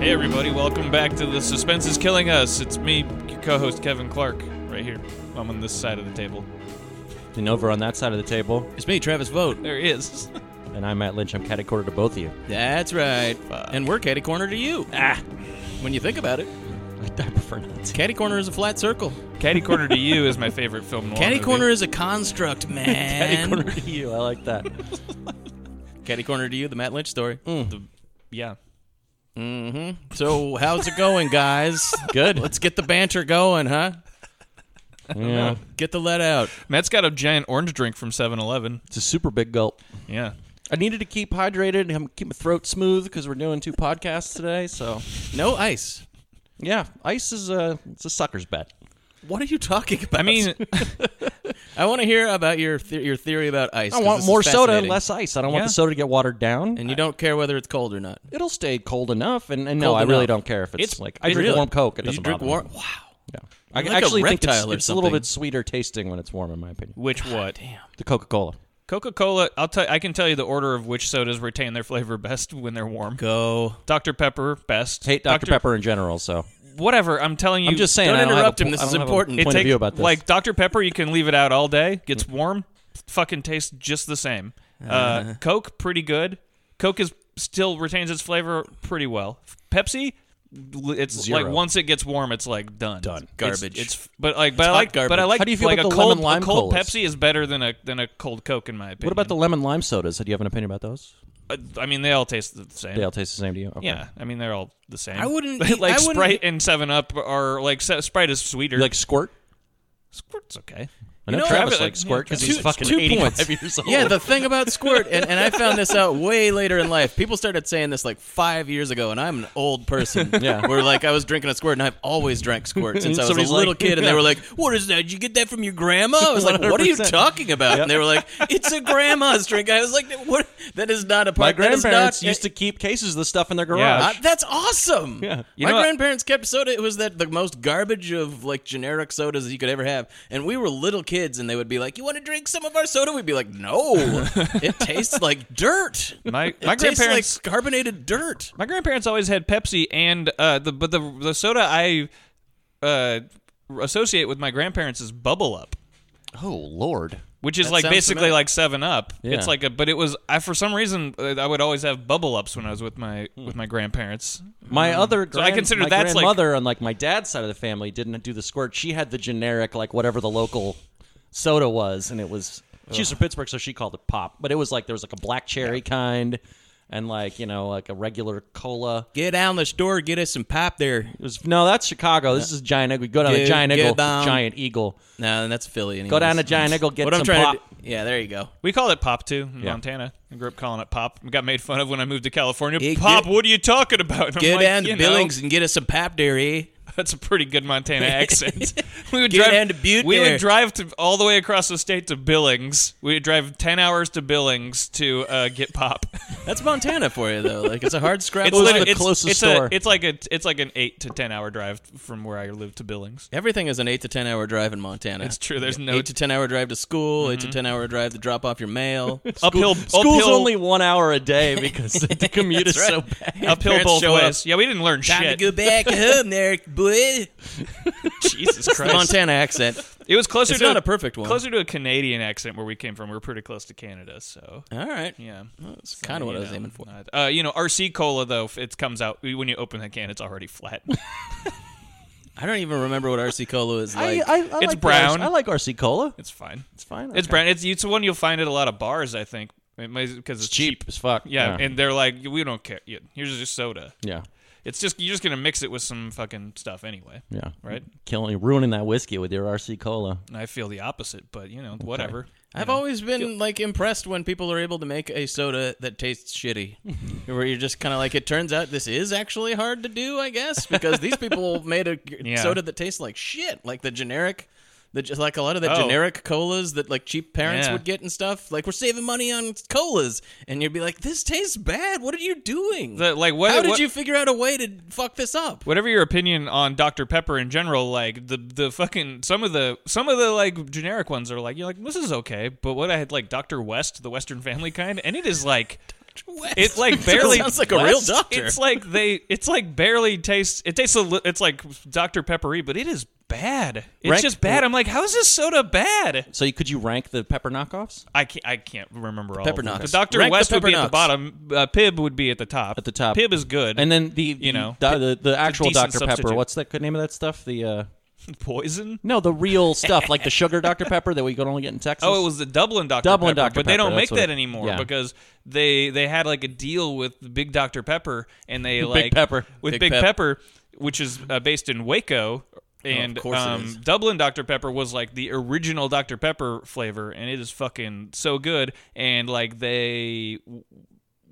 Hey, everybody, welcome back to The Suspense is Killing Us. It's me, your co host, Kevin Clark, right here. I'm on this side of the table. And over on that side of the table, It's me, Travis Vote. There he is. and I'm Matt Lynch. I'm catty quarter to both of you. That's right. And we're catty corner to you. Ah. When you think about it, I prefer not to. catty corner is a flat circle. Caddy Corner to You is my favorite film noir. Catty movie. corner is a construct, man. Catty corner to you. I like that. Catty corner to you, the Matt Lynch story. Mm. Yeah. So how's it going, guys? Good. Let's get the banter going, huh? yeah, Get the let out. Matt's got a giant orange drink from 7 Eleven. it's a super big gulp. Yeah. I needed to keep hydrated and keep my throat smooth because we're doing two podcasts today. So No ice. yeah, ice is a it's a sucker's bet. What are you talking about? I mean, I want to hear about your the- your theory about ice. I 'cause want this is more soda and fascinating. less ice. I don't want Yeah. the soda to get watered down. And you don't care whether it's cold or not. It'll stay cold enough. And, and no, Cold I really enough. don't care if it's, It's- like I it drink really- warm Coke. It Did doesn't you drink bother me. warm? Wow. Yeah. I like a actually think it's, reptile or it's a little something. bit sweeter tasting when it's warm, in my opinion. which what? The Coca Cola. Coca Cola. I'll tell. I can tell you the order of which sodas retain their flavor best when they're warm. Go. Dr Pepper best. Hate Dr. Pepper in general. So Whatever. I'm telling you. I'm just saying. don't I have a interrupt him, po- this I is don't have a important. It Point of take- view about this. Mm. Like Dr Pepper, you can leave it out all day. Gets warm. Fucking tastes just the same. Uh, Uh-huh. Coke, pretty good. Coke is still retains its flavor pretty well. Pepsi. l- It's Zero. like once it gets warm, it's like done. Done. It's- Garbage. It's, but like, but I hot like, but I garbage. like. How do you feel like about a the cold, lemon lime a cold colas? Pepsi is better than a than a cold Coke in my opinion. What about the lemon lime sodas? Do you have an opinion about those? Uh, I mean, they all taste the same. They all taste the same to you. Okay. Yeah, I mean they're all the same. I wouldn't like eat- I wouldn't- Sprite and Seven Up are like Se- Sprite is sweeter. You like squirt? Squirt's okay. I know, know, Travis Travis- likes yeah, squirt because Travis- he's Two- fucking two 85 points. years old. Yeah, the thing about squirt, and, and I found this out way later in life. People started saying this like five years ago, and I'm an old person. Yeah. Where like I was drinking a squirt, and I've always drank squirt since I was a Somebody's little like- kid, and they were like, What is that? Did you get that from your grandma? I was like, What are you 100%. talking about? And they were like, It's a grandma's drink. I was like, What that is not a my part that is grandparents not- used to keep cases of this stuff in their garage. Yeah. I- Uh, that's awesome. Yeah. You My know what- grandparents kept soda. It was that the most garbage of like generic sodas that you could ever have. And we were little kids, and they would be like, "You want to drink some of our soda?" We'd be like, "No, it tastes like dirt. My It my tastes grandparents like carbonated dirt." my grandparents always had Pepsi and uh the but the the soda I uh associate with my grandparents is Bubble Up. Oh lord. Which is That like sounds basically familiar. like Seven Up. Yeah. It's like a, but it was I for some reason uh, I would always have bubble ups when I was with my with my grandparents. My other So I grand- consider my that's like- grandmother on like my dad's side of the family didn't do the squirt. She had the generic like whatever the local soda was, and it was she's from Pittsburgh, so she called it pop. But it was like there was like a black cherry kind, and like you know like a regular cola. Get down the store, get us some pop there. It was no, that's Chicago. This is Giant Eagle. You Go down to Dude, Giant get Eagle, down. Giant Eagle. No, that's Philly. Anyways. Go down to Giant Eagle, get what I'm some trying pop. to. Do, yeah, there you go. We called it pop too in Yeah. Montana. I grew up calling it pop. We got made fun of when I moved to California. Hey, pop, get- what are you talking about? And I'm Get like, down "You to know, Billings and get us some pop there, eh? That's a pretty good Montana accent. we would Get down to Butte We there. would drive to all the way across the state to Billings. We would drive ten hours to Billings to uh, get pop. That's Montana for you though. Like it's a hard scrap. It's was lit- the it's, closest it's store? A, it's like a it's like an eight to ten hour drive from where I live to Billings. Everything is an eight to ten hour drive in Montana. It's true. There's no Mm-hmm. eight to ten hour drive to school, eight to ten hour drive to drop off your mail. Oh, uphill. School's uphill, only one hour a day because the commute is so bad. uphill Parents both show ways. Yeah, we didn't learn Time shit. to go back home, there, boy. Jesus Christ. Montana accent. It was closer It's to not a perfect one. Closer to a Canadian accent where we came from. We are pretty close to Canada, so All right, yeah. that's kind of what I was aiming for. Uh, you know, RC cola though, if it comes out when you open the can, it's already flat. I don't even remember what RC Cola is like. It's brown. I like RC Cola. it's fine. It's fine. It's okay. brand. It's, it's the one you'll find at a lot of bars, I think, because it's, cheap. as fuck. Yeah, and they're like, we don't care. Yeah, Here's just soda. yeah, It's just you're just gonna mix it with some fucking stuff anyway, yeah. right? Killing, ruining that whiskey with your RC Cola. And I feel the opposite, but you know, whatever. I've always been like impressed when people are able to make a soda that tastes shitty, where you're just kind of like, it turns out this is actually hard to do, I guess, because these people made a Yeah. soda that tastes like shit, like the generic The, just like a lot of the Oh. generic colas that like cheap parents Yeah. would get and stuff. Like we're saving money on colas, and you'd be like, "This tastes bad. What are you doing? The- like, what- How did what- you figure out a way to fuck this up?" whatever your opinion on Dr Pepper in general, like the the fucking some of the some of the like generic ones are like you're like this is okay, but what I had like Dr West, the Western Family kind, and it is like it like barely Sounds like a real West? doctor. It's like they it's like barely tastes. It tastes a li- it's like Dr Peppery, but it is bad. It's Rank- just bad. I'm like, how is this soda bad? So you, could you rank the pepper knockoffs I can't. I can't remember all. Pepper of them. Knox. But Doctor Rank the West would Pepper be at the Knox. bottom. Uh, Pib would be at the top. at the top? Pib is good. and then the you know, the, the actual decent Dr Pepper. substitute. What's that good name of that stuff? The uh, poison. no, the real stuff like the sugar Dr Pepper that we could only get in Texas. Oh, it was the Dublin Dr. Dublin Pepper, Dr. but they Pepper, don't make that's what that it- anymore yeah. because they they had like a deal with Big Dr. Pepper, and they like Pepper. with Big Big, Pep. Pepper, which is uh, based in Waco. And Oh, course it is. um, Dublin Dr. Pepper was like the original Dr. Pepper flavor, and it is fucking so good. And like they w-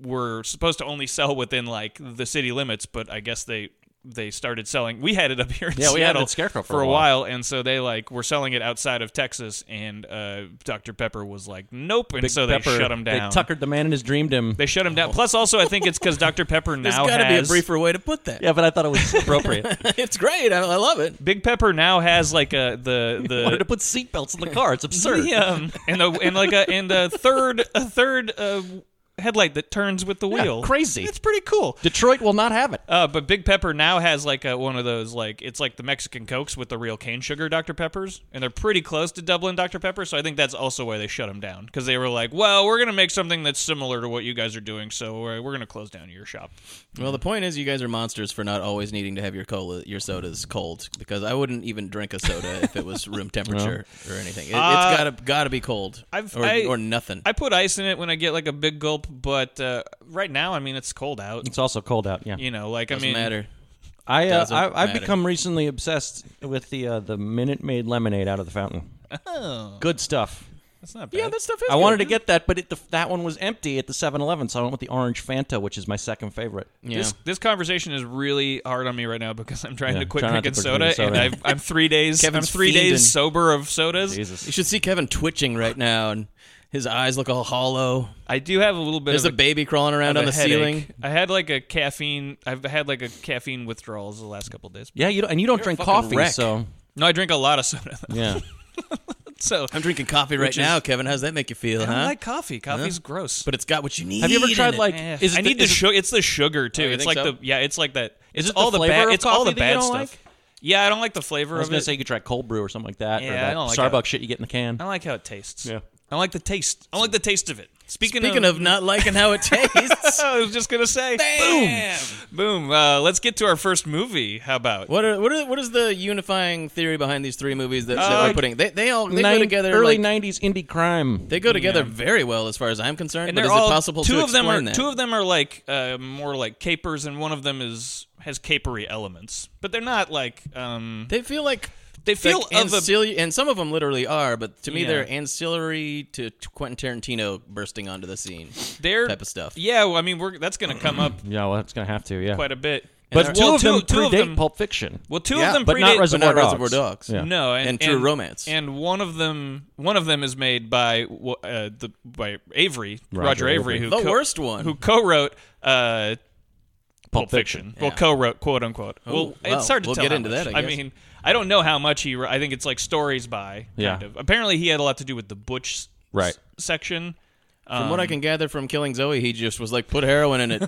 were supposed to only sell within like the city limits, but I guess they they started selling. We had it up here in Yeah, we had Seattle it at Scarecrow for for a a while. while while, and so they like were selling it outside of Texas, and uh, Dr Pepper was like, "Nope," and Big so Pepper, they shut him down. They Oh. tuckered the man in his dream dim. They shut him down. Plus, also, I think it's because Dr Pepper There's now got to be a has briefer way to put that. yeah, but I thought it was appropriate. it's great. I, I love it. Big Pepper now has like a the wanted to the. put seatbelts in the car. It's absurd. the, um, and a, and like a and a third a third uh, headlight that turns with the Yeah, wheel. crazy. It's pretty cool. Detroit will not have it. Uh, but Big Pepper now has like a, one of those like it's like the Mexican Cokes with the real cane sugar Dr Peppers, and they're pretty close to Dublin Dr Pepper. So I think that's also why they shut them down because they were like, "Well, we're gonna make something that's similar to what you guys are doing, so we're, we're gonna close down your shop." Well, the point is, you guys are monsters for not always needing to have your cola, your sodas cold. Because I wouldn't even drink a soda if it was room temperature or anything. It, Uh, it's gotta gotta be cold, I've- or, I- or nothing. I put ice in it when I get like a big gulp, but uh, right now, I mean, it's cold out. It's also cold out. Yeah, You know, like Doesn't I mean, matter. I, uh, Doesn't I I've matter. become recently obsessed with the uh, the Minute Maid lemonade out of the fountain. oh, Good stuff. that's not bad. Yeah, that stuff is. I wanted to get that, but it, the, that one was empty at the 7-Eleven, so I went with the orange Fanta, which is my second favorite. Yeah. This, this conversation is really hard on me right now because I'm trying Yeah, to quit try not to drinking quit soda, drinking and soda. I've, I'm three days. Kevin's I'm three fiending. days sober of sodas. you Jesus, should see Kevin twitching right now, and his eyes look all hollow. I do have a little bit There's of a baby crawling around of on a the headache. ceiling. I had like a caffeine. I've had like a caffeine withdrawals the last couple days. yeah, you don't, and you don't drink fucking coffee, wreck. so No, I drink a lot of soda. yeah. so I I'm drinking coffee right Which is- now, Kevin. How's that make you feel, don't huh? like coffee. Coffee's gross. but it's got what you need. Have you ever in tried it. like? Eh, Is it I need the, the, is it- Oh, sugar. It's the sugar too. you it's think like so? the yeah. It's like that. It's it the all the, flavor bad. of It's all the coffee that bad you don't stuff. like? Yeah, I don't like the flavor I was of gonna it. say you could try cold brew or something like that, or Yeah, that I don't like Starbucks that. shit you get in the can. I don't like how it tastes. Yeah. I don't like the taste. I don't like the taste of it. Speaking, Speaking of not liking how it tastes, I was just gonna say. Bam! Boom. Boom. Uh, let's get to our first movie. How about? What are, what are what is the unifying theory behind these three movies that, that we're Uh, putting? They they all they Nine- go together. early like, '90s indie crime. they go together very well, as far as I'm concerned. and but they're is all it possible two to of them are explain that? two of them are like uh, more like capers, and one of them is has capery elements, but they're not like um, they feel like they feel like of a ancillary, and some of them literally are. But to me, Yeah. they're ancillary to Quentin Tarantino bursting onto the scene. they're type of stuff. Yeah, well, I mean we're that's gonna come up Yeah, well, it's gonna have to. Yeah, quite a bit. but two well, of them two, two predate of them, Pulp Fiction. well, two Yeah, of them but not predate- Reservoir but not Dogs. Reservoir Dogs. Yeah. No, and, And True Romance. and one of them, one of them is made by w- uh, the by Avery, Roger, Avery, Avery. who The co- worst one. who co-wrote uh, Pulp Fiction. Fiction. Well, co-wrote, quote unquote. well, wow. it's hard to Oh, We'll tell. get how into much. that, I guess. mean, I don't know how much he. wr- I think it's like stories by. Kind Yeah. of. Apparently, he had a lot to do with the Butch s- Right. s- section. From what I um, can gather from Killing Zoe, he just was like, put heroin in it.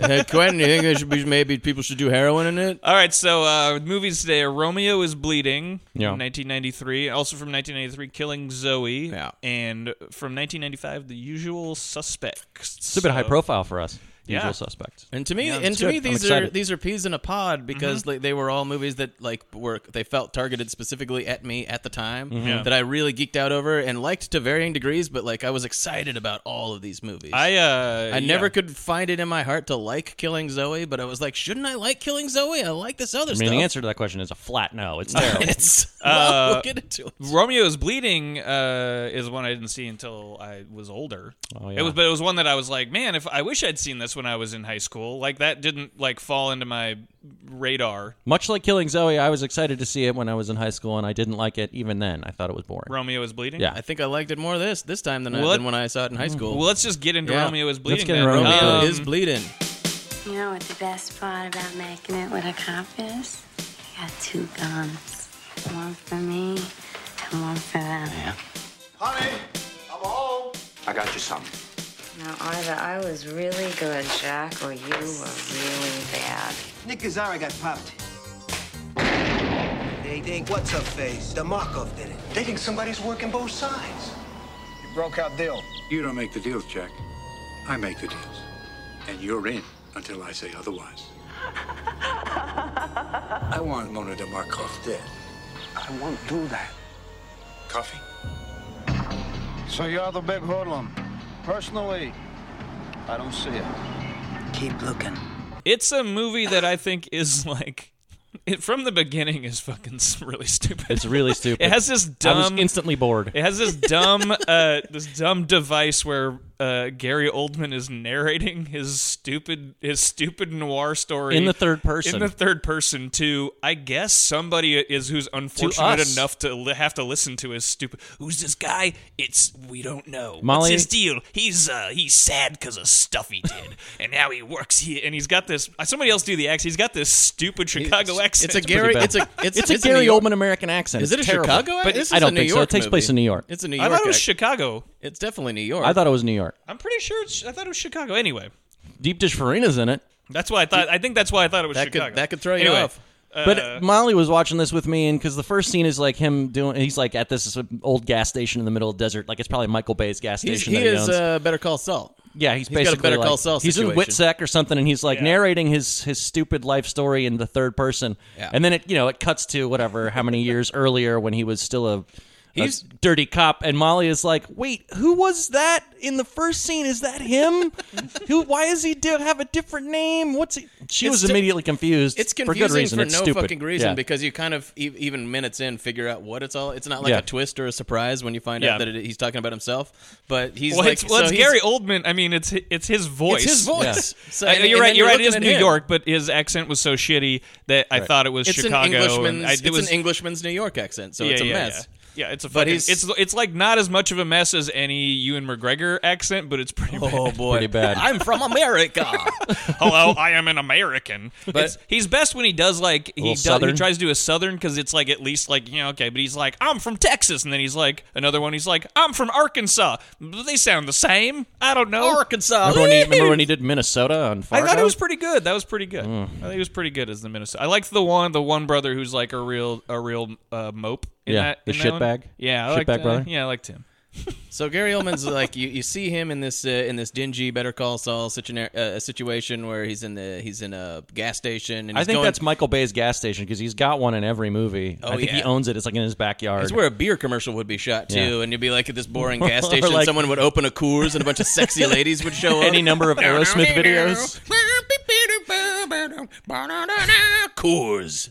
hey, Quentin, you think there should be maybe people should do heroin in it? All right, so uh, movies today: are Romeo is Bleeding, Yeah. 1993. Also from 1993, Killing Zoe. Yeah. And from 1995, The Usual Suspects. It's a bit high profile for us. The Yeah. Usual suspects. And to me, Yeah, and that's to me, good. I'm these are excited. Mm-hmm. these are peas in a pod because like, they were all movies that like were they felt targeted specifically at me at the time Mm-hmm. Yeah. that I really geeked out over and liked to varying degrees, but like I was excited about all of these movies. I uh, I never yeah. could find it in my heart to like Killing Zoe, but I was like, shouldn't I like Killing Zoe? I like this other I mean, stuff. the answer to that question is a flat no. It's terrible. It's well, we'll Uh, get into it. Romeo is bleeding uh, is one I didn't see until I was older. Oh, yeah. It was, but it was one that I was like, man, if I wish I'd seen this when I was in high school. Like that didn't like fall into my radar. Much like Killing Zoe, I was excited to see it when I was in high school, and I didn't like it even then. I thought it was boring. Romeo is bleeding. Yeah. I think I liked it more this this time than, I, What? than when I saw it in high school. Well, let's just get into Yeah. Romeo is bleeding. Let's get then. into Romeo Um, Bleeding. is bleeding. You know what the best part about making it with a cop is? I got two guns. One for me and one for them. Honey, I'm home. I got you something. Now, either I was really good, Jack, or you were really bad. Nick Gazzara got popped. They think what's her face? The Markov did it. They think somebody's working both sides. You broke out deal. You don't make the deals, Jack. I make the deals. And you're in until I say otherwise. I want Mona de Markov dead. I won't do that. Coffee? So you're the big hoodlum. Personally, I don't see it. Keep looking. It's a movie that I think is like it from the beginning is fucking s- really stupid. It's really stupid. it has this I was dumb instantly bored. It has this dumb, uh, this dumb device where uh, Gary Oldman is narrating his stupid, his stupid noir story In the third person. In the third person, to I guess somebody is who's unfortunate us. enough to li- have to listen to his stupid. Who's this guy? It's we don't know. Molly- What's his deal? He's uh, he's sad because of stuff he did, and now he works here, and he's got this. uh, Somebody else do the accent. He's got this stupid Chicago accent. It's a Gary. bad. It's a it's, It's a New Gary York- Oldman American accent. Is it a It's terrible. Chicago? But this I is don't a New think so. York It takes place movie. in New York. It's a New I York. thought it was act- Chicago. It's definitely New York. I thought it was New York. I'm pretty sure. It's, I thought it was Chicago. Anyway. Deep Dish Farina's in it. That's why I thought. I think that's why I thought it was That could- Chicago. that could throw you Anyway, off. uh, But Molly was watching this with me, and because the first scene is like him doing, he's like at this old gas station in the middle of the desert. Like it's probably Michael Bay's gas He's, station. he that is owns. uh, Better Call Saul. yeah, he's, got a basically Better like, Call Saul he's in situation. Whitsack or something, and he's like Yeah. narrating his his stupid life story in the third person. Yeah. And then it you know it cuts to whatever how many years earlier when he was still a. a He's- dirty cop, and Molly is like, "Wait, who was that in the first scene? Is that him? who? Why does he do, have a different name? What's he?" She It's was di- immediately confused. It's for confusing good reason. for it's no stupid. fucking reason Yeah. because you kind of e- even minutes in figure out what it's all. It's not like Yeah. a twist or a surprise when you find Yeah. out that it, he's talking about himself. But he's well, like, it's, well, so it's he's- Gary Oldman. I mean, it's hi- it's his voice. It's his voice. So, I- and- you're and right. then You're right. It looking is at New him. York, but his accent was so shitty that I thought it was It's Chicago. an Englishman's. and I, it it's was- an Englishman's New York accent, so yeah, it's a yeah, mess. Yeah. Yeah, it's a But fucking. he's- It's it's like not as much of a mess as any Ewan McGregor accent, but it's pretty. Oh bad. boy, Pretty bad. I'm from America. Hello, I am an American. But But- he's best when he does like he little does, he Southern. tries to do a southern because it's like at least like you know okay, but he's like I'm from Texas, and then he's like another one. He's like I'm from Arkansas. They sound the same. I don't know. Arkansas. Remember when, he, remember when he did Minnesota on I Fargo? thought it was pretty good. That was pretty good. Mm. I think it was pretty good as the Minnesota. I liked the one, the one brother who's like a real, a real uh, mope. In Yeah, that, the in that one. shitbag. Yeah, I liked, Shitbag uh, brother. yeah, I liked him. So Gary Oldman's like you, you see him in this uh, in this dingy Better Call Saul situ- uh, situation where he's in the he's in a gas station and I he's think going- Oh, that's Michael Bay's gas station because he's got one in every movie. I think he yeah. owns it. It's like in his backyard. It's where a beer commercial would be shot too, Yeah. and you'd be like at this boring gas station. like- someone would open a Coors, and a bunch of sexy ladies would show up. any number of Aerosmith videos. Coors.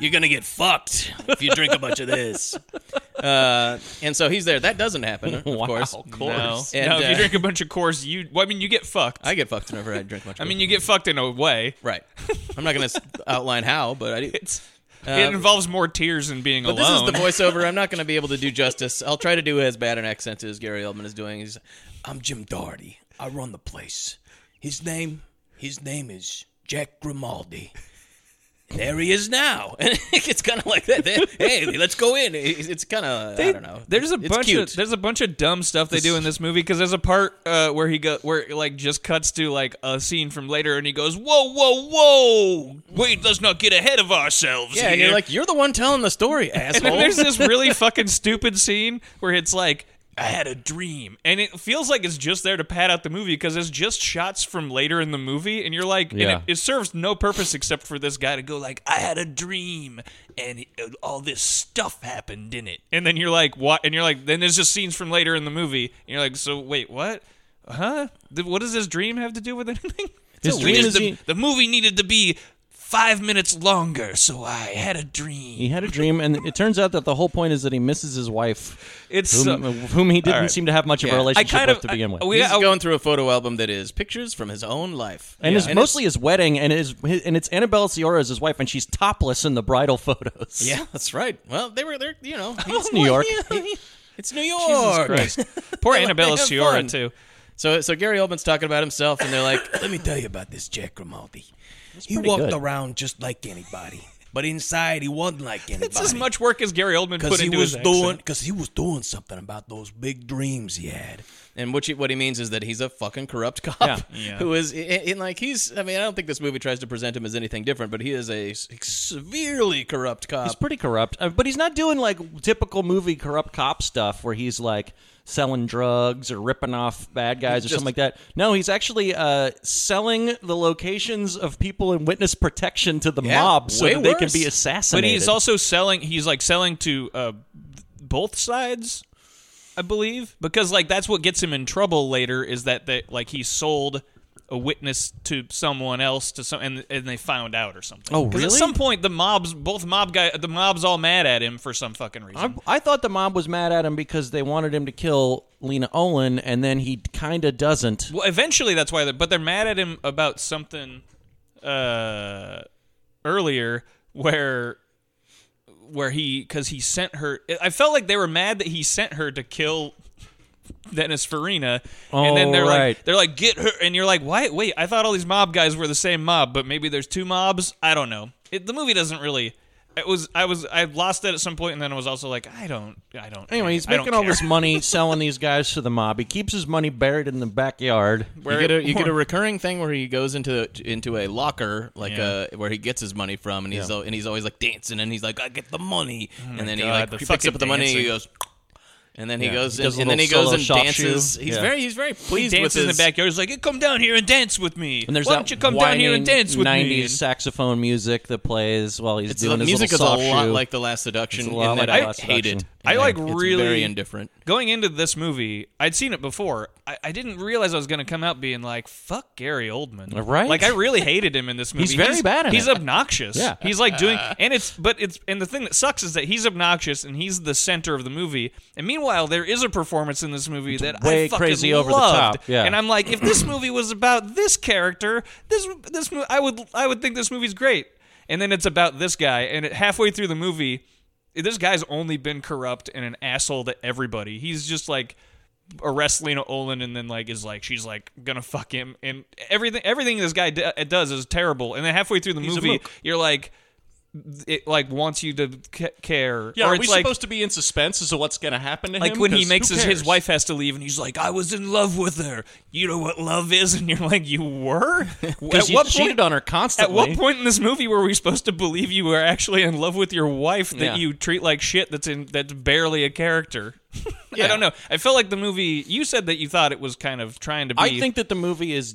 You're gonna get fucked if you drink a bunch of this. Uh, and so he's there. That doesn't happen, of Wow, course. of No, And, no, if you uh, drink a bunch of Coors, you. Well, I mean, you get fucked. I get fucked whenever I drink much. I mean, you get fucked in a way. right. I'm not gonna s- outline how, but I do. It's it involves more tears than being Uh, But alone. this is the voiceover. I'm not going to be able to do justice. I'll try to do as bad an accent as Gary Oldman is doing. He's, I'm Jim Doherty. I run the place. His name, his name is Jack Grimaldi. And there he is now. And it's kind of like that. They- hey, let's go in. It's, kind of I don't know. There's a it's bunch cute. of there's a bunch of dumb stuff they do in this movie because there's a part uh, where he go where it, like just cuts to like a scene from later and he goes whoa whoa whoa wait let's not get ahead of ourselves yeah, here. and you're like you're the one telling the story, And then asshole. there's this really fucking stupid scene where it's like, I had a dream. And it feels like it's just there to pad out the movie because it's just shots from later in the movie. And you're like, Yeah. and it, it serves no purpose except for this guy to go, like, I had a dream and it, uh, all this stuff happened in it. And then you're like, what? And you're like, then there's just scenes from later in the movie. And you're like, so wait, what? Huh? Th- What does this dream have to do with anything? His We dream just- is the, he- the movie needed to be five minutes longer, so I had a dream. He had a dream, and it turns out that the whole point is that he misses his wife, It's whom, uh, whom he didn't right. seem to have much of Yeah. a I relationship kind with of- to begin I- with. we- uh, He's I- going through a photo album that is pictures from his own life, and it's Yeah. mostly his wedding, and it's and it's Annabelle Ciora is his wife, and she's topless in the bridal photos. yeah, that's right. Well, they were there. You know, it's New York. it's New York. Christ. Poor They Annabella have Ciora fun. too. So, so Gary Oldman's talking about himself, and they're like, "Let me tell you about this Jack Grimaldi. He pretty walked good. around just like anybody, but inside he wasn't like anybody. It's as much work as Gary Oldman because put he into was his doing accent. because he was doing something about those big dreams he had. And what he, what he means is that he's a fucking corrupt cop Yeah. Yeah. who is and and, like he's. I mean, I don't think this movie tries to present him as anything different, but he is a s- severely corrupt cop. He's pretty corrupt, uh, but he's not doing like typical movie corrupt cop stuff where he's like selling drugs or ripping off bad guys or just- something like that. No, he's actually uh, selling the locations of people in witness protection to the Yeah, mob so way that they can worse. be But assassinated. he's also selling. He's like selling to uh, th- both sides, I believe, because like that's what gets him in trouble later. Is that they like he sold a witness to someone else to some and, and they found out or something. Oh, 'Cause At really? some point, the mobs, both mob guy, the mobs, all mad at him for some fucking reason. I, I thought the mob was mad at him because they wanted him to kill Lena Olin, and then he kind of doesn't. Well, eventually that's why. They're, but they're mad at him about something uh, earlier where where he because he sent her. I felt like they were mad that he sent her to kill Dennis Farina, and then Oh, they're right. like they're like get her, and you're like why wait I thought all these mob guys were the same mob, but maybe there's two mobs. I don't know. It, the movie doesn't really. It was I was I lost it at some point, and then I was also like I don't I don't. Anyway, he's I don't making all care. this money selling these guys to the mob. He keeps his money buried in the backyard. Where- you get a you get a recurring thing where he goes into into a locker like Yeah. uh where he gets his money from and he's al- and he's always like dancing and he's like I get the money Oh and then he God, like the he picks up fucking the money and he goes dancing. and then he Yeah, goes he does and, a and then little he goes solo and shop dances. shoe. He's Yeah. very he's He very pleased with dances his in the backyard. He's like, "Hey, "Come down here and dance with me." And there's Why don't that you come down here and whining dance with 90s me? saxophone music that plays while he's It's- doing the his music is a little soft lot shoe. like the last seduction It's a lot in that like The I Last hate it. Seduction. I, like, It's really- very indifferent. Going into this movie, I'd seen it before. I, I didn't realize I was going to come out being like, "Fuck Gary Oldman." Right. Like I really hated him in this movie. He's very bad at he's it. obnoxious. Yeah. He's like doing, and it's but it's and the thing that sucks is that he's obnoxious and he's the center of the movie. And meanwhile, there is a performance in this movie that way I fucking crazy over the loved. top, yeah. And I'm like, if this movie was about this character, this this mo- I would I would think this movie's great. And then it's about this guy, and it, halfway through the movie, this guy's only been corrupt and an asshole to everybody. He's just like arrests Lena Olin and then like is like she's like gonna fuck him and everything everything this guy d- uh, does is terrible and then halfway through the movie you're like it like wants you to c- care Yeah, or are it's we like supposed to be in suspense as to what's going to happen to like him? when he 'Cause makes who his, his cares? wife has to leave and he's like I was in love with her you know what love is and you're like you were at Because what he cheated point on her at constantly. what point in this movie were we supposed to believe you were actually in love with your wife that Yeah. you treat like shit that's in that's barely a character? I don't know. I felt like the movie you said that you thought it was kind of trying to be I think that the movie is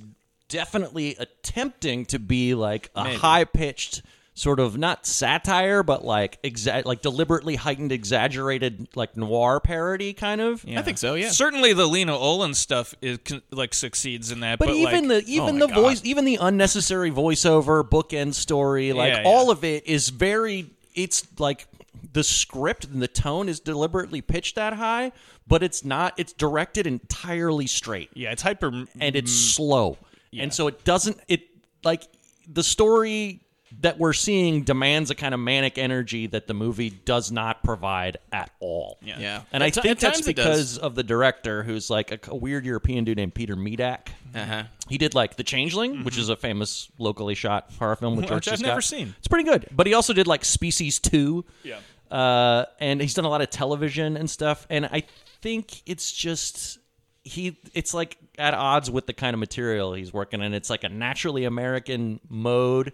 definitely attempting to be like a high pitched sort of not satire, but like exa- like deliberately heightened, exaggerated like noir parody kind of. I think so, yeah. Certainly the Lena Olin stuff is con- like succeeds in that, But, but, even like, oh the even the voice even the unnecessary voiceover bookend story like Yeah, yeah. all of it is very it's like the script and the tone is deliberately pitched that high but it's not it's directed entirely straight yeah, it's hyper and it's Mm-hmm. slow. And so it doesn't it like the story that we're seeing demands a kind of manic energy that the movie does not provide at all. Yeah. And At ti- I think at that's times it does. because of the director who's like a, a weird European dude named Peter Medak. Uh-huh. He did like The Changeling, Mm-hmm. which is a famous locally shot horror film with George Which I've C. never Scott. seen. It's pretty good. But he also did like Species 2. Yeah. Uh, and he's done a lot of television and stuff. And I think it's just he it's like at odds with the kind of material he's working in. It's like a naturally American mode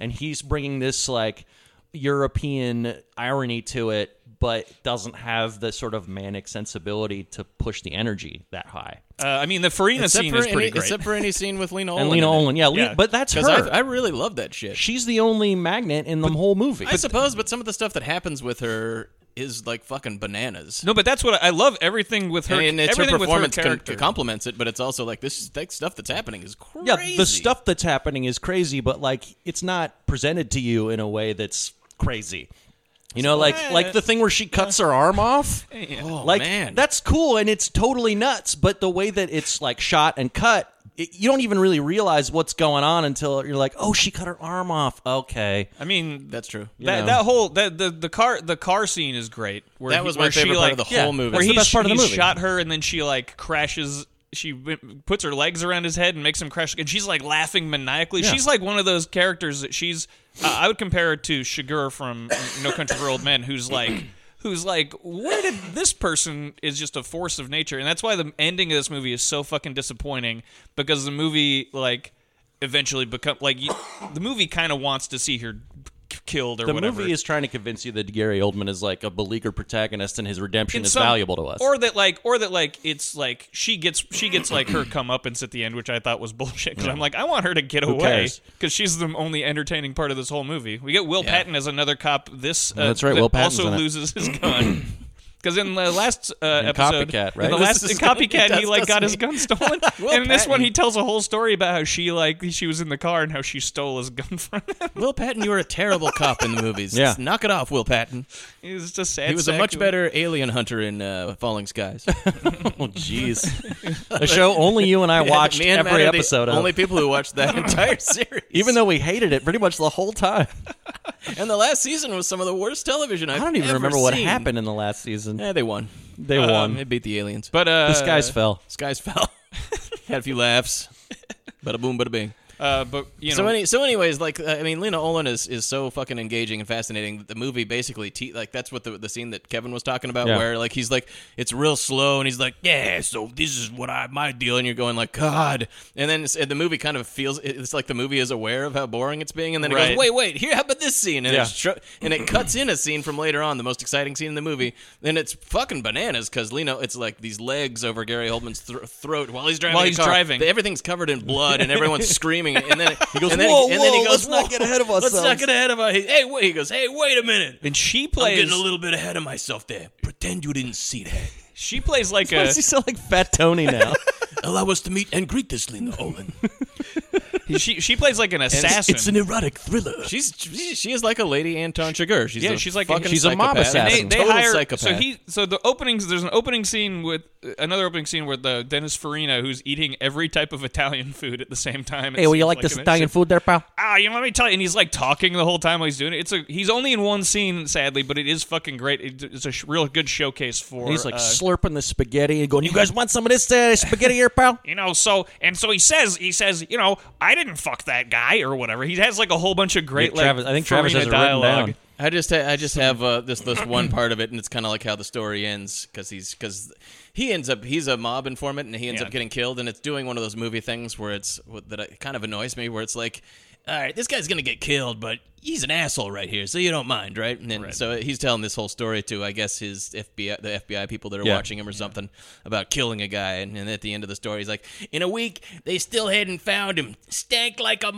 and he's bringing this like European irony to it but doesn't have the sort of manic sensibility to push the energy that high. uh, I mean the Farina Except scene for is pretty any, great. Except for any scene with Lena Olin. And Lena in it. Olin, yeah, Le- Yeah. but that's her. 'Cause I, I really love that shit. She's the only magnet in the whole movie. I suppose, but some of the stuff that happens with her is like fucking bananas. No, but that's what I, I love. Everything with her, and it's her everything with performance her com- character. complements it, but it's also like this that stuff that's happening is crazy. Yeah, the stuff that's happening is crazy, but like it's not presented to you in a way that's crazy. You know, like like the thing where she cuts her arm off. Oh, like man. that's cool and it's totally nuts, but the way that it's like shot and cut, it, you don't even really realize what's going on until you're like, "Oh, she cut her arm off." Okay. I mean, that's true. that, know. that whole that the, the car the car scene is great. Where That he- was my where she, favorite part of like- the whole movie. Where That's the he's- best part of the he's movie. shot her and then she like crashes. She w- puts her legs around his head and makes him crash, and she's like laughing maniacally. She's like one of those characters that she's. Uh, I would compare her to Shigur from No Country for Old Men, who's like. Who's like, where did this person is just a force of nature, and that's why the ending of this movie is so fucking disappointing because the movie like eventually become like you, the movie kind of wants to see her k- killed or The whatever. movie is trying to convince you that Gary Oldman is like a beleaguered protagonist and his redemption in is some- valuable to us. or that like, or that like, it's like she gets she gets like her comeuppance at the end, which I thought was bullshit. Because I'm like, I want her to get away cares? because she's the only entertaining part of this whole movie. We get Will Patton as another cop. This uh, That's right, that Will Patton's also in it. loses his gun. Because in the last uh, episode, Copycat, in right? the last in copycat, he, does, like got doesn't his he? gun stolen. and in this one, he tells a whole story about how she like she was in the car and how she stole his gun from him. Will Patton, you were a terrible cop in the movies. Yeah. knock it off, Will Patton. It's just sad. He was a sack much of- better alien hunter in uh, Falling Skies. oh jeez. a show only you and I watched Me and Matt every are the episode of. Only people who watched that entire series. even though we hated it pretty much the whole time. and the last season was some of the worst television I've I don't even ever remember what seen. happened in the last season. Yeah, they won. They Um, they won. beat the aliens. But uh, The skies fell. Skies fell. Had a few laughs. Bada boom, bada bing. Uh, but you know, So any, so anyways, like uh, I mean, Lena Olin is is so fucking engaging and fascinating. That the movie basically te- like that's what the the scene that Kevin was talking about, Yeah. where like he's like it's real slow and he's like, yeah, so this is what I my deal, and you're going like God, and then it's, and the movie kind of feels it's like the movie is aware of how boring it's being, and then it Right. goes, wait, wait, here, how about this scene, and Yeah. it's tr- and it cuts in a scene from later on, the most exciting scene in the movie, and it's fucking bananas because Lena, it's like these legs over Gary Oldman's thro- throat while he's driving, While a he's car. driving. The- everything's covered in blood and everyone's screaming, and then he goes, and then, "Whoa, and then he whoa, let's goes, not get ahead of let's not ourselves." get ahead of our. Hey, wait, he goes, hey, wait a minute, and she I'm plays getting a little bit ahead of myself there. Pretend you didn't see that. She plays like Why a does he sound like Fat Tony now? Allow us to meet and greet this Lena Olin. she she plays like an assassin. It's an erotic thriller. She's she, she is like a lady Anton Chigurh. She's Yeah, a she's like- fucking she's a mob psychopath. assassin. they, an they total hire psychopath. so he so the openings there's an opening scene with another opening scene with uh, Dennis Farina who's eating every type of Italian food at the same time. hey, will you like this Italian food there, pal? Ah, you know, let me tell you. And he's like talking the whole time while he's doing it. It's a he's only in one scene sadly, but it is fucking great. It, it's a sh- real good showcase for. And he's like uh, slurping the spaghetti and going, "You guys want some of this uh, spaghetti here, pal?" you know, so and so he says he says you know I didn't fuck that guy or whatever. He has like a whole bunch of great Yeah, Travis- like I think Travis Farina has it written dialogue. down. I just ha- I just have uh, this this one part of it, and it's kind of like how the story ends because he's because he ends up he's a mob informant and he ends Yeah. up getting killed, and it's doing one of those movie things where it's that I- kind of annoys me, where it's like, all right, this guy's gonna get killed, but he's an asshole right here, so you don't mind, right? And then, so he's telling this whole story to I guess his FBI the FBI people that are Yeah. watching him or something about killing a guy, and, and at the end of the story, he's like, in a week they still hadn't found him, stank like a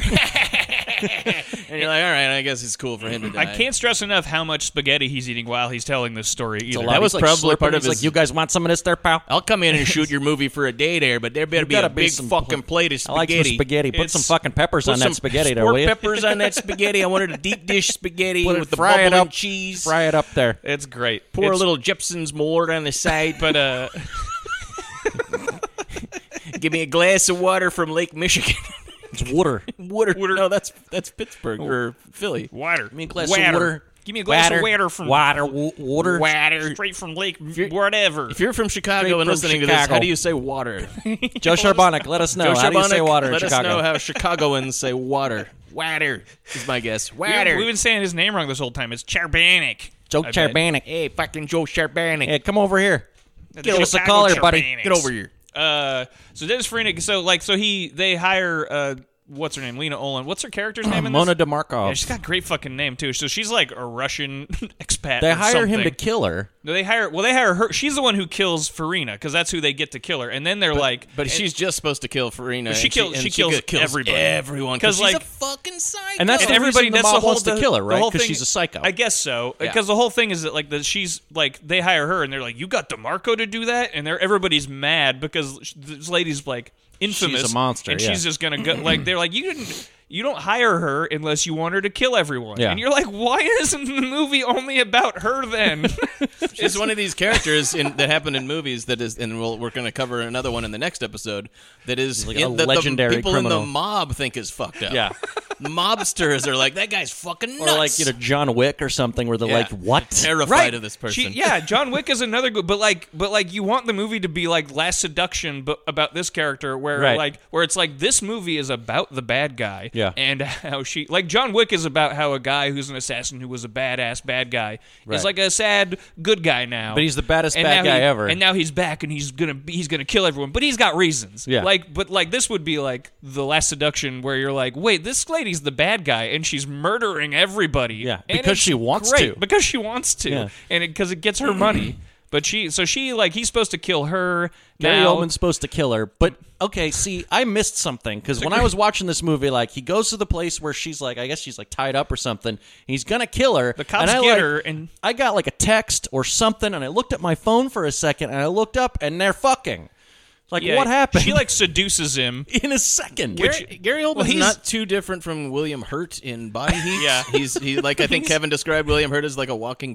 motherfucker. And you're like, all right, I guess it's cool for him to die. I can't stress enough how much spaghetti he's eating while he's telling this story. Either. lot. That was He's, like, probably slurping. part of He's his- Like, you guys want some of this there, pal? I'll come in and shoot your movie for a day there, but there better be a gotta be big some fucking plate of I like spaghetti. some spaghetti. Put some It's- fucking peppers Put on some that spaghetti there, sport will you? peppers on that spaghetti. I wanted a deep dish spaghetti Put it- with the fry it bubbling up. cheese. Fry it up there. It's great. Pour It's- a little Jepson's Malort on the side. but uh, Give me a glass of water from Lake Michigan. It's water. water. No, that's that's Pittsburgh or Philly. water. Give me a glass of water. Give me a glass of Water. water from water. wa- Water. water straight from Lake whatever. If you're from Chicago Straight and from listening to this, Chicago. how do you say water? Joe Sharbonik, let us know. Joe How do you say Sharbonik, water in let us Chicago? know how Chicagoans say water. Water is my guess. Water. We've been saying his name wrong this whole time. It's Charbanic. Joe I bet. Charbonic. hey, fucking Joe Sharbanik. Hey, come over here. That's Give us a Chicago call here, buddy. Charbanics. Get over here. Uh, so Dennis Farina. So like, so he they hire uh, what's her name? Lena Olin. What's her character's name? in Mona this? DeMarkov. Yeah, she's got a great fucking name too. So she's like a Russian expat. they or hire him to something. kill her. No, they hire. Well, they hire her. She's the one who kills Farina because that's who they get to kill her. And then they're like, But and- she's just supposed to kill Farina. But she and kills- and she kills g- everybody. Everyone. Because 'Cause, she's like- a fucking psycho. And that's and the everybody reason the that's mob the whole wants to the- kill her, the right? whole 'Cause thing- she's a psycho. I guess so. Because the whole thing is that like the, she's like they hire her and they're like, you got Demarco to do that, and they're everybody's mad because sh- this lady's like infamous, a monster, and yeah. she's just gonna go like they're like you didn't. You don't hire her unless you want her to kill everyone. Yeah. And you're like, why isn't the movie only about her then? It's one of these characters in, that happen in movies that is, and we'll, we're going to cover another one in the next episode. That is like in- a that the legendary people in criminal. the mob think is fucked up. Yeah. mobsters are like that guy's fucking nuts. or like you know John Wick or something, where they're Yeah. like, "What?" terrified right of this She- person. yeah, John Wick is another good, but like, but like, you want the movie to be like Last Seduction, but about this character, where Right. like, where it's like this movie is about the bad guy, Yeah. and how she, like, John Wick is about how a guy who's an assassin who was a badass bad guy Right. is like a sad good guy now, But he's the baddest And now bad he- guy ever. and now he's back and he's gonna be- he's gonna kill everyone, but he's got reasons, Yeah. Like, but like this would be like the Last Seduction, where you're like, wait, this lady's the bad guy and she's murdering everybody, Yeah, And because it's she wants great, to. because she wants to, Yeah. and because it, gets her money. But she, so she like he's supposed to kill her. Gary now. Oldman's supposed to kill her, but okay. See, I missed something because when I was watching this movie, like he goes to the place where she's like, I guess she's like tied up or something. and he's gonna kill her. The cops and I, get like- her and- I got like a text or something, and I looked at my phone for a second, and I looked up, and they're fucking. Like Yeah, what happened? She like seduces him. in a second. Gary, Gary Oldman's Well, he's- not too different from William Hurt in Body Heat. Yeah. he's he like I think Kevin described William Hurt as like a walking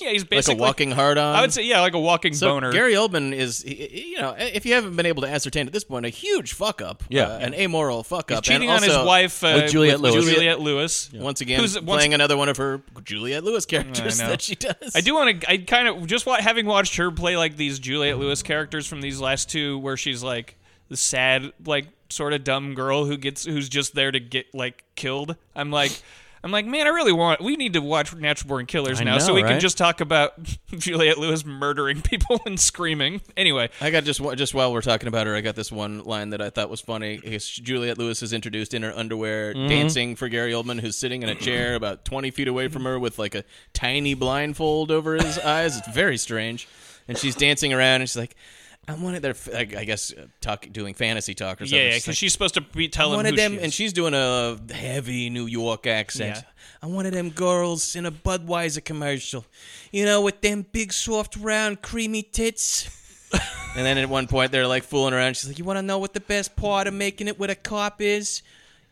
Yeah, he's basically like a walking hard on. I would say yeah, like a walking So boner. Gary Oldman is, he- he- you know, if you haven't been able to ascertain at this point, a huge fuck up. Yeah. uh, an amoral fuck he's up. cheating and on his also, wife uh, with Juliette with Lewis. Juliette Lewis. Once again, who's- playing once- another one of her Juliette Lewis characters I know. that she does. I do want to. I kind of just wa- having watched her play like these Juliet Lewis characters from these last two, where she's like the sad, like sort of dumb girl who gets who's just there to get like killed. I'm like. I'm like, man, I really want. We need to watch Natural Born Killers I now, so know, we can right? just talk about Juliet Lewis murdering people and screaming. Anyway, I got just one- just while we're talking about her, I got this one line that I thought was funny. It's Juliette Lewis is introduced in her underwear, Mm-hmm. dancing for Gary Oldman, who's sitting in a chair about twenty feet away from her with like a tiny blindfold over his eyes. It's very strange, and she's dancing around, and she's like, "I wanted their, f- I I guess, uh, talk, doing fantasy talk or something." yeah, yeah, She's because like, she's supposed to be I telling wanted who them, she is. and she's doing a heavy New York accent. Yeah. I wanted them girls in a Budweiser commercial, you know, with them big, soft, round, creamy tits. and then at one point, they're like fooling around. She's like, "You want to know what the best part of making it with a cop is?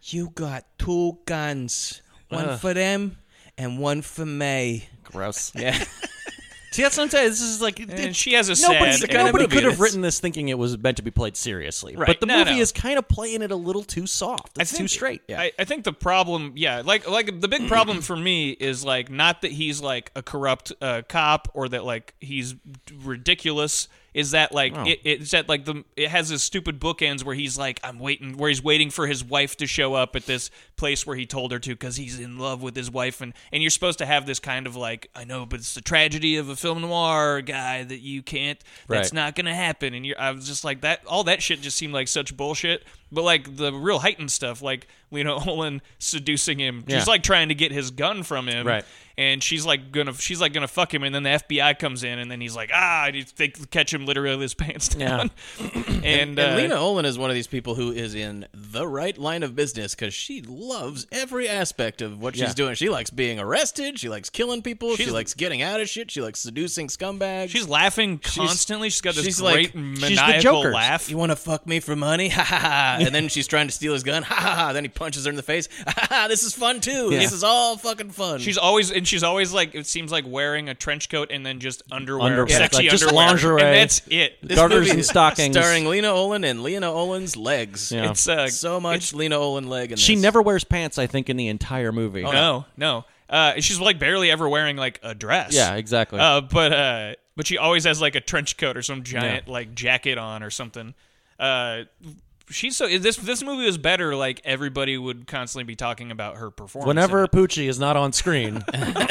You got two guns, one for them and one for me." Gross. Yeah, See, that's what I'm saying. This is like And Eh, she has a nobody, sad nobody kind of movie could it have is. written this thinking it was meant to be played seriously. Right. But the No, movie no. is kind of playing it a little too soft. It's too straight. I, I think the problem, yeah, like like the big problem for me is like not that he's like a corrupt uh, cop or that like he's ridiculous. Is that like it, it's that like the it has his stupid bookends where he's like I'm waiting where he's waiting for his wife to show up at this place where he told her to because he's in love with his wife and and you're supposed to have this kind of like I know but it's the tragedy of a film noir guy that you can't that's Right. not gonna happen and you're I was just like that all that shit just seemed like such bullshit but like the real heightened stuff like Lena Olin seducing him Yeah. she's like trying to get his gun from him Right. and she's like gonna she's like gonna fuck him and then the FBI comes in and then he's like ah and he- they catch him literally with his pants down and, and uh, Lena Olin is one of these people who is in the right line of business because she loves every aspect of what Yeah. she's doing. She likes being arrested. She likes killing people. she She's- likes getting out of shit. She likes seducing scumbags. she's laughing constantly she's got this she's great like- maniacal Joker. laugh you want to fuck me for money? Ha ha ha. And then she's trying to steal his gun. Ha ha ha. Then he punches her in the face. Ha ha ha. This is fun too. This is all fucking fun. She's always and she's always like it seems like wearing a trench coat and then just underwear, Underwear. Yeah, sexy like just underwear, lingerie. and that's it. This garters movie and is stockings. Starring Lena Olin and Lena Olin's legs. Yeah. It's uh, So much Lena Olin leg in She this. never wears pants, I think, in the entire movie. Oh, No, no. Uh, she's like barely ever wearing like a dress. Yeah, exactly. Uh, but uh, but she always has like a trench coat or some giant like jacket on or something. Uh, she's so this this movie was better. Like everybody would constantly be talking about her performance. Whenever in Poochie is not on screen,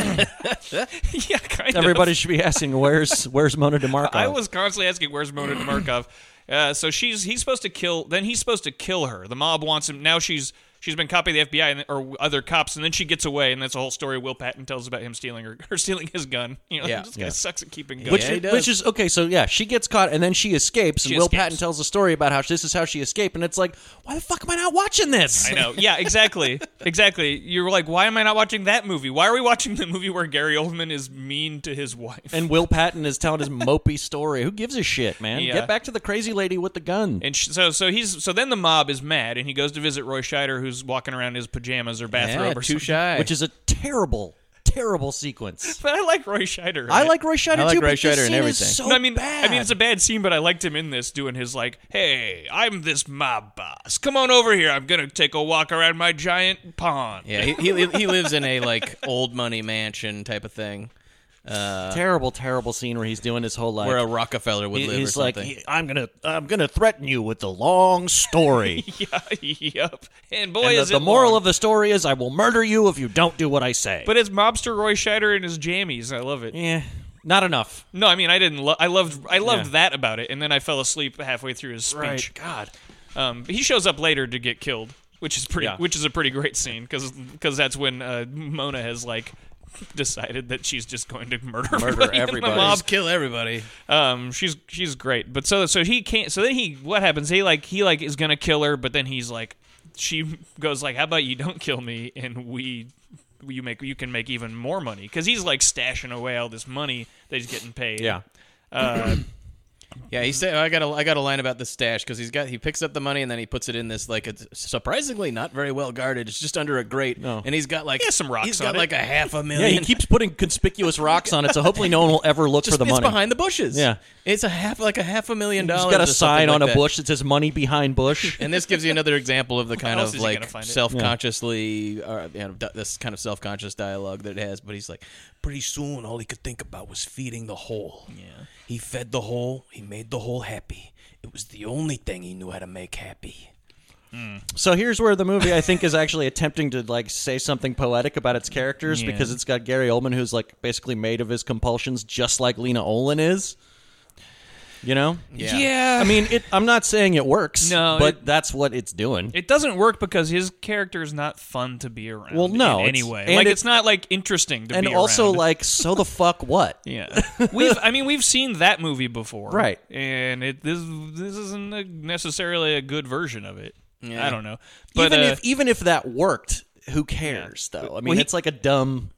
it. yeah, kind of. everybody should be asking, "Where's Where's Mona DeMarco?" I was constantly asking, "Where's Mona Markov?" Uh, so she's he's supposed to kill. Then he's supposed to kill her. The mob wants him. Now she's she's been copying the FBI and, or other cops, and then she gets away. And that's a whole story Will Patton tells about him stealing her, her stealing his gun. You know, Yeah. this guy Yeah. sucks at keeping guns. Which, Yeah, he does. which is okay. So yeah, she gets caught and then she escapes. And She Will escapes. Patton tells a story about how this is how she escaped, and it's like, why the fuck am I not watching this? I know. Yeah, exactly. Exactly. You're like, why am I not watching that movie? Why are we watching the movie where Gary Oldman is mean to his wife? And Will Patton is telling his mopey story. Who gives a shit, man? Yeah. Get back to the crazy lady with the gun. And sh- so, so he's so then the mob is mad, and he goes to visit Roy Scheider, who's walking around in his pajamas or bathrobe Yeah, or too something. shy. which is a terrible, terrible sequence. But I like Roy Scheider. I right? like Roy Scheider I like too, Roy but this Scheider and scene everything. is so No, I mean, Oh, bad. I mean, it's a bad scene, but I liked him in this doing his like, "Hey, I'm this mob boss. Come on over here. I'm gonna take a walk around my giant pond." yeah, he, he li- he lives in a like old money mansion type of thing terrible, terrible scene where he's doing his whole life. where a Rockefeller would He- live. he's or like, something. "He- I'm gonna, I'm gonna threaten you with the long story. yeah, yep. And boy, and the, is the it moral long. of the story is, I will murder you if you don't do what I say. But it's mobster Roy Scheider in his jammies. I love it. yeah, not enough. No, I mean, I didn't. Lo- I loved. I loved that about it. And then I fell asleep halfway through his speech. God. Um, but he shows up later to get killed, which is pretty, Yeah. which is a pretty great scene because that's when uh, Mona has like decided that she's just going to murder Murder everybody. in the everybody. mob. Just kill everybody. Um, she's she's great, but so so he can't. So then he what happens? He like he like is gonna kill her, but then he's like, she goes like, "How about you don't kill me and we." You make you can make even more money because he's like stashing away all this money that he's getting paid. Yeah. Yeah, he said I got a I got a line about the stash because he's got he picks up the money and then he puts it in this like it's surprisingly not very well guarded. It's just under a grate, No. and he's got like He has some rocks He's got on it. like a half a Yeah, million. he keeps putting conspicuous rocks on it, so hopefully no one will ever look just, for the it's money. behind the bushes. Yeah. it's a half like a half a million dollars. He's got or a sign something on like a that. bush that says "Money behind bush." And this gives you another example of the kind else of is he gonna like find it? self-consciously, uh, or, you know, d- this kind of self-conscious dialogue that it has. But he's like, Pretty soon, all he could think about was feeding the hole. Yeah. He fed the hole, he made the hole happy. It was the only thing he knew how to make happy. So here's where the movie I think is actually attempting to like say something poetic about its characters because it's got Gary Oldman who's like basically made of his compulsions just like Lena Olin is. You know? yeah, I mean, it, I'm not saying it works, No, but it- that's what it's doing. It doesn't work because his character is not fun to be around. Well, no, in any it's- way. and like it- it's not like interesting to and be also around. like so the fuck what? yeah, we've I mean we've seen that movie before, Right. And it this this isn't a, necessarily a good version of it. I don't know, but even uh, if even if that worked, who cares though? I mean, he- it's like a dumb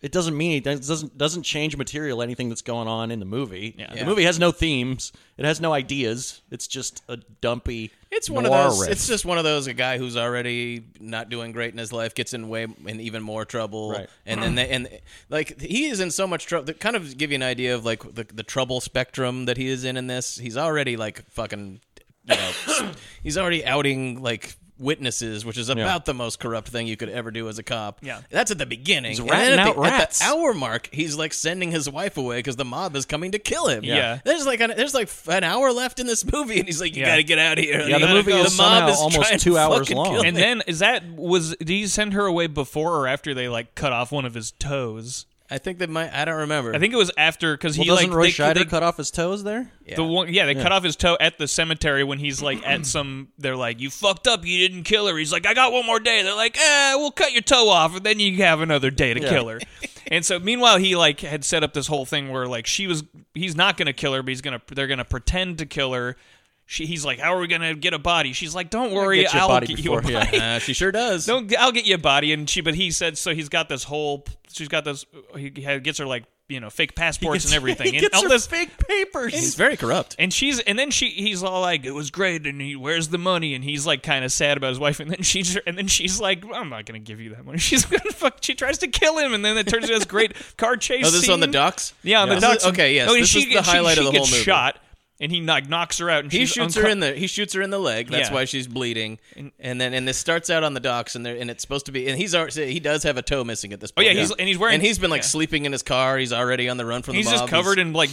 it doesn't mean it doesn't doesn't change material anything that's going on in the movie. The movie has no themes. It has no ideas. It's just a dumpy. It's one of noir those. riff. It's just one of those. A guy who's already not doing great in his life gets in way in even more trouble, Right. and then they, and like he is in so much trouble. That kind of give you an idea of like the, the trouble spectrum that he is in in this. He's already like fucking, you know, he's already outing like witnesses, which is about the most corrupt thing you could ever do as a cop. Yeah. that's at the beginning. He's ratting and then at out the, rats. At the hour mark, he's like sending his wife away because the mob is coming to kill him. Yeah. there's like an, there's like an hour left in this movie, and he's like, you Yeah. gotta get out of here. Yeah, the gotta movie go. is The somehow mob is trying almost to two hours fucking long. kill and then is that was did he send her away before or after they like cut off one of his toes? I think they might. I don't remember. I think it was after because well, he doesn't like Roy they, Scheider they- cut off his toes there? The one, yeah, they cut off his toe at the cemetery when he's like at some. They're like, "You fucked up. You didn't kill her." He's like, "I got one more day." They're like, "Eh, we'll cut your toe off, and then you have another day to kill her." and so, meanwhile, he like had set up this whole thing where like she was. He's not gonna kill her, but he's gonna. They're gonna pretend to kill her. She, he's like, "How are we gonna get a body?" She's like, "Don't worry, get you a I'll body get before- you a yeah. body." Uh, she sure does. No, I'll get you a body, and she. But he said so. He's got this whole. She's got this. He gets her like you know fake passports and everything. he and gets all her this- fake papers. he's very corrupt. and she's and then she he's all like, "It was great," and he, "Where's the money?" And he's like, kind of sad about his wife. And then she's and then she's like, "I'm not gonna give you that money." She's gonna fuck. She tries to kill him, and then it turns into this great car chase. Oh, this is on the scene. docks. Yeah, on the This is- docks. okay, yes, No, this she is the gets- she- highlight she of the whole gets movie. Shot, and he like knocks her out, and He she's shoots unco- her in the he shoots her in the leg. That's Yeah. why she's bleeding. And then and this starts out on the docks and there and it's supposed to be and he's already he does have a toe missing at this point. Oh, yeah, he's- and he's wearing- and he's been like yeah. sleeping in his car. He's already on the run from He's the mob. just covered in like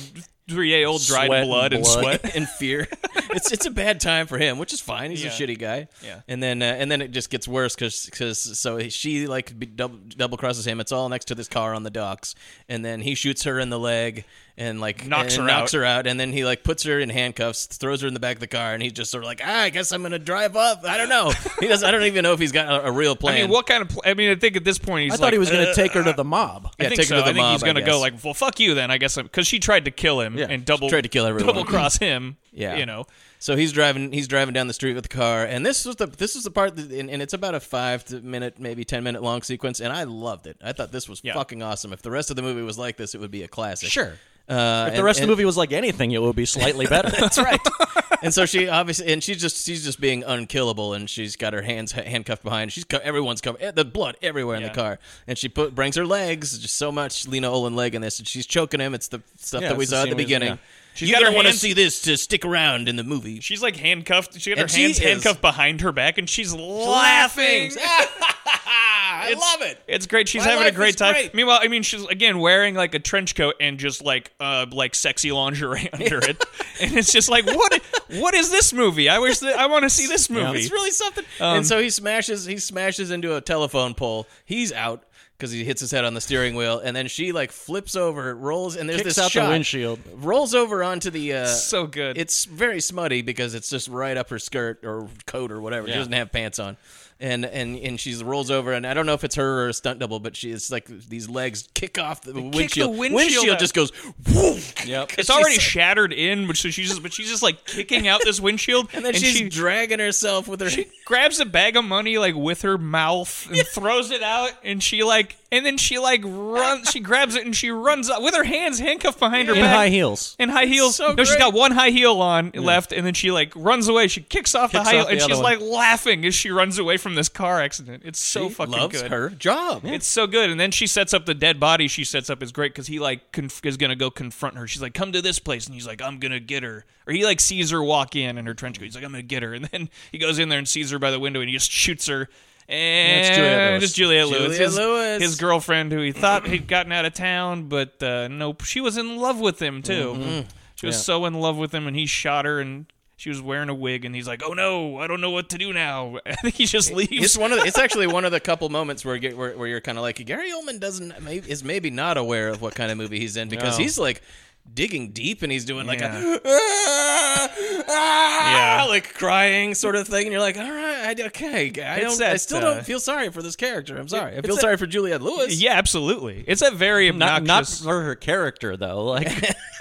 three day old dried Sweat and blood and blood. sweat. in fear. it's it's a bad time for him, which is fine. He's a Yeah. shitty guy. Yeah. And then uh, and then it just gets worse because so she like be double, double crosses him. It's all next to this car on the docks, and then he shoots her in the leg, and like Knocks and her knocks out. her out, and then he like puts her in handcuffs, throws her in the back of the car, and he's just sort of like, ah, I guess I'm gonna drive up. I don't know. He does. I don't even know if he's got a, a real plan. I mean, what kind of? Pl- I mean, I think at this point he's I like, thought he was going to "Uh, take her to the mob. I Yeah, think take so. her to the I think he's mob, I gonna go guess. like, well, fuck you then. I guess because she tried to kill him Yeah, and double tried to kill everyone. double cross him. Yeah. you know, So he's driving. He's driving down the street with the car, and this was the this was the part, that, and, and it's about a five to minute, maybe ten minute long sequence, and I loved it. I thought this was Yeah. fucking awesome. If the rest of the movie was like this, it would be a classic. Sure. Uh, If the rest of the movie was like anything, it would be slightly better. That's right. and so she obviously, and she's just she's just being unkillable, and she's got her hands ha- handcuffed behind. She's co- everyone's covered, eh, the blood everywhere in Yeah. the car, and she put brings her legs, just so much Lena Olin leg in this, and she's choking him. It's the stuff Yeah, that we it's the saw at scene the we- beginning. yeah. She's you got don't her want to hands- see this to stick around in the movie. she's like handcuffed. She got And her she hands is- handcuffed behind her back, and she's laughing. I love it. It's great. She's My having a life great is time. great. Meanwhile, I mean, she's again wearing like a trench coat and just like uh like sexy lingerie under it, and it's just like what what is this movie? I wish that I want to see this movie. It's really something. and so he smashes he smashes into a telephone pole. He's out because he hits his head on the steering wheel, and then she like flips over, rolls, and there's Kicks this out shot, the windshield. rolls over onto the. Uh, so good. it's very smutty because it's just right up her skirt or coat or whatever. She doesn't have pants on. And, and and she rolls over and I don't know if it's her or a stunt double, but she it's like these legs kick off the windshield. windshield out. just goes. Whoop, Yep. It's already shattered in, which so she's just, but she's just like kicking out this windshield, and then she's she dragging herself with her. grabs a bag of money like with her mouth and throws it out, and she like, and then she like runs, she grabs it and she runs up with her hands handcuffed behind her in back. high heels. In high heels. no, she's got one high heel on left, and then she like runs away. She kicks off the Kicks high heel, off the and other she's one. like laughing as she runs away from this car accident. It's so fucking loves good. her job. It's so good. And then she sets up the dead body. She sets up is great because he like conf- is gonna go confront her. She's like, "Come to this place," and he's like, "I'm gonna get her." Or he like sees her walk in in her trench coat. He's like, "I'm gonna get her," and then he goes in there and sees her by the window and he just shoots her. And it's Juliette Lewis. Just Juliette Lewis. Juliette his, Lewis. his girlfriend, who he thought had gotten out of town, but uh, nope, she was in love with him too. Mm-hmm. She was so in love with him, and he shot her, and she was wearing a wig, and he's like, "Oh no, I don't know what to do now." I think he just leaves. It's one of the, it's actually one of the couple moments where you- where, where you're kind of like Gary Oldman doesn't may- is maybe not aware of what kind of movie he's in because he's like digging deep and he's doing like a "Ah, ah," Yeah. like crying sort of thing and you're like all right I, okay I It's don't I that, still uh, don't feel sorry for this character I'm sorry I feel sorry for Juliette Lewis Yeah, absolutely. It's a very Not, obnoxious. not for her character though. Like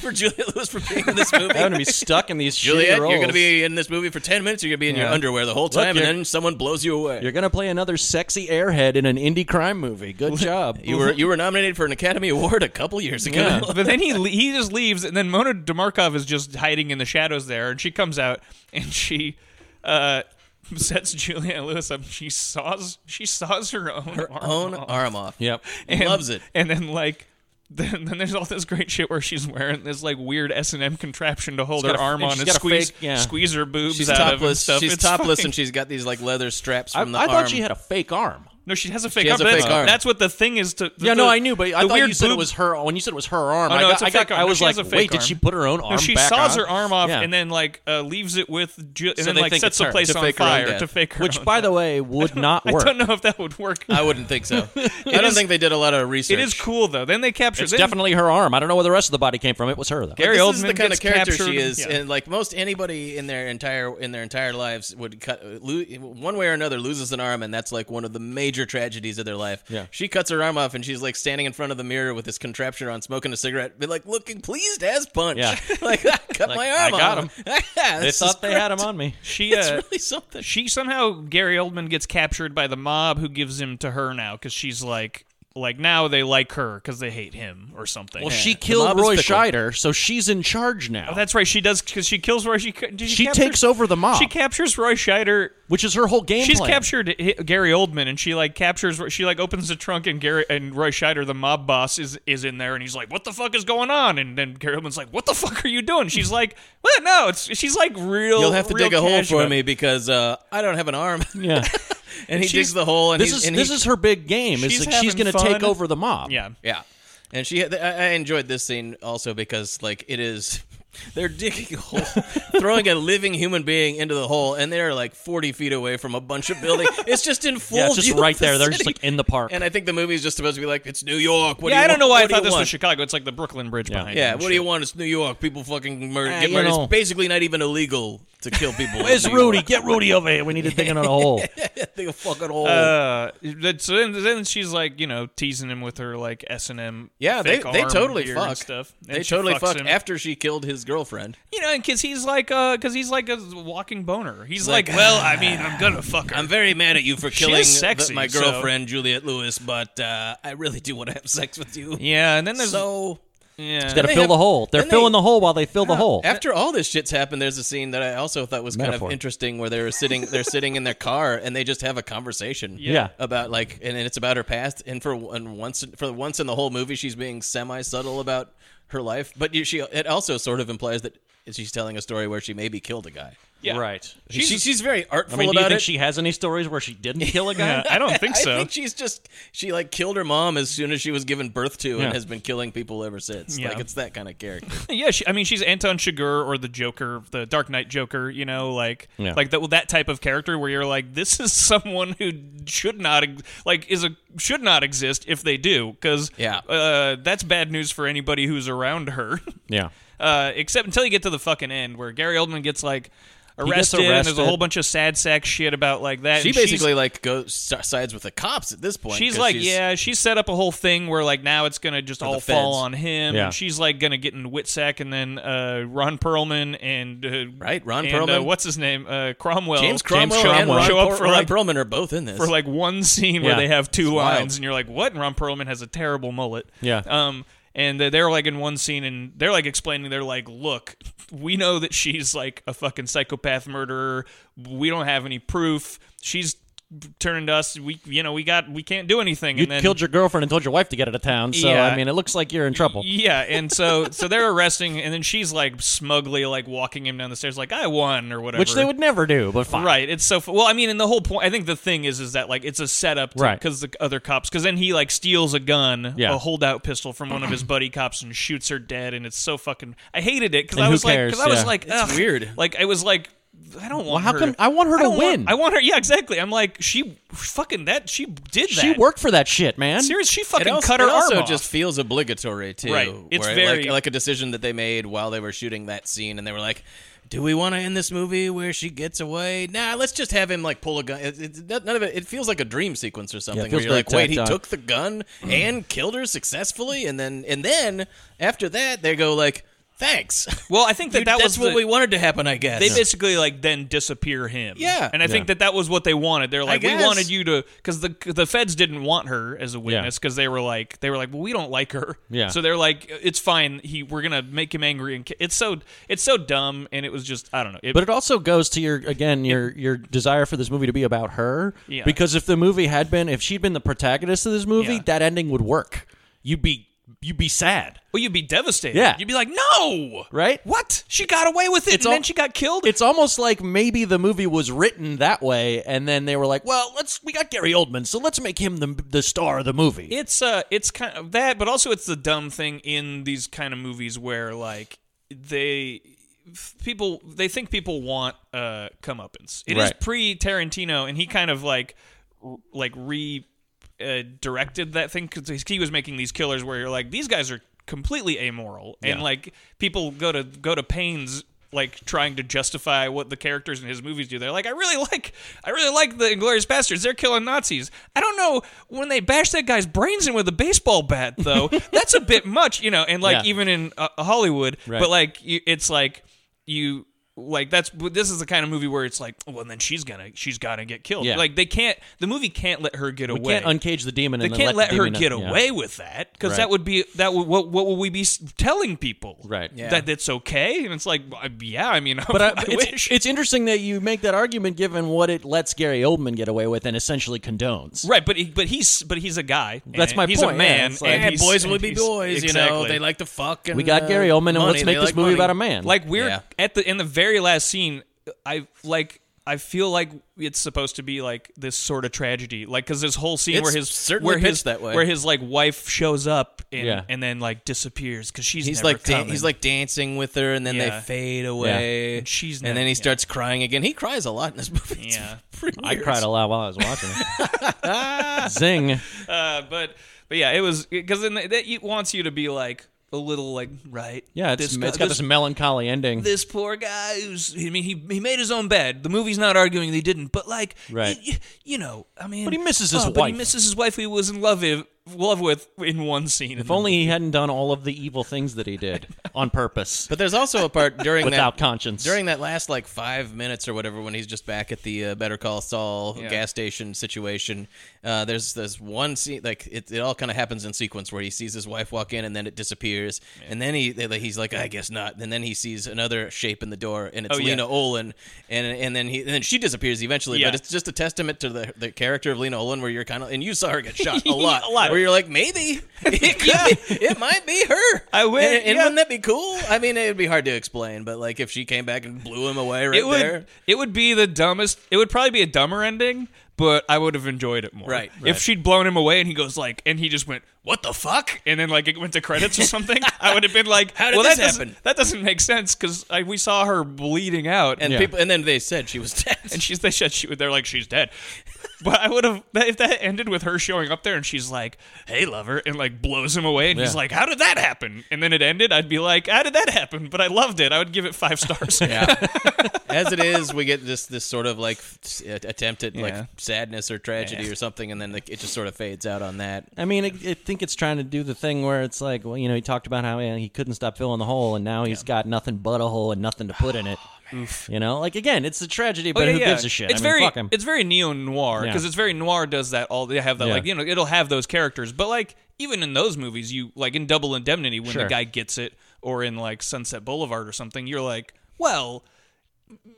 for Juliette Lewis for being in this movie having to be stuck in these shitty Juliette roles. you're gonna be in this movie for ten minutes you're gonna be in your Yeah. underwear the whole time and you're- then someone blows you away You're gonna play another sexy airhead in an indie crime movie. Good job. you were you were nominated for an Academy Award a couple years ago. Yeah. but then he le- he just leaves, and then Mona Demarkov is just hiding in the shadows there, and she comes out and she uh, sets Julianne Lewis up. She saws she saws her own her arm own off. arm off. Yep. and, Loves it. and then like. Then, then there's all this great shit where she's wearing this like weird S and M contraption to hold She's her got a- arm on and she's and got a squeeze fake- yeah. squeeze her boobs She's out of it and topless. stuff. She's It's topless, fucking- and she's got these like leather straps I, from the I arm. thought she had a fake arm. no, she has a fake She arm. has a but fake that's, arm. that's what the thing is to. Yeah, the, no, I knew, but I the thought weird you said boob- it was her. When you said it was her arm, Oh, no, I, got, it's a I, got- fake arm. I No, was she like, has a fake wait, arm. did she put her own arm No, she back saws on? her arm off Yeah. and then like uh, leaves it with Ju- and So then they like think sets it's the her. place To on fake her own fire death. to fake her. Which, own by death. the way, would not I work. don't know if that would work. I wouldn't think so. I don't is- think they did a lot of research. It is cool though. Then they capture. It's then definitely her arm. I don't know where the rest of the body came from. It was her though. Gary this Oldman is the kind gets of character captured. she is, Yeah. and like most anybody in their entire in their entire lives would cut lo- one way or another loses an arm, and that's like one of the major tragedies of their life. Yeah. she cuts her arm off, and she's like standing in front of the mirror with this contraption on, smoking a cigarette, but like looking pleased as punch. Yeah. like I cut my arm I got off. Yeah, They this is thought they had great. him on me. she. It's Uh, really something. she somehow Gary Oldman gets captured by the mob, who gives him to her now because she's like, like now they like her because they hate him or something. Well, she mob killed is Roy fickle. Scheider, so she's in charge now. Oh, that's right. She does because she kills Roy. She, did She capture- takes over the mob. She captures Roy Scheider which is her whole game She's plan. captured hi Gary Oldman, and she like captures. She like opens the trunk, and Gary and Roy Scheider, the mob boss, is is in there, and he's like, "What the fuck is going on?" And then Gary Oldman's like, "What the fuck are you doing?" She's like, "What? No, it's." She's like, "Real." You'll have to real dig a hole casual. for me because uh, I don't have an arm. Yeah. and he She's- digs the hole. And this he's, is and this he- is her big game. Is she's like she's having going to fun. take over the mob. Yeah, yeah. And she, I I enjoyed this scene also because like it is They're digging a hole, throwing a living human being into the hole, and they're like 40 feet away from a bunch of buildings. It's just in full Yeah, it's just view of right the there. They're city. just like in the park. And I think the movie's just supposed to be like, it's New York. What do yeah, you I don't want? know why I What do thought you this was want? Chicago. It's like the Brooklyn Bridge Yeah. behind Yeah, and what do you shit. want? It's New York. People fucking murder, Ah, get you murdered. know. It's basically not even illegal to kill people. in Where's New Rudy? York. Get Rudy over here. We need to dig another hole. They a fucking hole. Uh, that- so then, then she's like, you know, teasing him with her like S and M. yeah, they, they totally gear fuck. and stuff. And they she totally fucks fuck him. after she killed his girlfriend. you know, because he's like, uh, because he's like a walking boner. He's like, well, I mean, I'm gonna fuck her. I'm very mad at you for She is killing sexy, the- my so- girlfriend Juliet Lewis, but uh, I really do want to have sex with you. yeah, and then there's So yeah, Got to they fill have- the hole. They're then they- filling the hole while they fill the hole. after all this shit's happened, there's a scene that I also thought was kind Oh. Metaphor. of interesting where they're sitting they're sitting in their car and they just have a conversation. Yeah. About like and, and it's about her past and for and once for once in the whole movie she's being semi subtle about her life, but you- she it also sort of implies that she's telling a story where she maybe killed a guy. yeah. Right. She's, she, she's very I artful mean, do you about think it. she has any stories where she didn't kill a guy? Yeah, I don't think so. I think she's just she like killed her mom as soon as she was given birth to Yeah. and has been killing people ever since. Yeah. Like it's that kind of character. Yeah, she, I mean, she's Anton Chigurh or the Joker, the Dark Knight Joker. You know, like Yeah. like that well, that type of character where you're like, this is someone who should not ex- like is a should not exist if they do because Yeah. uh, that's bad news for anybody who's around her. Yeah. Uh, except until you get to the fucking end where Gary Oldman gets like gets arrested, and there's a arrested. whole bunch of sad sack shit about like that. she and she's- basically like goes sides with the cops at this point. She's 'cause like, yeah, she set up a whole thing where like now it's gonna just all the fall feds. on him, Yeah. and she's like gonna get in Whitsack, and then uh, Ron Perlman and uh, Right, Ron and, uh, Perlman. what's his name, uh, Cromwell, James Cromwell and Ron, show up for Ron like Perlman are both in this. for like one scene where Yeah. they have two wild. lines, and you're like, what? And Ron Perlman has a terrible mullet. Yeah. Um, and they- they're like in one scene, and they're like explaining, they're like, look, we know that she's like a fucking psychopath murderer. We don't have any proof. She's turned us. We, you know, we got, we can't do anything. You and then, killed your girlfriend and told your wife to get out of town. So Yeah. I mean, it looks like you're in trouble. Yeah, and so so they're arresting, and then she's like smugly like walking him down the stairs, like I won or whatever. Which they would never do, but fine. Right. It's so f- well. I mean, and the whole point. I think the thing is, is that like it's a setup, to, Right. Because the other cops, because then he like steals a gun, Yeah. a holdout pistol from one of his buddy cops, and shoots her dead. And it's so fucking. I hated it because And I who was like, cares? because I was Yeah. like, ugh. weird. Like I was like, I don't want. how her come- I want her to don't win. I want her. Yeah, exactly. I'm like, she fucking that. She did that. She worked for that shit, man. Serious. She it fucking also, cut her it also arm off. just feels obligatory too. Right. It's where, very- like, like a decision that they made while they were shooting that scene, and they were like, "Do we want to end this movie where she gets away? Nah, let's just have him like pull a gun. It, it, none of it. It feels like a dream sequence or something. where feels you're very like, wait, he tacked on. took the gun and killed her successfully, and then and then after that they go like, thanks. Well, I think that You- that that's was what the- we wanted to happen, I guess. They basically like then disappear him. Yeah. and I think that that was what they wanted. They're like, we guess. wanted you to because the the feds didn't want her as a witness because they were like they were like, well, we don't like her. Yeah. So they're like, it's fine. He we're gonna make him angry and ki-" it's so it's so dumb and it was just I don't know. It, But it also goes to your again your your desire for this movie to be about her. Yeah. Because if the movie had been if she'd been the protagonist of this movie, Yeah. that ending would work. You'd be you'd be sad. well, you'd be devastated. Yeah. You'd be like, no. Right? What? She got away with it, It's and all- then she got killed. It's almost like maybe the movie was written that way, and then they were like, "Well, let's we got Gary Oldman, so let's make him the the star of the movie." It's uh, it's kind of that, but also it's the dumb thing in these kind of movies where like they people they think people want uh comeuppance. It is Right. pre Tarantino, and he kind of like r- like re uh, directed that thing because he was making these killers where you're like these guys are completely amoral and Yeah. like people go to go to pains like trying to justify what the characters in his movies do they're like i really like i really like the inglorious bastards they're killing nazis i don't know when they bash that guy's brains in with a baseball bat though that's a bit much you know and like Yeah. even in uh, hollywood Right. but like you, it's like you like that's this is the kind of movie where it's like well then she's gonna she's gonna get killed Yeah. like they can't the movie can't let her get we away can't uncage the demon. they and can't let let, the her demon get in. Yeah. away with that because Right. that would be that would what what would we be s- telling people Right. Yeah. that it's okay and it's like well, I- yeah I mean But I, I, it's, wish it's interesting that you make that argument, given what it lets Gary Oldman get away with, and essentially condones. right but he, but he's but he's a guy and That's my he's point, a yeah. man It's like- and Yeah, he's, boys and will be he's- boys, exactly. you know. They like to fuck. And, We got uh, Gary Oldman, and money. let's They make this like movie money. about a man. Like we're Yeah. at the in the very last scene, I like I feel like it's supposed to be like this sort of tragedy, like because this whole scene It's where his certainly where his pitched that way. where his like wife shows up and, Yeah. and then like disappears because she's He's never like dan- coming. he's like dancing with her, and then Yeah. they fade away. And she's and not- then he yeah. starts crying again. He cries a lot in this movie. It's Yeah. pretty I weird. cried a lot while I was watching it. Zing. uh, but but yeah, it was because then that it wants you to be like a little like right. Yeah, it's, guy- it's got this, melancholy ending. this poor guy who's I mean he he made his own bed. The movie's not arguing that he didn't, but like Right. y- y- you know, I mean But he misses his oh, But he wife. misses his wife who he was in love with, love with in one scene. if only he hadn't done all of the evil things that he did on purpose But there's also a part during without that conscience. during that last like five minutes or whatever when he's just back at the uh, Better Call Saul gas station situation. Uh, there's there's one scene like it, it all kind of happens in sequence where he sees his wife walk in and then it disappears and then he they- like, he's like I guess not and then he sees another shape in the door and it's Oh, yeah. Lena Olin and and then he and then she disappears eventually. Yeah. But it's just a testament to the the character of Lena Olin where you're kind of and you saw her get shot a lot, A lot. where you're like maybe it could be, it might be her. I would, And, and yeah. wouldn't that be cool? I mean, it would be hard to explain, but like if she came back and blew him away right it would there, it would be the dumbest. It would probably be a dumber ending, but I would have enjoyed it more. Right, If she'd blown him away and he goes like, and he just went, "What the fuck?" and then like it went to credits or something, I would have been like, How did well, this that doesn't- happen?" That doesn't make sense because we saw her bleeding out and people, and then they said she was dead. and she's they said she they're like she's dead. But I would have if that ended with her showing up there and she's like, "Hey, lover," and like blows him away, and he's Yeah. like, "How did that happen?" And then it ended. I'd be like, "How did that happen?" But I loved it. I would give it five stars. As it is, we get this this sort of like s- attempt at Yeah. like sadness or tragedy or something, and then like, it just sort of fades out on that. I mean, I, I think it's trying to do the thing where it's like, well, you know, he talked about how eh, he couldn't stop filling the hole, and now he's got nothing but a hole and nothing to put in it. You know, like again, it's a tragedy, but Oh, yeah, who yeah. gives a shit? It's I mean, very, fuck him. it's very neo noir Yeah. because it's very noir. Does that all? They have that Yeah. like you know it'll have those characters, but like even in those movies, you like in Double Indemnity when Sure. the guy gets it, or in like Sunset Boulevard or something, you're like, well,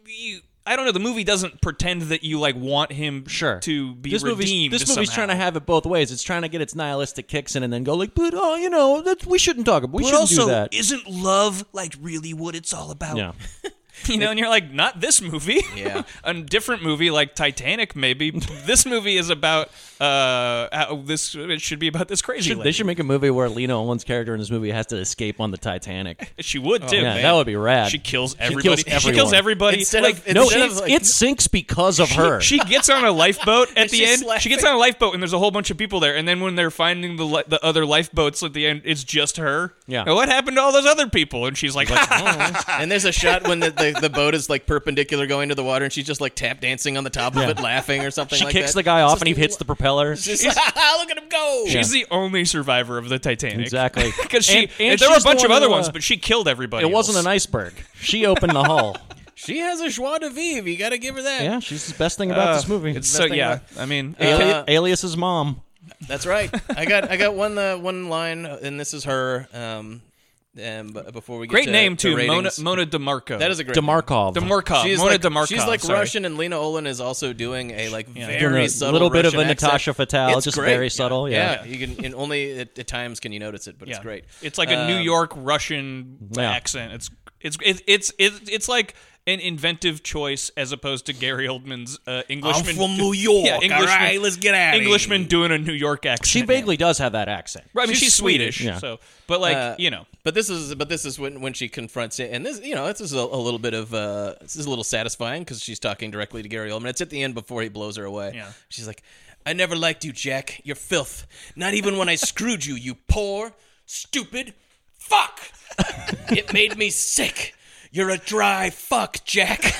you. I don't know. The movie doesn't pretend that you like want him sure to be this redeemed. Movie's, this movie's somehow. trying to have it both ways. It's trying to get its nihilistic kicks in and then go like, but oh, you know, that, we shouldn't talk about. We But shouldn't also, do that. isn't love like really what it's all about? yeah, you know, and you're like, not this movie. Yeah. a different movie like Titanic, maybe. this movie is about uh, how this. It should be about this crazy Should- they lady. should make a movie where Lena Olin's character in this movie has to escape on the Titanic. she would too. yeah, Oh, that would be rad. She kills kills everybody. She kills everyone. everybody. Instead like, of- no, Instead it's- like- it sinks because of her. She gets on a lifeboat at the she's end. She gets on a lifeboat and there's a whole bunch of people there. And then when they're finding the li- the other lifeboats at the end, it's just her. Yeah. oh, "Now, what happened to all those other people? And she's like, And there's a shot when the, the, the boat is like perpendicular going to the water, and she's just like tap dancing on the top of it, laughing or something. She like kicks that. the guy off and he hits the propeller. She's like, "Ah, look at him go! she's the only survivor of the Titanic. Exactly. Because she And- and there were a she's the bunch one of other who, uh, ones, but she killed everybody. It wasn't else. an iceberg. She opened the hull. She has a joie de vivre. You got to give her that. Yeah, she's the best thing about this movie. It's so thing yeah. I mean, Ali- Uh, Alias's mom. That's right. I got I got one uh, one line, uh, and this is her. Um, um, b- before we get great to- name to too, Mona ratings. Mona DeMarco. That is a great name. Demarkov. DeMarco. She's Mona like, DeMarco. She's like sorry. Russian, and Lena Olin is also doing a like Doing very a subtle little bit of Russian a accent. Natasha Fatale, It's just great. very subtle. Yeah. Yeah, you can and only at, at times can you notice it, but Yeah. it's great. It's like a New Um, York Russian Yeah. accent. It's it's it's it's it's, it's like an inventive choice as opposed to Gary Oldman's uh, Englishman. from New York, Yeah, Englishman, all right? Let's get outta here. Englishman doing a New York accent. She vaguely does have that accent. Right, I mean, she's, Swedish, Yeah. so but like Uh, you know, But this is but this is when when she confronts it, and this you know this is a, a little bit of uh, this is a little satisfying because she's talking directly to Gary Oldman. It's at the end before he blows her away. Yeah. she's like, "I never liked you, Jack. You're filth. Not even when I screwed you. You poor, stupid fuck. it made me sick. You're a dry fuck, Jack."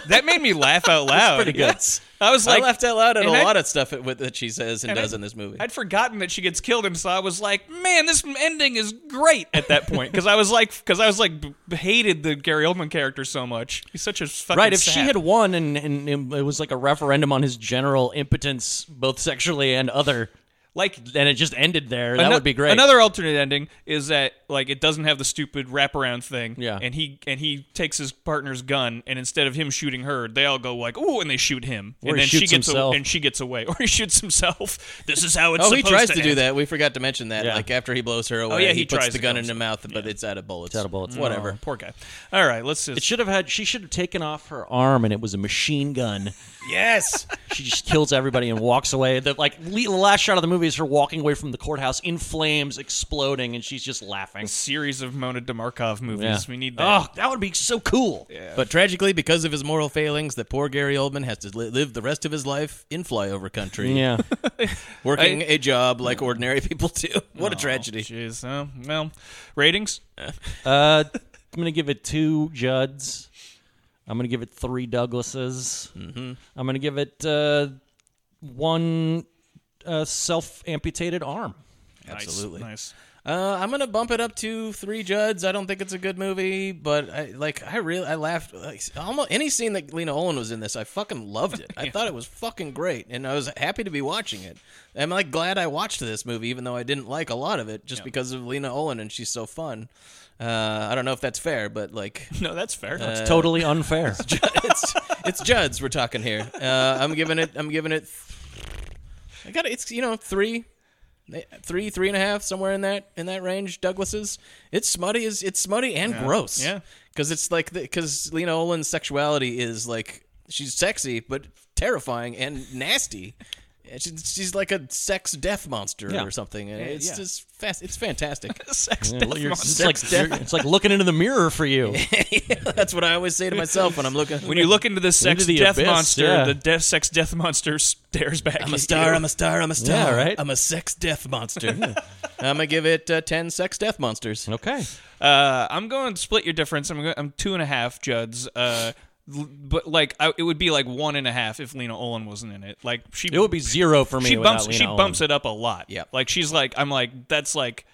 that made me laugh out loud. pretty good. I was Oh, like, I laughed out loud at a and I- lot of stuff that- that she says and, and does I- in this movie. I'd forgotten that she gets killed, and so I was like, "Man, this ending is great." At that point, because I was like, because I was like, b- hated the Gary Oldman character so much. He's such a fucking Right, if she sap. had won and, and it was like a referendum on his general impotence, both sexually and other, like. and it just ended there, that ano- would be great. Another alternate ending is that like it doesn't have the stupid wraparound thing. Yeah. And he and he takes his partner's gun, and instead of him shooting her, they all go like, "Ooh!" and they shoot him, Or and he then she shoots gets a- himself. and she gets away, or he shoots himself. This is how it's. Oh, he supposed tries to, to do end. that. We forgot to mention that. Yeah. Like after he blows her away, yeah, he, he puts tries the to gun kill in her mouth, but it's out of bullets. out of bullets. Whatever. Poor guy. All right, let's just. It should have had. She should have taken off her arm, and it was a machine gun. Yes. She just kills everybody and walks away. The like le- the last shot of the movie movie is her walking away from the courthouse in flames, exploding, and she's just laughing. series of Mona Demarkov movies. Yeah. We need Oh, that. that would be so cool. But tragically, because of his moral failings, that poor Gary Oldman has to li- live the rest of his life in flyover country, Yeah. working a job like ordinary people do. What a tragedy! Jeez. Oh, well, ratings. Uh, I'm gonna give it two Judds. I'm gonna give it three Douglases. Mm-hmm. I'm gonna give it uh, one uh, self-amputated arm. Absolutely. Nice. Uh, I'm gonna bump it up to three Judds. I don't think it's a good movie, but I like. I really, I laughed. Like, almost any scene that Lena Olin was in this, I fucking loved it. I thought it was fucking great, and I was happy to be watching it. I'm like glad I watched this movie, even though I didn't like a lot of it, just because of Lena Olin and she's so fun. Uh, I don't know if that's fair, but like, No, that's fair. It's totally unfair. it's it's Judds we're talking here. Uh, I'm giving it. I'm giving it. I got it's you know three, eh, three three and a half somewhere in that in that range. Douglas's. It's smutty is it's smutty and gross. Yeah. because it's like because Lena Olin's sexuality is like she's sexy but terrifying and nasty. And she- She's like a sex death monster Yeah. or something. And it's yeah. just fast. It's fantastic. Sex Yeah, death you're- monster. it's, like, you're- it's like looking into the mirror for you. That's what I always say to myself when I'm looking. when you look into the sex the death abyss, monster, yeah. the death sex death monster stares back. I'm a star. I'm a star. I'm a star. Yeah, right? I'm a sex death monster. I'm gonna give it uh, ten sex death monsters. Okay. Uh, I'm going to split your difference. I'm going, I'm two and a half Judds. Uh, l- but like I, it would be like one and a half if Lena Olin wasn't in it. Like she It would be zero for me. she without bumps Lena she Olin. bumps it up a lot. Yeah. like she's like I'm like that's like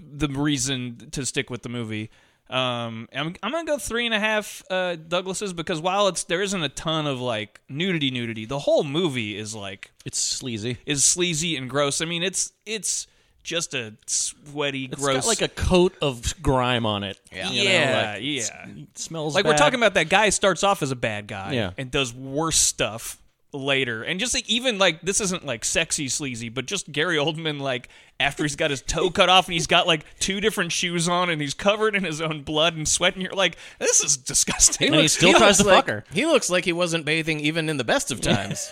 the reason to stick with the movie. Um, I'm I'm gonna go three and a half uh, Douglases because while it's there isn't a ton of like nudity nudity, the whole movie is like It's sleazy. is sleazy and gross. I mean it's it's just a sweaty It's gross got like a coat of grime on it. Yeah. yeah yeah It smells like we're bad. talking about that guy starts off as a bad guy Yeah. and does worse stuff later and just like even like this isn't like sexy sleazy but just Gary Oldman like after he's got his toe cut off and he's got like two different shoes on and he's covered in his own blood and sweat and you're like this is disgusting And he still tries to like, fuck her. He looks like he wasn't bathing even in the best of times.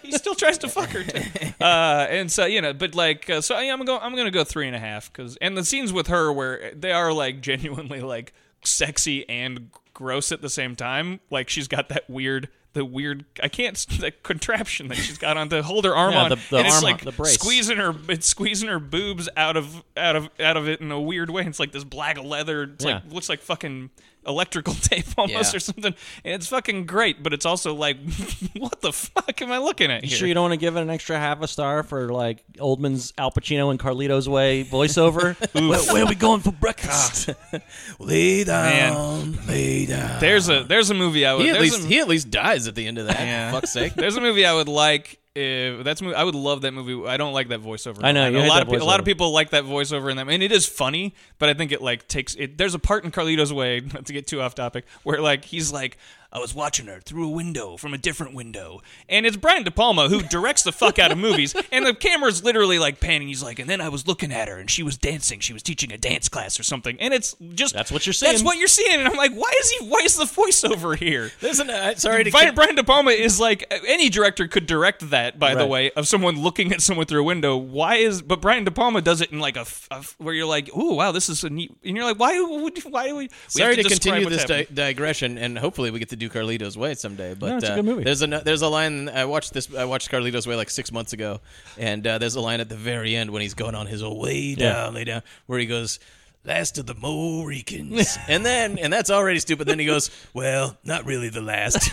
he still tries to fuck her too. Uh, and so you know, but like, uh, so yeah, I'm going. I'm going to go three and a half because, and the scenes with her where they are like genuinely like sexy and gross at the same time. Like she's got that weird. The weird, I can't the contraption that she's got on to hold her arm Yeah, on, the- the and it's arm on- like the brace. squeezing her, it's squeezing her boobs out of out of out of it in a weird way. It's like this black leather, it's like Yeah. looks like fucking electrical tape almost Yeah. or something. And it's fucking great, but it's also like, what the fuck am I looking at You here? sure you don't want to give it an extra half a star for like Oldman's Al Pacino and Carlito's Way voiceover? where, where are we going for breakfast? lay down, lay down. There's a there's a movie I would He at there's, least a, he at least dies at the end of that. Yeah. Fuck's sake. there's a movie I would like. If, that's a movie I would love that movie. I don't like that voiceover. I know, And you a hate lot that of pe- a lot of voiceover. people like that voiceover in that, and it is funny. But I think it like takes it. There's a part in Carlito's Way not to get too off topic where like he's like. I was watching her through a window from a different window. And it's Brian De Palma who directs the fuck out of movies. And the camera's literally like panning. He's like, and then I was looking at her and she was dancing. She was teaching a dance class or something. And it's just That's what you're That's seeing. what you're seeing. And I'm like, why is he? Why is the voiceover here? There's an, uh, sorry to Brian, keep- Brian De Palma is like any director could direct that. By the Right. way, of someone looking at someone through a window. Why is but Brian De Palma does it in like a, f- a f- where you're like, ooh, wow, this is a neat, and you're like, why would why do we? we have Sorry to, describe continue what's this di- happening. digression, and hopefully we get to do Carlito's Way someday. But it's a uh, good movie. There's a there's a line I watched this I watched Carlito's Way like six months ago, and uh, there's a line at the very end when he's going on his old way down, lay down, where he goes. Last of the Mohicans, and then and that's already stupid. Then he goes, "Well, not really the last."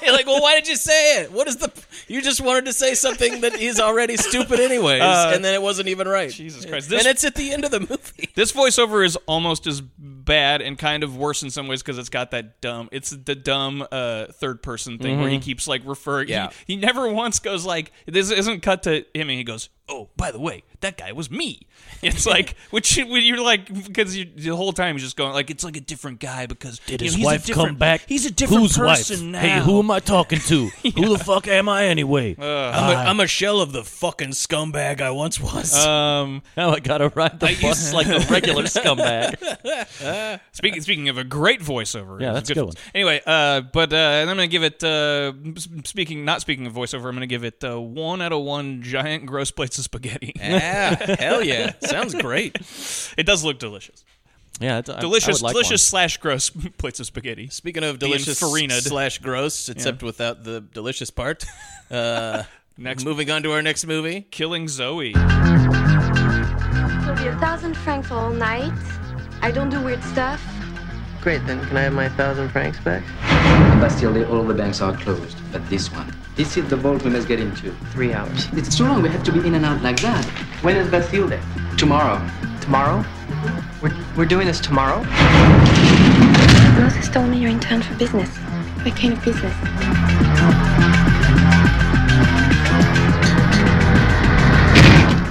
You're like, "Well, why did you say it? What is the? You just wanted to say something that is already stupid, anyways, and then it wasn't even right." Uh, Jesus Christ! and This, it's at the end of the movie. this voiceover is almost as bad and kind of worse in some ways because it's got that dumb. It's the dumb uh, third person thing where he keeps like referring. Mm-hmm. Yeah. He, he never once goes like this isn't cut to him, and he goes, "Oh, by the way, that guy was me." It's like which when you're like because you, the whole time he's just going like it's like a different guy because Did you know, his he's a wife different- come back? He's a different Whose person wife? now. Hey, who am I talking to? Who the fuck am I anyway? Uh-huh. I'm a, I'm a shell of the fucking scumbag I once was. Um, now I gotta ride the bus like a regular scumbag. Speaking speaking of a great voiceover, Yeah, it was that's a good one. Anyway, uh, but uh, and I'm gonna give it. Uh, s- speaking, not speaking of voiceover, I'm gonna give it uh, one out of one giant gross plates of spaghetti. Eh. Yeah, hell yeah. Sounds great. It does look delicious. Yeah, it's- I- I Delicious, would like delicious slash gross plates of spaghetti. Speaking of Being delicious farinaed. slash gross, except without the delicious part. Uh, Next- moving on to our next movie. Killing Zoe. It'll be a thousand francs for all night. I don't do weird stuff. Great, then can I have my thousand francs back? Bastille, all the banks are closed, but this one. This is the vault we must get into. Three hours. It's too long. We have to be in and out like that. When is Bastille Day? Tomorrow. Tomorrow? We're, we're doing this tomorrow? Moses told me you're in town for business. What kind of business?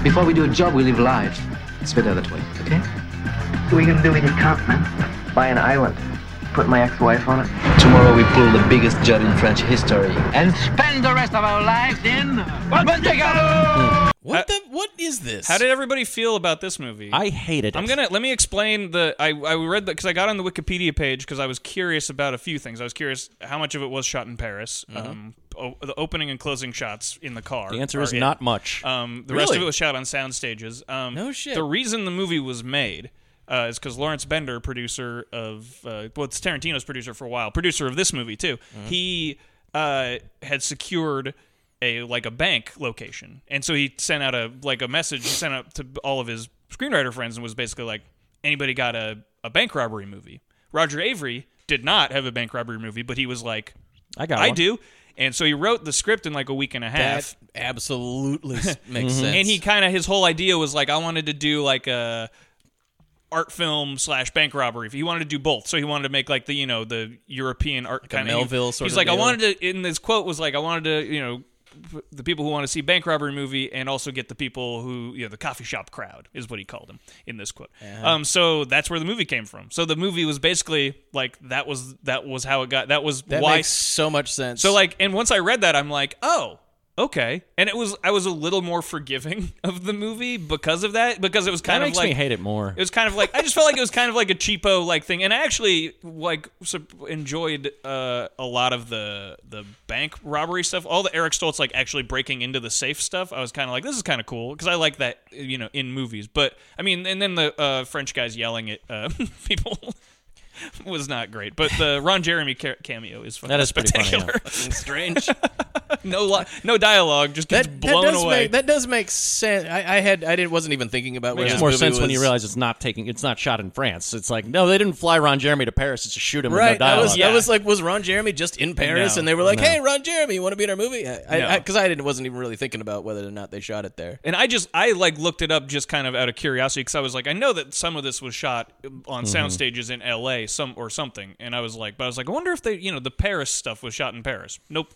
Before we do a job, we live life. It's better that way. Okay. What are we gonna do with your comp, man? Buy an island. Put my ex-wife on it. Tomorrow we pull the biggest jug in French history. And Spend the rest of our lives in Montego! What the? What is this? How did everybody feel about this movie? I hated it. I'm gonna let me explain the I I read the because I got on the Wikipedia page because I was curious about a few things. I was curious how much of it was shot in Paris. Um, o- the opening and closing shots in the car. Mm-hmm. The answer are is it. not much. Um, the rest of Really? it was shot on sound stages. Um, No shit. The reason the movie was made. Uh, is because Lawrence Bender, producer of uh, well, it's Tarantino's producer for a while, producer of this movie too. Mm-hmm. He uh, had secured a like a bank location, and so he sent out a like a message. He sent out to all of his screenwriter friends and was basically like, anybody got a, a bank robbery movie? Roger Avery did not have a bank robbery movie, but he was like, I got I one. do. And so he wrote the script in like a week and a half. That absolutely s- makes Mhm. sense. And he kind of his whole idea was like I wanted to do like a art film slash bank robbery. He wanted to do both, so he wanted to make like the you know the European art a kind Melville He's sort of like I deal. wanted to. In this quote was like I wanted to you know f- the people who want to see bank robbery movie and also get the people who you know the coffee shop crowd is what he called them in this quote. Uh-huh. Um, so that's where the movie came from. So the movie was basically like that was that was how it got. That was that why makes so much sense. so like, and once I read that, I'm like, oh, okay. And it was I was a little more forgiving of the movie because of that because it was That kind makes of like me hate it more. it was kind of like I just felt like it was kind of like a cheapo like thing, and I actually like sup- enjoyed uh, a lot of the the bank robbery stuff. All the Eric Stoltz like actually breaking into the safe stuff. I was kind of like, this is kind of cool because I like that you know in movies. But I mean, and then the uh, French guys yelling at uh, people. Was not great, but the Ron Jeremy ca- cameo is fucking That is pretty funny, yeah. spectacular. strange. no, li- no dialogue, just gets that, blown that does away. Make, that does make sense. I, I had I didn't wasn't even thinking about where Makes this more movie sense when was- you realize it's not taking. It's not shot in France. It's like no, they didn't fly Ron Jeremy to Paris to shoot him. Right, With no I was, dialogue. I was like, was Ron Jeremy just in Paris, No, and they were like, no. "Hey, Ron Jeremy, you want to be in our movie?" Because I, No. I, 'cause I didn't, wasn't even really thinking about whether or not they shot it there. and I just I like looked it up just kind of out of curiosity because I was like I know that some of this was shot um, on Mm-hmm. sound stages in L.A. some or something, and I was like, but I was like, I wonder if they you know the Paris stuff was shot in Paris. Nope,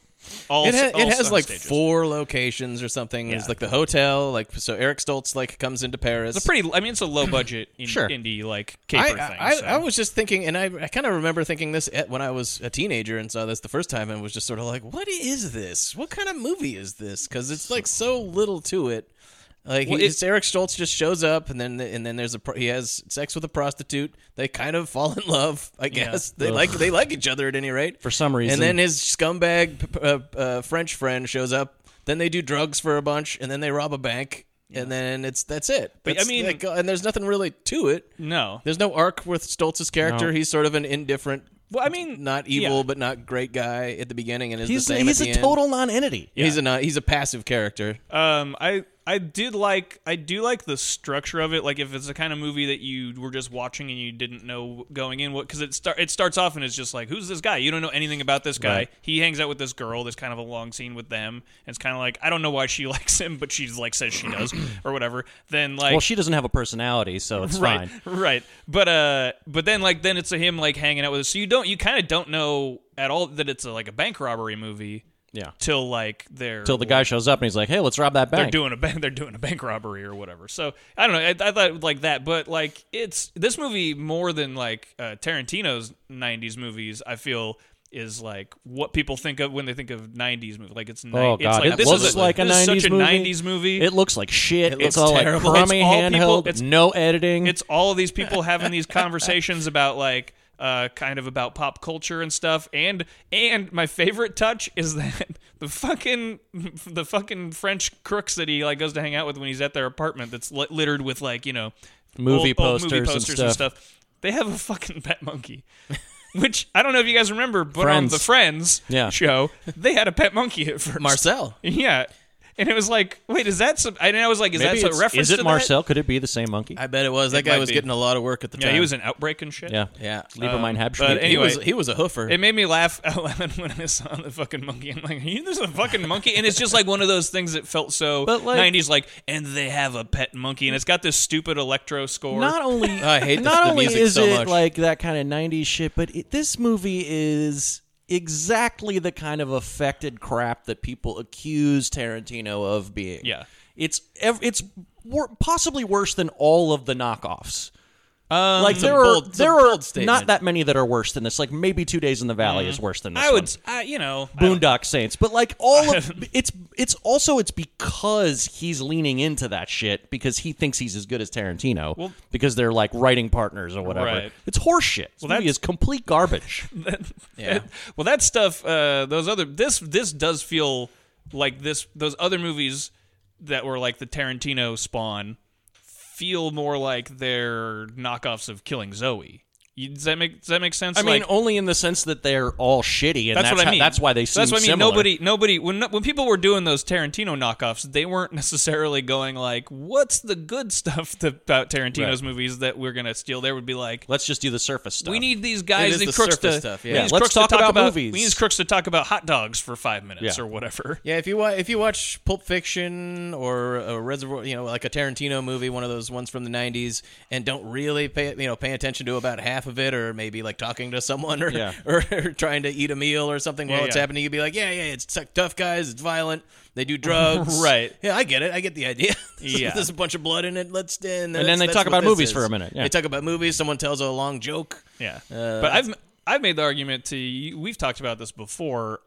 all it, ha- all it has sound like stages. four locations or something. It's like the hotel, like so. Eric Stoltz like comes into Paris. It's a pretty. I mean, it's a low budget in, Sure. indie like I, caper thing. I, so. I was just thinking, and I, I kind of remember thinking this at, when I was a teenager and saw this the first time, and was just sort of like, "What is this? What kind of movie is this?" Because it's like so little to it. Like he, Well, it- it's Eric Stoltz just shows up, and then and then there's a pro- he has sex with a prostitute. They kind of fall in love, I guess. They Ugh. like they like each other at any rate For some reason. And then his scumbag p- p- uh, uh, French friend shows up. Then they do drugs for a bunch, and then they rob a bank. And then it's that's it. But, I That's- mean- like, uh, and there's nothing really to it. no. There's no arc with Stoltz's character. No. He's sort of an indifferent, Well, I mean, not evil yeah. but not great guy at the beginning, and is he's the a, same. he's at the a end. total non-entity. He's a not, he's a passive character. Um, I I did like I do like the structure of it. Like if it's the kind of movie that you were just watching and you didn't know going in what because it start it starts off and it's just like who's this guy? You don't know anything about this guy. Right. He hangs out with this girl. There's kind of a long scene with them. And it's kind of like I don't know why she likes him, but she's like says she does or whatever. Then like well, she doesn't have a personality, so it's right, fine. Right. But uh but then like then it's a him like hanging out with us. So you don't you kind of don't know at all that it's a, like a bank robbery movie Yeah. till like they're Till the guy shows up and he's like, "Hey, let's rob that bank." they're doing a bank they're doing a bank robbery or whatever. So I don't know. I, I thought like that, but like it's this movie more than like uh, Tarantino's '90s movies. I feel is like what people think of when they think of '90s movie. Like it's ni- Oh it's god, like, it this looks is like a this is 90s such a movie. '90s movie. It looks like shit. It looks it's all terrible. like crummy It's all people- handheld, it's- no editing. it's all of these people having these conversations about like uh, kind of about pop culture and stuff and and my favorite touch is that the fucking the fucking French crooks that he like goes to hang out with when he's at their apartment that's li- littered with like you know Movie old- old movie posters and posters and stuff. stuff. They have a fucking pet monkey, which I don't know if you guys remember, but Friends. on the Friends Yeah. show they had a pet monkey at first. Marcel. yeah. And it was like, wait, is that some? And I was like, is Maybe that a it's- reference Is it to that? Marcel? Could it be the same monkey? I bet it was. That It guy might was be. getting a lot of work at the yeah, time. he was in Outbreak and shit. Yeah. Yeah. Leave him Um, mine Habsburg. But anyway, was- he was a hoofer. It made me laugh out loud when I saw the fucking monkey. I'm like, "You- there's a fucking monkey, and it's just like one of those things that felt so But, like- 90s. Like, and they have a pet monkey, and it's got this stupid electro score. Not only I hate the- not the only music is so it much. like that kind of '90s shit, but it, this movie is exactly the kind of affected crap that people accuse Tarantino of being. Yeah. it's ev- it's wor- possibly worse than all of the knockoffs. Um, like it's a there bold- are it's a there are bold statement. not that many that are worse than this. Like maybe Two Days in the Valley is worse than this. I one. would, I, you know, I don't- Boondock Saints, but like all of it's it's also it's because he's leaning into that shit because he thinks he's as good as Tarantino because they're like writing partners or whatever. Right. It's horseshit. This Well, movie that's- is complete garbage. Yeah. well, that stuff, uh, those other this this does feel like this. Those other movies that were like the Tarantino spawn feel more like they're knockoffs of Killing Zoe. You, does that make does that make sense? I mean, Like- only in the sense that they're all shitty, and that's, that's, what how- I mean. that's why they So seem That's what I mean. similar. Nobody, nobody. When when people were doing those Tarantino knockoffs, they weren't necessarily going like, "What's the good stuff to, about Tarantino's movies that we're gonna steal?" They would be like, Let's just do the surface stuff. "We need these It guys, is the the crooks surface to stuff, we yeah. need Yeah, these let's crooks to talk about We movies. need these crooks to talk about hot dogs for five minutes Yeah. or whatever." Yeah, if you wa- if you watch Pulp Fiction or a Reservoir, you know, like a Tarantino movie, one of those ones from the '90s, and don't really pay you know pay attention to about half of it, or maybe like talking to someone or Yeah. or, trying to eat a meal or something while Yeah, it's yeah. happening, you'd be like, yeah, yeah, it's t- tough guys, it's violent, they do drugs, Right. Yeah, I get it, I get the idea. There's- Yeah. there's a bunch of blood in it. Let's and, then that's- they that's talk what about this movies is. for a minute, yeah. They talk about movies. Someone tells a long joke. Yeah. Uh, but I've I've made the argument to you- we've talked about this before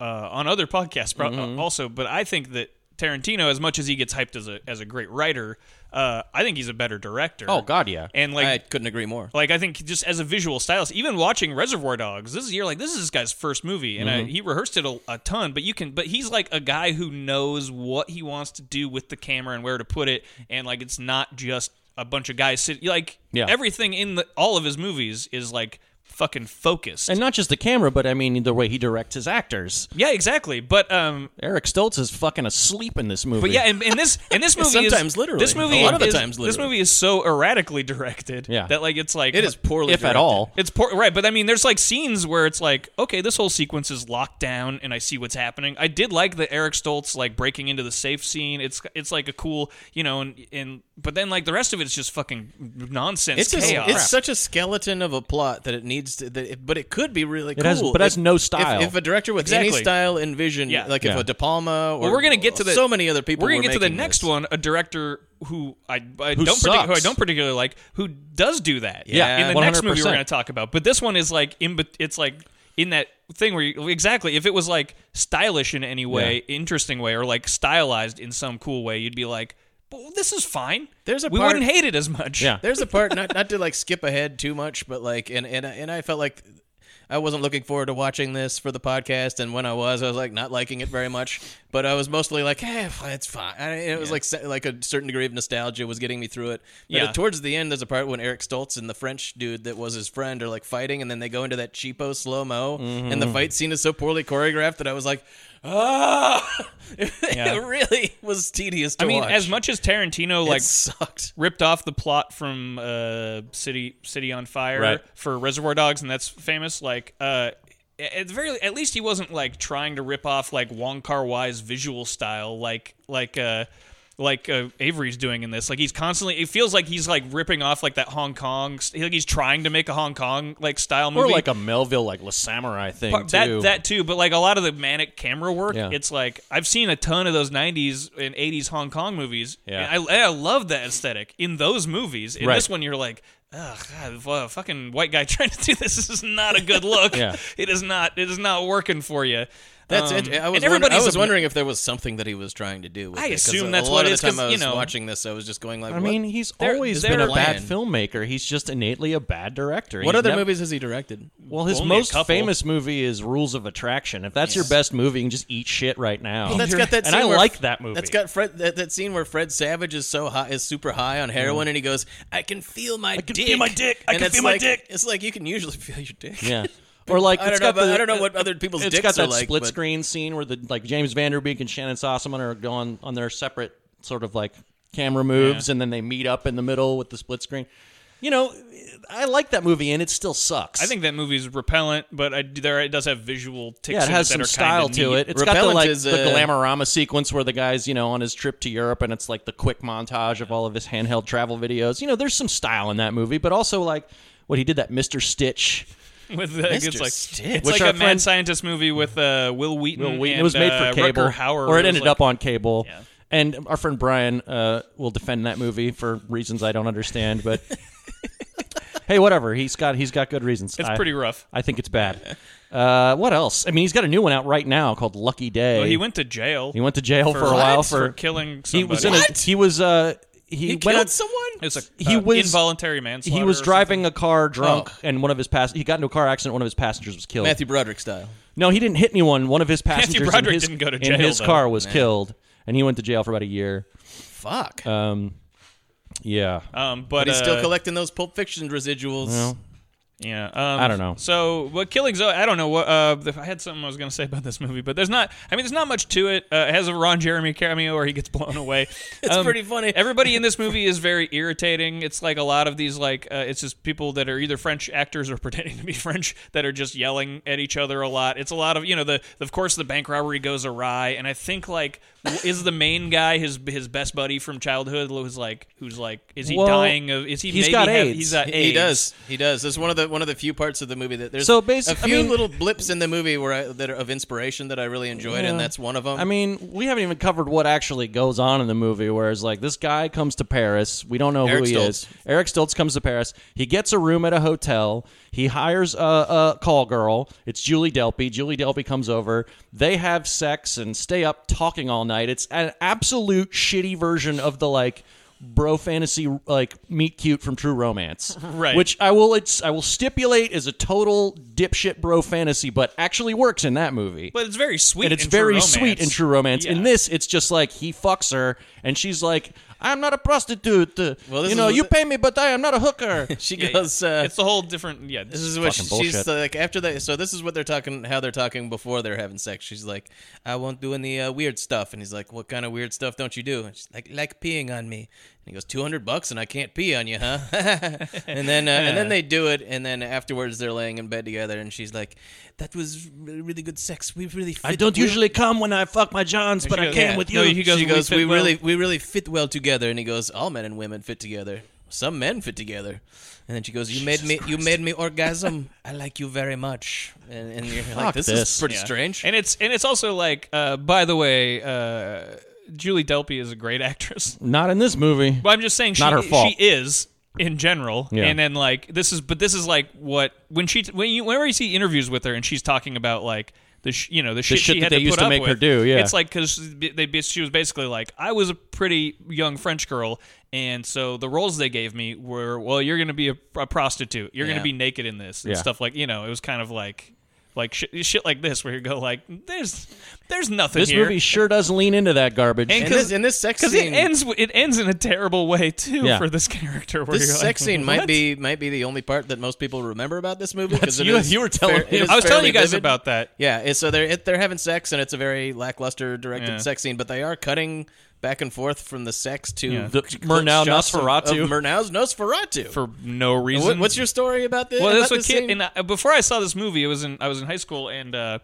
uh, on other podcasts pro- Mm-hmm. also, but I think that Tarantino, as much as he gets hyped as a as a great writer, uh, I think he's a better director. Oh, God, yeah. And like I couldn't agree more. like I think just as a visual stylist, even watching Reservoir Dogs, this is you're like this is this guy's first movie, and I, Mm-hmm. he rehearsed it a, a ton. But you can, but he's like a guy who knows what he wants to do with the camera and where to put it, and like it's not just a bunch of guys sitting. Like Yeah. everything in the, all of his movies is like fucking focused. and not just the camera, but I mean the way he directs his actors. yeah, exactly. But um, Eric Stoltz is fucking asleep in this movie. But yeah, and, and this and this movie is, Sometimes literally. This movie A lot of the is- times This literally. movie is so erratically directed Yeah. that like it's like It is poorly, if at all, It's poor, right? But I mean, there's like scenes where it's like, okay, this whole sequence is locked down, and I see what's happening. I did like the Eric Stoltz like breaking into the safe scene. It's it's like a cool, you know, and and but then like the rest of it's just fucking nonsense It's just, chaos. it's such a skeleton of a plot that it needs to, that it, but it could be really It cool. has- but it has If- no if- style. If, a director with any Exactly. style and vision, Yeah. like if Yeah. a De Palma or well, we're gonna get to the so many other people. We're gonna were get to the making next this. one, a director who I, I Who don't partic- who I sucks. don't particularly like, who does do that. Yeah, in the next movie we're 100%. gonna talk about, but this one is like in. bet- It's like in that thing where you, exactly if it was like stylish in any way, interesting way, or like stylized in some cool way, you'd be like, well, this is fine. There's a we part- wouldn't hate it as much. Yeah. There's a part not not to like skip ahead too much, but like and and and I felt like I wasn't looking forward to watching this for the podcast, and when I was, I was like not liking it very much. But I was mostly like, eh, it's fine. And it was like se- like a certain degree of nostalgia was getting me through it. But Yeah. towards the end, there's a part when Eric Stoltz and the French dude that was his friend are like fighting, and then they go into that cheapo slow mo, and Mm-hmm. the fight scene is so poorly choreographed that I was like, ah, Yeah. it really was tedious. To I mean, watch. as much as Tarantino like like sucked. ripped off the plot from uh, City City on Fire Right. for Reservoir Dogs, and that's famous. Like uh, at the very at least he wasn't like trying to rip off like Wong Kar Wai's visual style, like like uh, like uh, Avery's doing in this. Like he's constantly it feels like he's like ripping off like that Hong Kong. st- Like he's trying to make a Hong Kong like style or movie. like a Melville like La Samurai thing Part- too. That that too, but like a lot of the manic camera work, Yeah. it's like I've seen a ton of those '90s and '80s Hong Kong movies. Yeah. and I, and I love that aesthetic in those movies. In Right. this one, you're like, Ugh, God, well, a fucking white guy trying to do this is not a good look. Yeah. It is not. It is not working for you. That's Um, it. I was, and everybody's wonder- I was ob- wondering if there was something that he was trying to do. With I it, 'cause assume a that's lot what of it is, the time 'cause, I was you know- watching this, I was just going like, I what- mean, he's They're- always they're been a bad playing. filmmaker. He's just innately a bad director. What He's other nev- movies has he directed? Well, his Only a most couple. famous movie is Rules of Attraction. If that's your best movie, you can just eat shit right now. Well, that's got that. and scene I where- like that movie. That's got Fred. That, that scene where Fred Savage is so high, is super high on heroin, Mhm. and he goes, "I can feel my, I can dick. feel my dick. I And can it's feel my like- dick. It's like you can usually feel your dick. Yeah. Or like I it's don't know. got about- the- I don't know what other people's It's dicks got that are like. split but- screen scene where the like James Vanderbeek and Shannon Sossaman are going on their separate sort of like camera moves, and then they meet up in the middle with the split screen. You know, I like that movie, and it still sucks. I think that movie's repellent, but I, there it does have visual ticks. yeah, it in has that some are style kinda to neat. it. It's got the like the glamorama sequence where the guy's you know on his trip to Europe, and it's like the quick montage of all of his handheld travel videos. You know, there's some style in that movie, but also like what he did that Mister Stitch. with the, it's Mr. like Stitt. it's Which like our a mad friend- scientist movie with uh, Will Wheaton. Will Wheaton. And, it was made uh, for cable, Rutger Hauer, or it was ended like- up on cable. And our friend Brian uh, will defend that movie for reasons I don't understand, but hey, whatever. He's got he's got good reasons. It's I- pretty rough. I think it's bad. Uh, what else? I mean, he's got a new one out right now called Lucky Day. Well, he went to jail. He went to jail for, a while for, killing. He was in somebody. a, he was uh he, He went killed out- someone? It's a, he uh, was involuntary manslaughter He or was something. Oh. driving a car drunk, and one of his pass he got into a car accident. One of his passengers was killed. Matthew Broderick style. No, he didn't hit anyone. One of his passengers in Broderick his, didn't go to in jail, his though. car was Nah. killed, and he went to jail for about a year. Fuck. Um, yeah. Um, but, But he's uh, still collecting those Pulp Fiction residuals. Well, Yeah, um, I don't know. So, what Killing Zoe? I don't know what. Uh, the- I had something I was going to say about this movie, but there's not. I mean, there's not much to it. Uh, it has a Ron Jeremy cameo where he gets blown away. Um, It's pretty funny. Everybody in this movie is very irritating. It's like a lot of these like uh, it's just people that are either French actors or pretending to be French that are just yelling at each other a lot. It's a lot of you know the of course the bank robbery goes awry, and I think like w- is the main guy his his best buddy from childhood who's like who's like is he Well, dying of is he he's maybe got have- AIDS. he's got He- AIDS. He does. He does. That's one of the one of the few parts of the movie that there's So a basi- I few mean- little blips in the movie where I, that are of inspiration that I really enjoyed, and Yeah. that's one of them. I mean, we haven't even covered what actually goes on in the movie. Whereas, like, this guy comes to Paris. We don't know Eric who he Stoltz. is. Eric Stoltz comes to Paris. He gets a room at a hotel. He hires a, a call girl. It's Julie Delpy. Julie Delpy comes over. They have sex and stay up talking all night. It's an absolute shitty version of the like bro fantasy like meet cute from True Romance, Right. Which I will it's I will stipulate is a total dipshit bro fantasy, but actually works in that movie. But it's very sweet. And it's in True very Romance. sweet in True Romance. Yeah. In this, it's just like he fucks her, and she's like, "I'm not a prostitute. uh, this you know, is- you pay me, but I am not a hooker." she Yeah, goes. Uh, it's a whole different. Yeah, This is what she, Fucking she's uh, bullshit. like after they. So this is what they're talking. How they're talking before they're having sex. She's like, "I won't do any uh, weird stuff." And he's like, "What kind of weird stuff don't you do?" And she's like, "Like peeing on me." And he goes, 200 bucks, and I can't pee on you, huh?" and then uh, and then they do it, and then afterwards they're laying in bed together, and she's like, "That was really, really good sex. We really." Fit I don't well." usually come when I fuck my Johns, but I came with you. she goes, we, really, we really fit well together. And he goes, all men and women fit together. Some men fit together. And then she goes, you made me, you made me orgasm. I like you very much. And, and you're like, this, is pretty Yeah. strange. And it's and it's also like, uh, by the way, uh, Julie Delpy is a great actress. not in this movie. But I'm just saying, she, Not her fault. she is in general. Yeah. And then like this is, but this is like what when she when you whenever you see interviews with her and she's talking about like. The sh- you know the shit, shit she that had they to used put to up make her with. do, yeah. it's like because they bas- she was basically like I was a pretty young French girl, and so the roles they gave me were well you're gonna be a, a prostitute, you're Yeah. gonna be naked in this and Yeah. stuff like you know it was kind of like like shit, shit like this where you go like there's there's nothing This here. movie sure does lean into that garbage. And And 'cause- this- and this sex 'cause scene- it ends w- it ends in a terrible way too Yeah. for this character. Where This you're sex like, scene "What?" might be might be the only part that most people remember about this movie because you- you were telling me. I was telling you guys about that. Yeah, and so they're it, they're having sex and it's a very lackluster directed Yeah. sex scene, but they are cutting back and forth from the sex to Yeah. The close Murnau shots of- Nosferatu. of Murnau's Nosferatu. for no And reason. what- what's your story about this? well, that's what about this kid. scene? And I, uh, before I saw this movie, it was in I was in high school, and uh,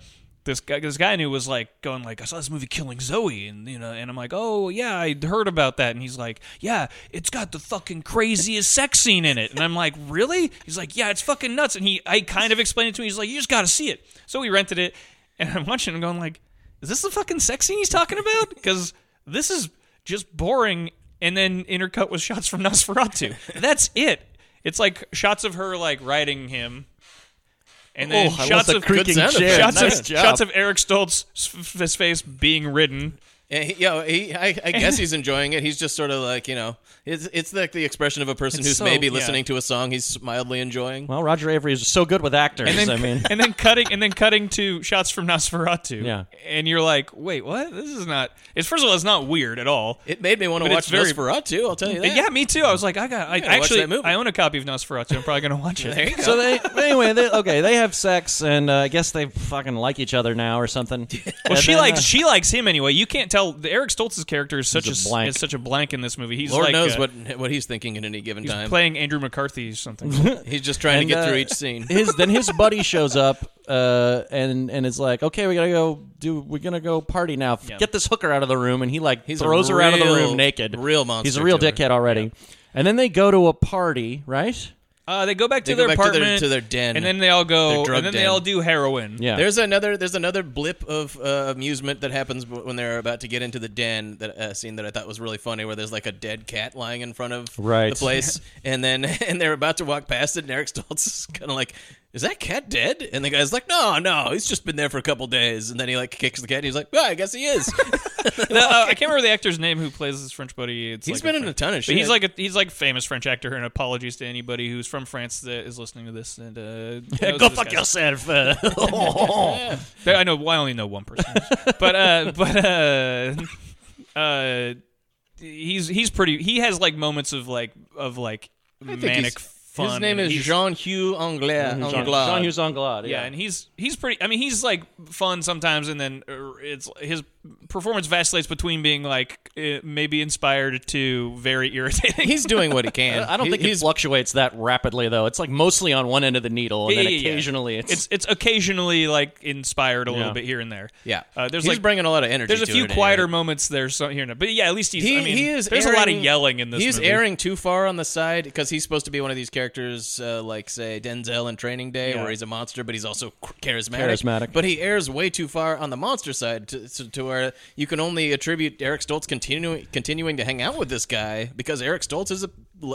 this guy this guy I knew was like going like I saw this movie Killing Zoe, and you know, and I'm like, oh yeah, I heard about that, and he's like, yeah, it's got the fucking craziest sex scene in it, and I'm like, really? He's like, yeah, it's fucking nuts, and he I kind of explained it to him. He's like, you just got to see it. So we rented it, and I'm watching, it and going like, is this the fucking sex scene he's talking about? Because this is just boring. And then intercut with shots from Nosferatu. That's it. It's like shots of her like riding him, and then Oh, I love shots the of creaking Good sound chair. effect. shots Nice of job. shots of Eric Stoltz f- his face being ridden. Yeah, he, yeah, he, I, I guess he's enjoying it. He's just sort of like you know, it's it's like the expression of a person It's who's so- maybe yeah. listening to a song he's mildly enjoying. Well, Roger Avery is so good with actors. and then, I mean, and then cutting and then cutting to shots from Nosferatu. Yeah. and you're like, wait, what? This is not. It's first of all, it's not weird at all. It made me want to watch very, Nosferatu. I'll tell you that. Yeah, me too. I was like, I got. I gotta watch actually, that movie. I own a copy of Nosferatu. I'm probably gonna watch it. There you go. so they anyway. They, okay, they have sex, and uh, I guess they fucking like each other now or something. uh, Well, she likes uh, she likes him anyway. You can't tell. the- Eric Stoltz's character is such a a, s- blank. is such a blank in this movie. He's Lord like, knows uh, what what he's thinking at any given he's uh, time. playing Andrew McCarthy or something. he's just trying to get through each scene. uh, his then his buddy shows up uh, and and is like, okay, we gotta go do we're gonna go party now. F- Yeah. Get this hooker out of the room, and he like He's a throws her out of the real- room naked. real monster He's a real to her. dickhead already. And then they go to a party, right? Uh, they go back to They their go back to their- apartment to their den. and then they all Their go, drug and then they den. all do heroin. Yeah. There's another there's another blip of uh, amusement that happens w- when they're about to get into the den that uh, scene that I thought was really funny where there's like a dead cat lying in front of Right. the place and then and they're about to walk past it and Eric Stoltz is kind of like is that cat dead? And the guy's like no no he's just been there for a couple days and then he like kicks the cat and he's like well I guess he is. The- uh, I can't remember the actor's name who plays his French buddy. It's He's like been in a ton of but shit. He's like a, he's like famous French actor. And apologies to anybody who's from France that is listening to this. And uh, knows go this fuck guy. yourself. There- I know. Well, I only know one person, but uh, but uh, uh, he's he's pretty. He has like moments of like of like think manic he's- fun. His name and is he's- Jean Hugh Anglais. Jean, Anglade. Jean Hughes Anglade, Yeah, yeah. and he's he's pretty. I mean, he's like fun sometimes, and then uh, it's his performance vacillates between being like uh, maybe inspired to very irritating. He's doing what he can. I don't think it fluctuates that rapidly, though. It's like mostly on one end of the needle, and Yeah, then yeah, yeah. occasionally it's, it's it's occasionally like inspired a Yeah. little bit here and there. Yeah. uh, there's He's like bringing a lot of energy There's a to few it at any quieter moments there so here and there, but yeah, at least he's. I mean, there's a lot of erring- yelling in this. He's movie. erring too far on the side because he's supposed to be one of these characters, uh, like say Denzel in Training Day, Yeah. where he's a monster, but he's also cr- charismatic. Charismatic. but he errs way too far on the monster side to, to, to where you can only attribute Eric Stoltz continuing continuing to hang out with this guy because Eric Stoltz is a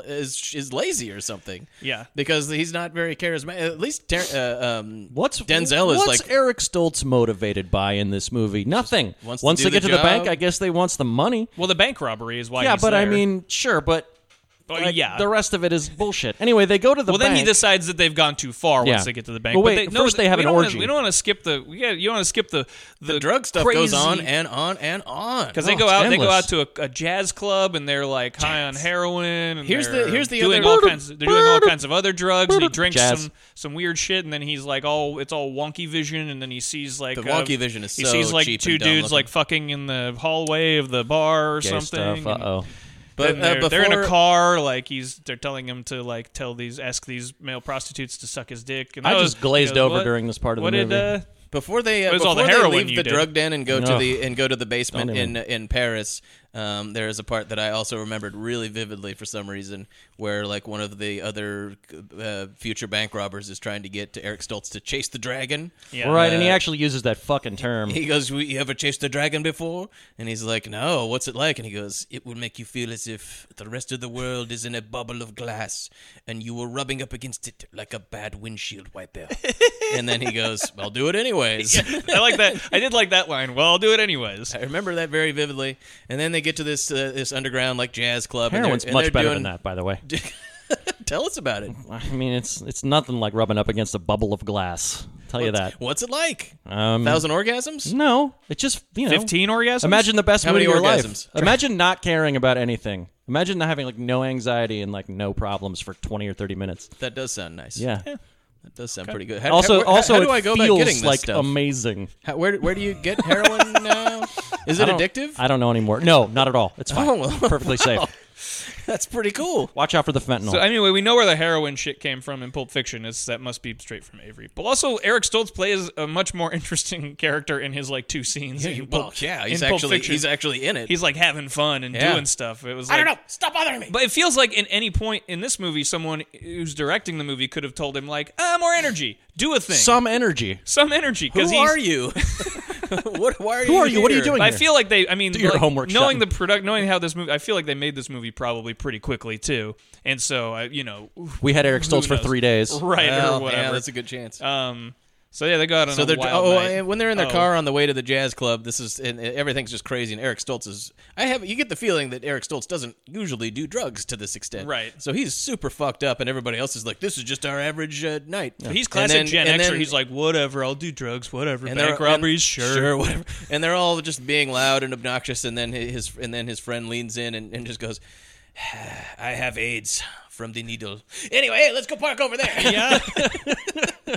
is is lazy or something. Yeah. because he's not very charismatic. At least ter- uh, um, What's Denzel is what's like Eric Stoltz motivated by in this movie? Nothing. wants to Once do they get the to the bank, job. I guess they wants the money. Well, the bank robbery is why. yeah, he's but I there. mean, sure, but Oh, like, yeah. the rest of it is bullshit. Anyway, they go to the well, bank. then he decides that they've gone too far Yeah. once they get to the bank. Well, But wait, they, no, first they have we an don't wanna- orgy. we don't want to skip the. We got, you want to skip the the, drug stuff goes on and on and on because Oh, they go it's out. They go endless. out to a, a jazz club and they're like high on heroin. And Here's the- they're here's the doing other- all kinds. They're doing all kinds of other drugs. And he drinks Jazz. some some weird shit, and then he's like all it's all wonky vision, and then he sees like The uh, wonky vision is he so sees like cheap two and dumb dudes looking. like fucking in the hallway of the bar or Gay something. stuff. Uh oh. But But, uh, they're, they're in a before- car, like he's they're telling him to like tell these ask these male prostitutes to suck his dick. And I that just was- glazed because over what- during this part of the what did, movie. uh, Before they It uh, was before all the they heroin leave you the did. drug den and go to Ugh. the and go to the basement Don't in even- in Paris, um, there is a part that I also remembered really vividly for some reason, where like one of the other uh, future bank robbers is trying to get to Eric Stoltz to chase the dragon. Yeah. Right, and he actually uses that fucking term. Uh, He goes, "We- "You ever chased a dragon before?" And he's like, "No. What's it like?" And he goes, "It will make you feel as if the rest of the world is in a bubble of glass, and you were rubbing up against it like a bad windshield wiper." and then he goes, "I'll do it anyways." I like that. I did like that line. Well, I'll do it anyways. I remember that very vividly. And then they get to this uh, this underground like jazz club. and they're- Heroin's and much they're better doing- than that, by the way. Tell us about it. I mean, it's it's nothing like rubbing up against a bubble of glass. Tell you that. What's it like? Um, Thousand orgasms? No, it's just you know, 15 orgasms? Imagine the best How movie many of your orgasms? life. Imagine not caring about anything. Imagine not having like no anxiety and like no problems for twenty or thirty minutes. That does sound nice. Yeah. that does sound pretty good. How, also, how- how- also, how it do I go feels about getting this like stuff? amazing. How- where where do you get heroin now? Is I it don't- addictive? I don't know anymore. No, not at all. It's fine. Oh, well, Perfectly safe. That's pretty cool. Watch out for the fentanyl. So anyway, we know where the heroin shit came from in Pulp Fiction. It's that must be straight from Avery. But also, Eric Stoltz plays a much more interesting character in his like two scenes. Yeah, in you- Pulp- well, yeah, he's in Pulp actually- Fiction. he's actually in it. He's like having fun and Yeah. doing stuff. It was I like, don't know. Stop bothering me. But it feels like in any point in this movie, someone who's directing the movie could have told him like, ah, more energy, do a thing, Some energy. some energy. Who he's- are you? what? Why are Who you? are you? What are you here? doing? I here. feel like they. I mean, Do your like, homework, Knowing Sutton. the product, knowing how this movie, I feel like they made this movie probably pretty quickly too. And so, I, you know, We had Eric who Stoltz for knows? three days. right? Well, or yeah, whatever. Oh, that's a good chance. Um. So yeah, they go out on So a they're wild oh, night. and when they're in their Oh. car on the way to the jazz club. This is and everything's just crazy. And Eric Stoltz is. I have you get the feeling that Eric Stoltz doesn't usually do drugs to this extent, Right. So he's super fucked up, and everybody else is like, "This is just our average uh, night." He's And classic then- Gen and Xer. then- he's like, whatever, I'll do drugs, whatever, and they're- um, bank robberies, and- sure, whatever. And they're all just being loud and obnoxious, and then his and then his friend leans in and, and just goes, "I have AIDS from the needle." Anyway, hey, let's go park over there. Yeah.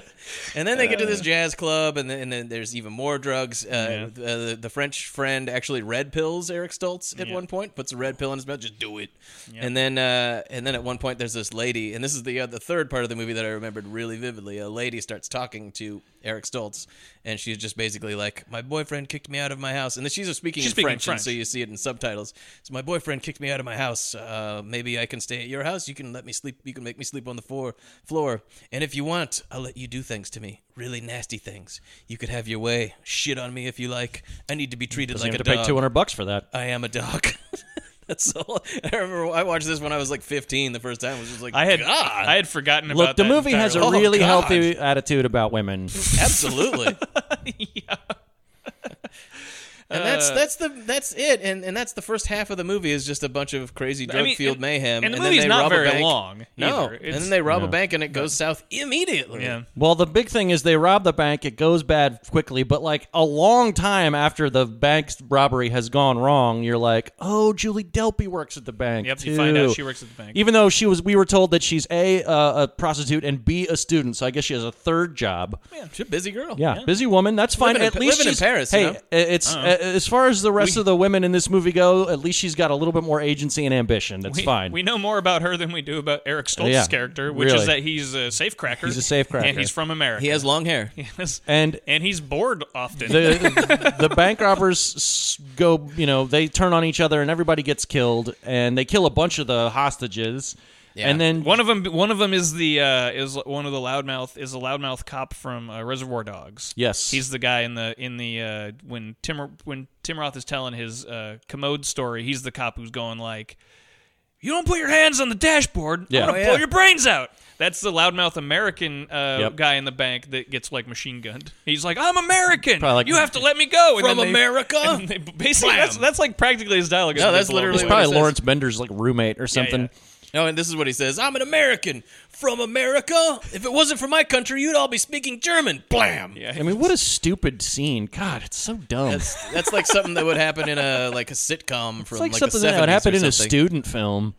and then they get to Uh. this jazz club, and then, and then there's even more drugs. Uh, uh, the, the French friend actually red pills Eric Stoltz at Yeah. one point, puts a red pill in his mouth, just do it. Yeah. And then uh, and then at one point there's this lady, and this is the uh, the third part of the movie that I remembered really vividly. A lady starts talking to Eric Stoltz, and she's just basically like, "My boyfriend kicked me out of my house," and then she's just speaking She's in speaking French, and French. so you see it in subtitles. So my boyfriend kicked me out of my house. Uh, maybe I can stay at your house. You can let me sleep. You can make me sleep on the floor. Floor, and if you want, I'll let you do things to me, really nasty things. You could have your way. Shit on me if you like. I need to be treated Doesn't like have a to pay dog. 200 bucks for that. I am a dog. That's all. I remember I watched this when I was like 15 the first time. I was just like, I had God. I had forgotten about Look, the that Oh, movie has a entirely. really Oh, God. healthy attitude about women. Absolutely. And that's Uh, that's the that's it, and and that's the first half of the movie is just a bunch of crazy I drug mean, field and- mayhem, and the then movie's they not rob a very bank. long No, either. and It's- then they rob No. a bank and it goes south immediately. Yeah. Well, the big thing is they rob the bank. It goes bad quickly, but like a long time after the bank's robbery has gone wrong, you're like, oh, Julie Delpy works at the bank. Yep, too. you find out she works at the bank. Even though she was, we were told that she's a uh, a prostitute and b a student. So I guess she has a third job. Man, she's a busy girl. Yeah, busy woman. That's fine. Living in at Pa- least living in she's- Paris, you Hey, know? it's Uh-uh. uh, as far as the rest of the women in this movie go. At least she's got a little bit more agency and ambition. That's we, fine. We know more about her than we do about Eric Stoltz's Yeah, character, which really. is that he's a safecracker. He's a safecracker. and he's from America. He has long hair. Yes. And- and he's bored often. the the bank robbers s- go, you know, they turn on each other and everybody gets killed and they kill a bunch of the hostages. And then one of them, one of them is the uh, is one of the loudmouth is a loudmouth cop from uh, Reservoir Dogs. Yes. he's the guy in the in the uh, when Tim when Tim Roth is telling his uh, commode story. He's the cop who's going like, "You don't put your hands on the dashboard. Yeah. I'm gonna Oh, yeah. blow your brains out." That's the loudmouth American uh, Yep. guy in the bank that gets like machine gunned. He's like, "I'm American. Probably like- you have to let me go." And From then they- America? and they- basically, Blam. that's, that's like practically his dialogue. is No, they that's blow him literally away. it's what he probably says. Lawrence Bender's like roommate or something. No, and this is what he says: "I'm an American from America. If it wasn't for my country, you'd all be speaking German." Blam. Yeah. I mean, what a stupid scene. God, it's so dumb. It's That's that's like something that would happen in a like a sitcom from like, the something that would 70s or happen in a something. student film.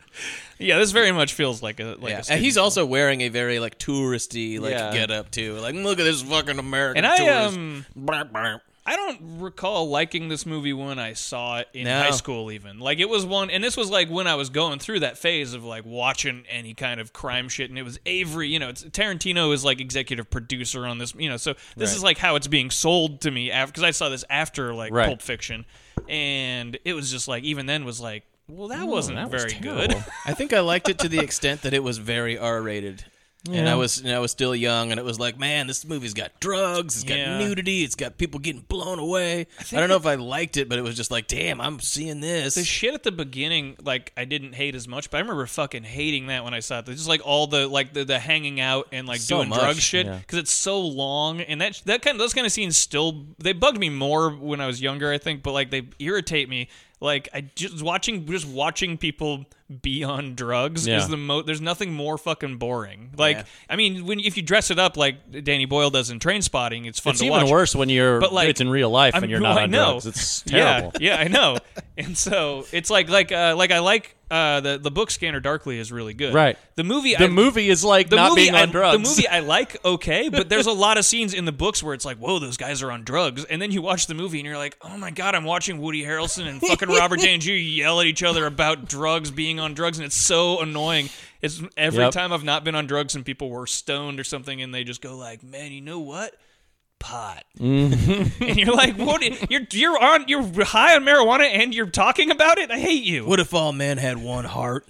Yeah, this very much feels like a like Yeah, a and student he's also wearing a very like touristy like Yeah. get up too. Like, look at this fucking American And I tourist. um Brr, brr. I don't recall liking this movie when I saw it in No. high school even. Like it was one and this was like when I was going through that phase of like watching any kind of crime shit and it was Avery, you know, it's Tarantino is like executive producer on this, you know. So this Right. is like how it's being sold to me after cuz I saw this after like Right. Pulp Fiction and it was just like even then was like well, that wasn't that was very terrible. good. I think I liked it to the extent that it was very R rated. And Yeah. I was and I was still young, and it was like, man, this movie's got drugs, it's got Yeah. nudity, it's got people getting blown away. I, think don't know if I liked it, but it was just like, damn, I'm seeing this. The shit at the beginning, like I didn't hate as much, but I remember fucking hating that when I saw it. Just like all the like the, the hanging out and like So doing much, drug shit yeah. because it's so long and that that kind of those kind of scenes still they bugged me more when I was younger, I think, but like they irritate me. Like I just watching just watching people be on drugs Yeah. is the mo. There's nothing more fucking boring. Like Yeah. I mean, when if you dress it up like Danny Boyle does in Train Spotting, it's fun It's to even watch. worse when you're But, like, it's in real life I'm- and you're who not I on know. drugs. It's terrible. Yeah, yeah, I know. and so it's like like uh, like I like uh, the the book Scanner Darkly is really good. Right. The movie The I, movie is like the not movie being I- on drugs. The movie I like okay, but there's a lot of scenes in the books where it's like, whoa, those guys are on drugs, and then you watch the movie and you're like, oh my god, I'm watching Woody Harrelson and fucking Robert Downey Jr. yell at each other about drugs, being on drugs, and it's so annoying. It's every Yep. time I've not been on drugs and people were stoned or something, and they just go like, man, you know what? Pot Mm-hmm. and you're like, what? You're you're on you're high on marijuana and you're talking about it. I hate you. what if all men had one heart?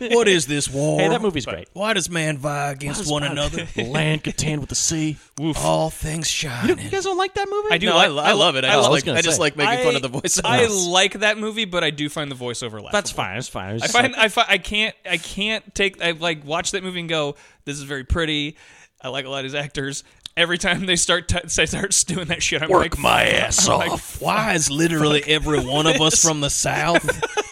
what is this war? Hey, that movie's great. Why does man vie against does one man- another? The land contend with the sea. Woof. All things shine. You guys don't like that movie? I do. No, like, I lo- I love it. I just was like- gonna I just say. like making fun of the I- voiceover. I like that movie, but I do find the voiceover laughable. That's fine. That's fine. It's I just find like- I, fi- I can't I can't take I like watch that movie and go this is very pretty. I like a lot of these actors. Every time they start t- they start doing that shit, I'm Work like, my fuck. ass I'm like, off. Why is literally every one of us from the South?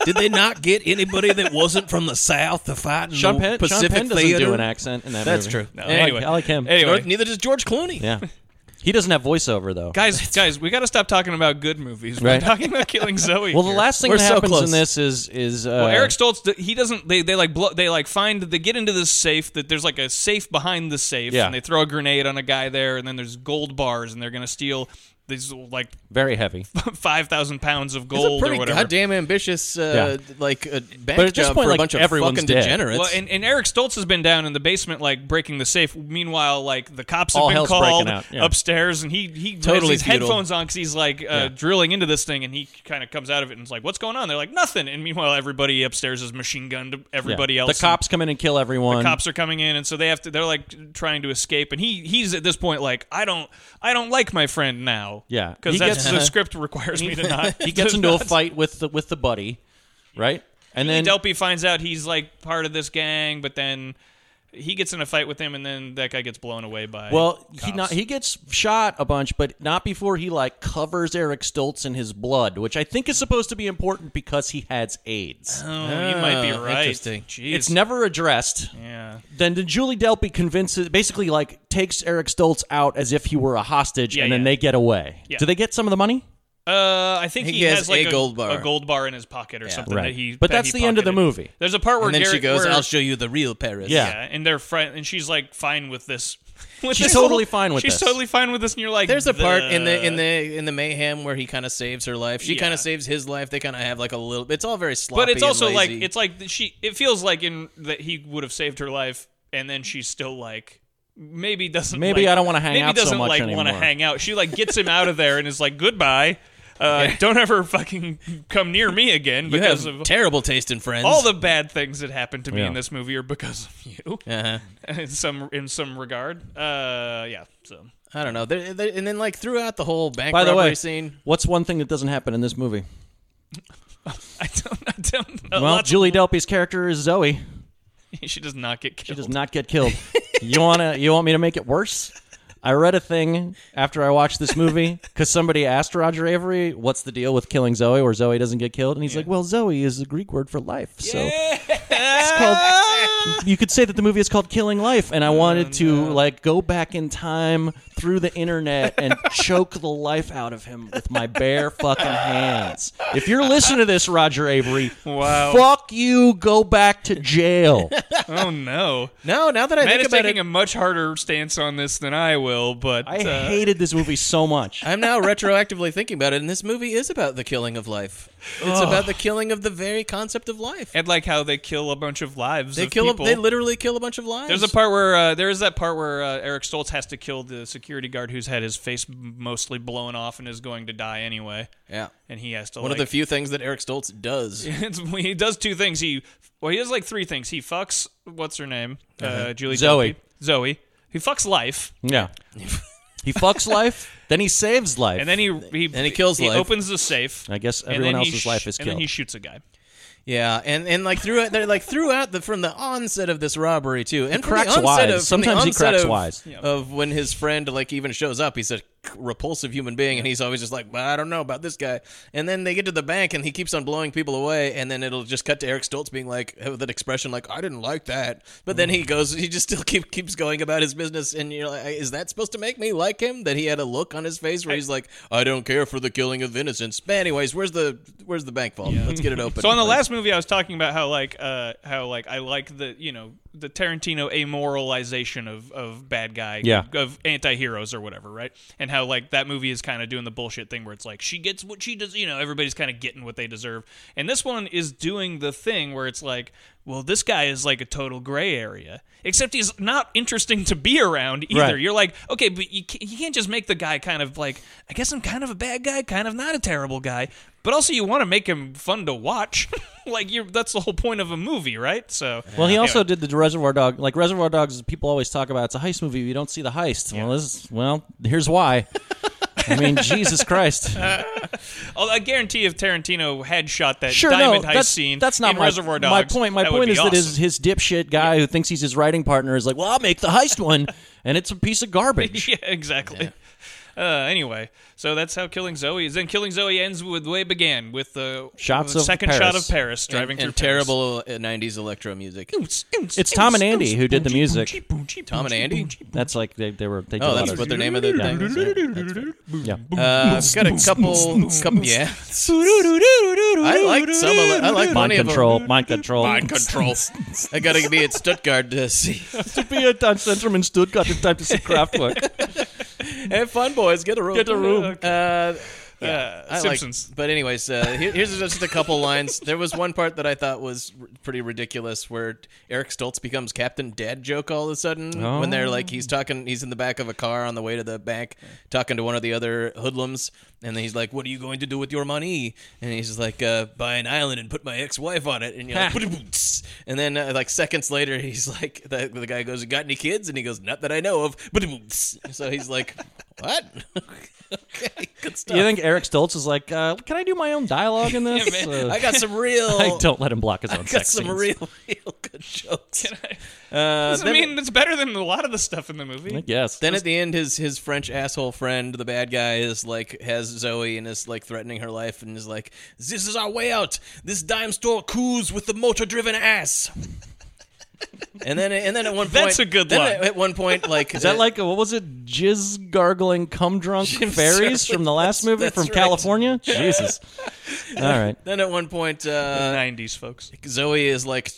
Did they not get anybody that wasn't from the South to fight in Sean the Penn- Sean Pacific Penn doesn't Theater? do an accent in that That's movie. true. No, I like- I like him. Anyway. Nor- neither does George Clooney. yeah. He doesn't have voiceover though. guys, guys, we got to stop talking about good movies. We're Right. talking about Killing Zoe. Well, the here. last thing We're that so happens close. in this is is uh, Well, Eric Stoltz, th- he doesn't. They, they like blow. They like find. They get into this safe that there's like a safe behind the safe, Yeah. and they throw a grenade on a guy there, and then there's gold bars, and they're gonna steal these like very heavy. five thousand pounds of It's a gold or pretty whatever. goddamn ambitious, uh, like uh, bank But at this job point, for like, a bunch of everyone's fucking dead. degenerates. well, and, and Eric Stoltz has been down in the basement, like breaking the safe. Meanwhile, like the cops have All been hell's breaking called out, yeah. upstairs, and he he has Totally these futile. headphones on because he's like uh, Yeah. drilling into this thing, and he kind of comes out of it and is like, "What's going on?" They're like, "Nothing." And meanwhile, everybody upstairs is machine gunned everybody Yeah. else. The cops come in and kill everyone. the cops are coming in and so they have to they're like trying to escape and he he's at this point like i don't i don't like my friend now Yeah. because He that's gets- the script requires me to not he gets to into a not- fight with the with the buddy, right? And then delpy finds out he's like part of this gang but then he gets in a fight with him and then that guy gets blown away by well, he cops. not he gets shot a bunch, but not before he like covers Eric Stoltz in his blood, which I think is supposed to be important because he has AIDS. oh, you might be Oh, right interesting. Jeez. It's never addressed. yeah Then the Julie Delpy convinces, basically, like takes Eric Stoltz out as if he were a hostage, Yeah, and then yeah. they get away. Yeah. Do they get some of the money? uh, I think He he, has like a gold bar. a gold bar in his pocket or something Right. that he. But that that's he the end of the pocketed. movie. There's a part where and then Gary, she goes, where- "I'll show you the real Paris." Yeah. Yeah, and they're friend, and she's like fine with this. With She's this totally fine with she's this. totally fine with this, and you're like, There's a part in the "The- in the in the mayhem where he kind of saves her life. She kind Yeah. of saves his life. They kind of have like a little. It's all very sloppy. but it's also and like lazy. it's like that she. It feels like in that he would have saved her life, and then she's still like. Maybe doesn't Maybe like- I don't wanna hang maybe out so doesn't much like want to anymore. hang out. She like gets him out of there and is like goodbye. Uh, Don't ever fucking come near me again you because have of terrible taste in friends. all the bad things that happened to me Yeah. in this movie are because of you. Uh-huh. in some in some regard, uh, yeah. So I don't know. They're, they're- and then like throughout the whole bank By the robbery way, scene, what's one thing that doesn't happen in this movie? I don't, I don't know. well, Lots of- Julie Delpy's character is Zoe. she does not get She killed. does not get killed. you wanna? You want me to make it worse? I read a thing after I watched this movie because somebody asked Roger Avery, "What's the deal with killing Zoe, where Zoe doesn't get killed?" And he's like, "Well, Zoe is the Greek word for life, so it's called. You could say that the movie is called Killing Life." Oh, And I wanted to like go back in time through the internet and choke the life out of him with my bare fucking hands. If you're listening to this, Roger Avery, Wow. fuck you, go back to jail. oh no! no. Now that I Matt think is about taking it, a much harder stance on this than I will, but I uh, hated this movie so much. I'm now retroactively thinking about it, and this movie is about the killing of life. It's about the killing of the very concept of life. and like how they kill a bunch of lives. They of kill. A, people. they literally kill a bunch of lives. There's a part where uh, there is that part where uh, Eric Stoltz has to kill the security guard who's had his face mostly blown off and is going to die anyway, yeah. and he has to One like, of the few things that Eric Stoltz does. It's, he does two things. He well, he does like three things. He fucks what's her name, uh Uh-huh. Julie Zoe. Delpy. Zoe. He fucks life, Yeah. he fucks life, then he saves life. and then he he And he kills He life. opens the safe. I guess and everyone then he else's life is and then killed. he shoots a guy. Yeah, and and like throughout, they're like throughout the from the onset of this robbery too, and from the cracks onset wise. Of, from the Sometimes he onset cracks of, wise. Yeah. of when his friend like even shows up. He's a repulsive human being, and he's always just like, well, I don't know about this guy. And then they get to the bank, and he keeps on blowing people away, and then it'll just cut to Eric Stoltz being like uh, with that expression like, I didn't like that. But then Mm. he goes, he just still keep keeps going about his business, and you're like, is that supposed to make me like him? That he had a look on his face where he's like, I don't care for the killing of innocents. But anyways, where's the where's the bank vault? Let's get it open. So on the Like- last movie, I was talking about how like uh, how like I like the you know the Tarantino amoralization of of bad guy Yeah. of anti-heroes or whatever, right? And how like that movie is kind of doing the bullshit thing where it's like she gets what she does, you know, everybody's kind of getting what they deserve, and this one is doing the thing where it's like. Well, this guy is like a total gray area, except he's not interesting to be around either. Right. You're like, okay, but you can't, you can't just make the guy kind of like, I guess I'm kind of a bad guy, kind of not a terrible guy. But also, you want to make him fun to watch. like you, that's the whole point of a movie, right? So Well, he anyway. also did the Reservoir Dog. Like Reservoir Dogs, people always talk about it's a heist movie. You don't see the heist. Well, this is, well, here's why. I mean, Jesus Christ. Uh, Although I guarantee if Tarantino had shot that Sure, diamond no, heist that's, scene that's not in my, Reservoir Dogs, My point, my that would point be is that his, his dipshit guy who thinks he's his writing partner is like, well, I'll make the heist one, and it's a piece of awesome. garbage. yeah, exactly. Uh, anyway, so that's how Killing Zoe is. Then Killing Zoe ends with the way it began with the Shots the of second shot Paris. of Paris driving and, through and Paris. terrible uh, '90s electro music. It's Tom and Andy who did the music. Tom and Andy. That's like they, they were. They did a Oh, lot that's of- what their name of the Yeah. thing is. Yeah. Uh, I've got a couple, couple yeah. I liked some of it. I like mind plenty of control. them. Mind control. Mind control. I gotta be at Stuttgart to see. to be a Dutch centrum in Stuttgart in time to see Kraftwerk. Have fun, boys. Get a room. Get a room. Uh, Yeah, yeah, I Simpsons. Like, but anyways, uh, here, here's just a couple lines. There was one part that I thought was r- pretty ridiculous, where Eric Stoltz becomes Captain Dad joke all of a sudden Oh. when they're like he's talking, he's in the back of a car on the way to the bank talking to one of the other hoodlums, and then he's like, "What are you going to do with your money?" And he's like, uh, "Buy an island and put my ex-wife on it." And you're like, "Ba-da-boom-ts." and then uh, like seconds later, he's like, the, the guy goes, "You got any kids?" And he goes, "Not that I know of." Ba-da-boom-ts. So he's like, "What?" okay, good Do stuff. you think Eric Stoltz is like, uh, can I do my own dialogue in this? Yeah, man. Uh, I got some real. I don't let him block his own I got sex some scenes. real, real good jokes. I Uh, then, mean, it's better than a lot of the stuff in the movie. Yes. then at the end, his his French asshole friend, the bad guy, is like has Zoe and is like threatening her life and is like, "This is our way out. This dime store coos with the motor driven ass." and then and then at one point, That's a good then line. At, at one point, like Is that uh, like a, what was it? Jizz gargling, cum drunk fairies Surly. from the last movie That's from right. California? Jesus. All right. Then at one point, uh, '90s folks. Zoe is like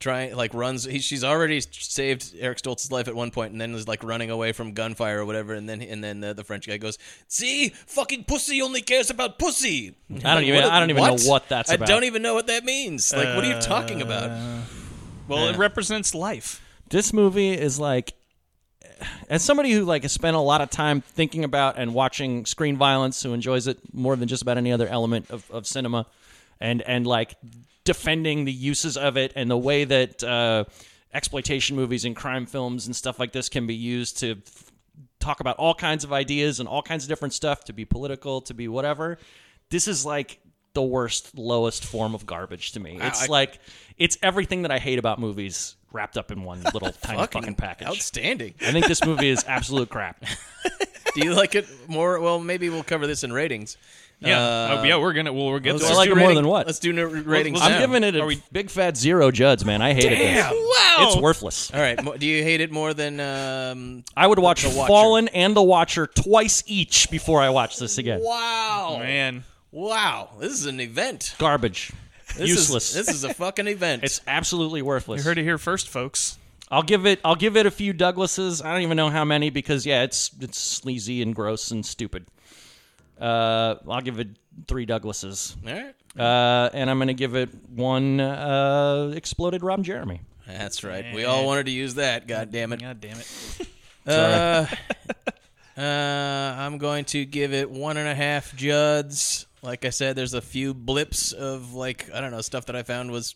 trying, like runs. He, she's already saved Eric Stoltz's life at one point, and then is like running away from gunfire or whatever. And then and then the, the French guy goes, "See, fucking pussy only cares about pussy." I don't even- I don't even know what that's I about. Uh, don't even know what that means. Like, what are you talking about? Well, it Yeah. represents life. This movie is like, as somebody who like has spent a lot of time thinking about and watching screen violence, who enjoys it more than just about any other element of, of cinema, and and like defending the uses of it and the way that uh, exploitation movies and crime films and stuff like this can be used to f- talk about all kinds of ideas and all kinds of different stuff to be political, to be whatever. This is like the worst, lowest form of garbage to me. It's I- like it's everything that I hate about movies wrapped up in one little tiny fucking, package. Outstanding. I think this movie is absolute crap. Do you like it more? Well, maybe we'll cover this in ratings. Yeah, Uh, oh, yeah, we're gonna we'll, we'll get. let's there. just like do it more rating- than what? Let's do n- ratings. I'm now. giving it a big fat zero judge, man. I hated this. Damn. Wow. It's worthless. All right. mo- Do you hate it more than um, I would watch The Watcher. Fallen and The Watcher twice each before I watch this again. Wow. Man. Wow. This is an event. Garbage. This Useless. Is, this is a fucking event. it's absolutely worthless. You heard it here first, folks. I'll give it. I'll give it a few Douglases. I don't even know how many because yeah, it's it's sleazy and gross and stupid. Uh, I'll give it three Douglases, All right. uh, and I'm gonna give it one uh, exploded Rob Jeremy. That's right. We all wanted to use that. God damn it. God damn it. Uh, uh, I'm going to give it one and a half Juds. Like I said, there's a few blips of like I don't know stuff that I found was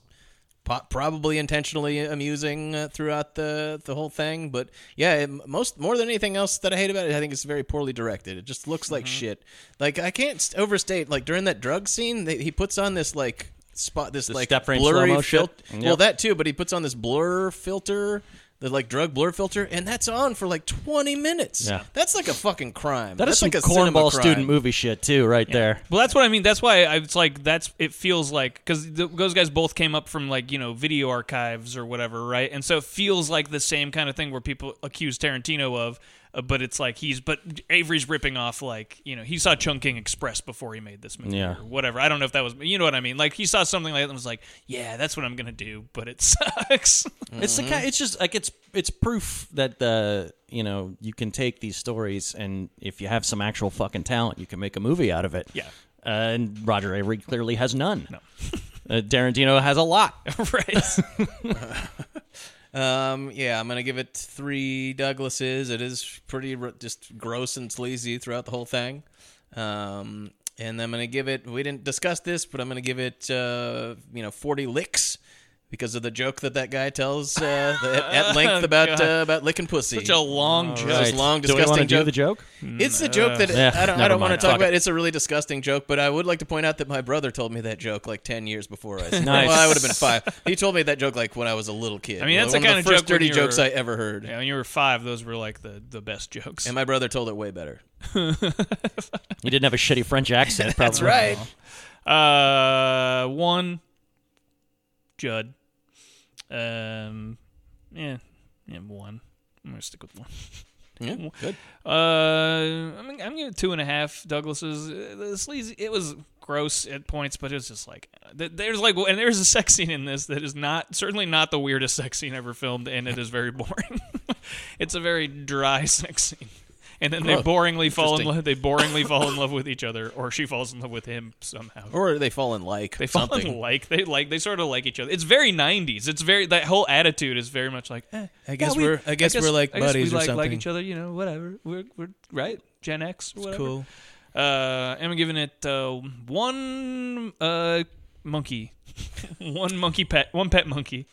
po- probably intentionally amusing uh, throughout the the whole thing. But yeah, it, most more than anything else that I hate about it, I think it's very poorly directed. It just looks Mm-hmm. like shit. Like I can't st- overstate. Like during that drug scene, they, he puts on this like spot this The like step frame blurry slow-mo shit. filter. Yep. Well, that that too, but he puts on this blur filter, the like drug blur filter, and that's on for like 20 minutes. Yeah. That's like a fucking crime. That is that's some like a cinema cornball crime. student movie shit too, right there. Well, that's what I mean. That's why I, it's like that's it feels like because those guys both came up from like you know video archives or whatever, right? And so it feels like the same kind of thing where people accuse Tarantino of, uh, but it's like he's but Avery's ripping off like you know he saw Chunking Express before he made this movie Yeah. or whatever. I don't know if that was you know what I mean. Like he saw something like that and was like, yeah, that's what I'm gonna do, but it sucks. It's the kind. It's just like it's it's proof that the you know you can take these stories and if you have some actual fucking talent, you can make a movie out of it. Yeah. Uh, and Roger Avery clearly has none. No. uh, Tarantino has a lot. right. Um, yeah, I'm gonna give it three Douglases. It is pretty r- just gross and sleazy throughout the whole thing. Um, and I'm gonna give it. We didn't discuss this, but I'm gonna give it, uh, you know, 40 licks because of the joke that that guy tells uh, at, at Oh, length about uh, about licking pussy. Such a long joke. Such a long, Do we disgusting wanna do joke. the joke? Hmm. It's the joke that Mm, Yeah, I don't. I never don't want mind. to talk Fuck about. it. It. It's a really disgusting joke, but I would like to point out that my brother told me that joke like 10 years before I. Nice. Well, I would have been five. He told me that joke like when I was a little kid. I mean, that's one the kind of of the first joke when dirty you jokes were- I ever heard. Yeah, when you were five, those were like the, the best jokes. And my brother told it way better. You didn't have a shitty French accent, probably. That's right. Uh, one, Judd. Um, yeah, yeah, one. I'm gonna stick with one. Yeah, good. Uh, I'm gonna- I'm giving it two and a half Douglases. Uh, The sleazy, it was gross at points, but it was just like th- there's like and there's a sex scene in this that is not certainly not the weirdest sex scene ever filmed, and it is very boring. it's a very dry sex scene. And then they Gross. boringly fall in Interesting. love. They boringly fall in love with each other, or she falls in love with him somehow. Or they fall in like They fall something. in like they like they sort of like each other. It's very '90s. It's very that whole attitude is very much like. eh, I guess yeah, we- we're- I guess we're like I guess buddies or we like, Like something. each other, you know, whatever. We're we're right. Gen X, or whatever. cool. Uh, and I'm giving it uh, one uh monkey, one monkey pet, one pet monkey.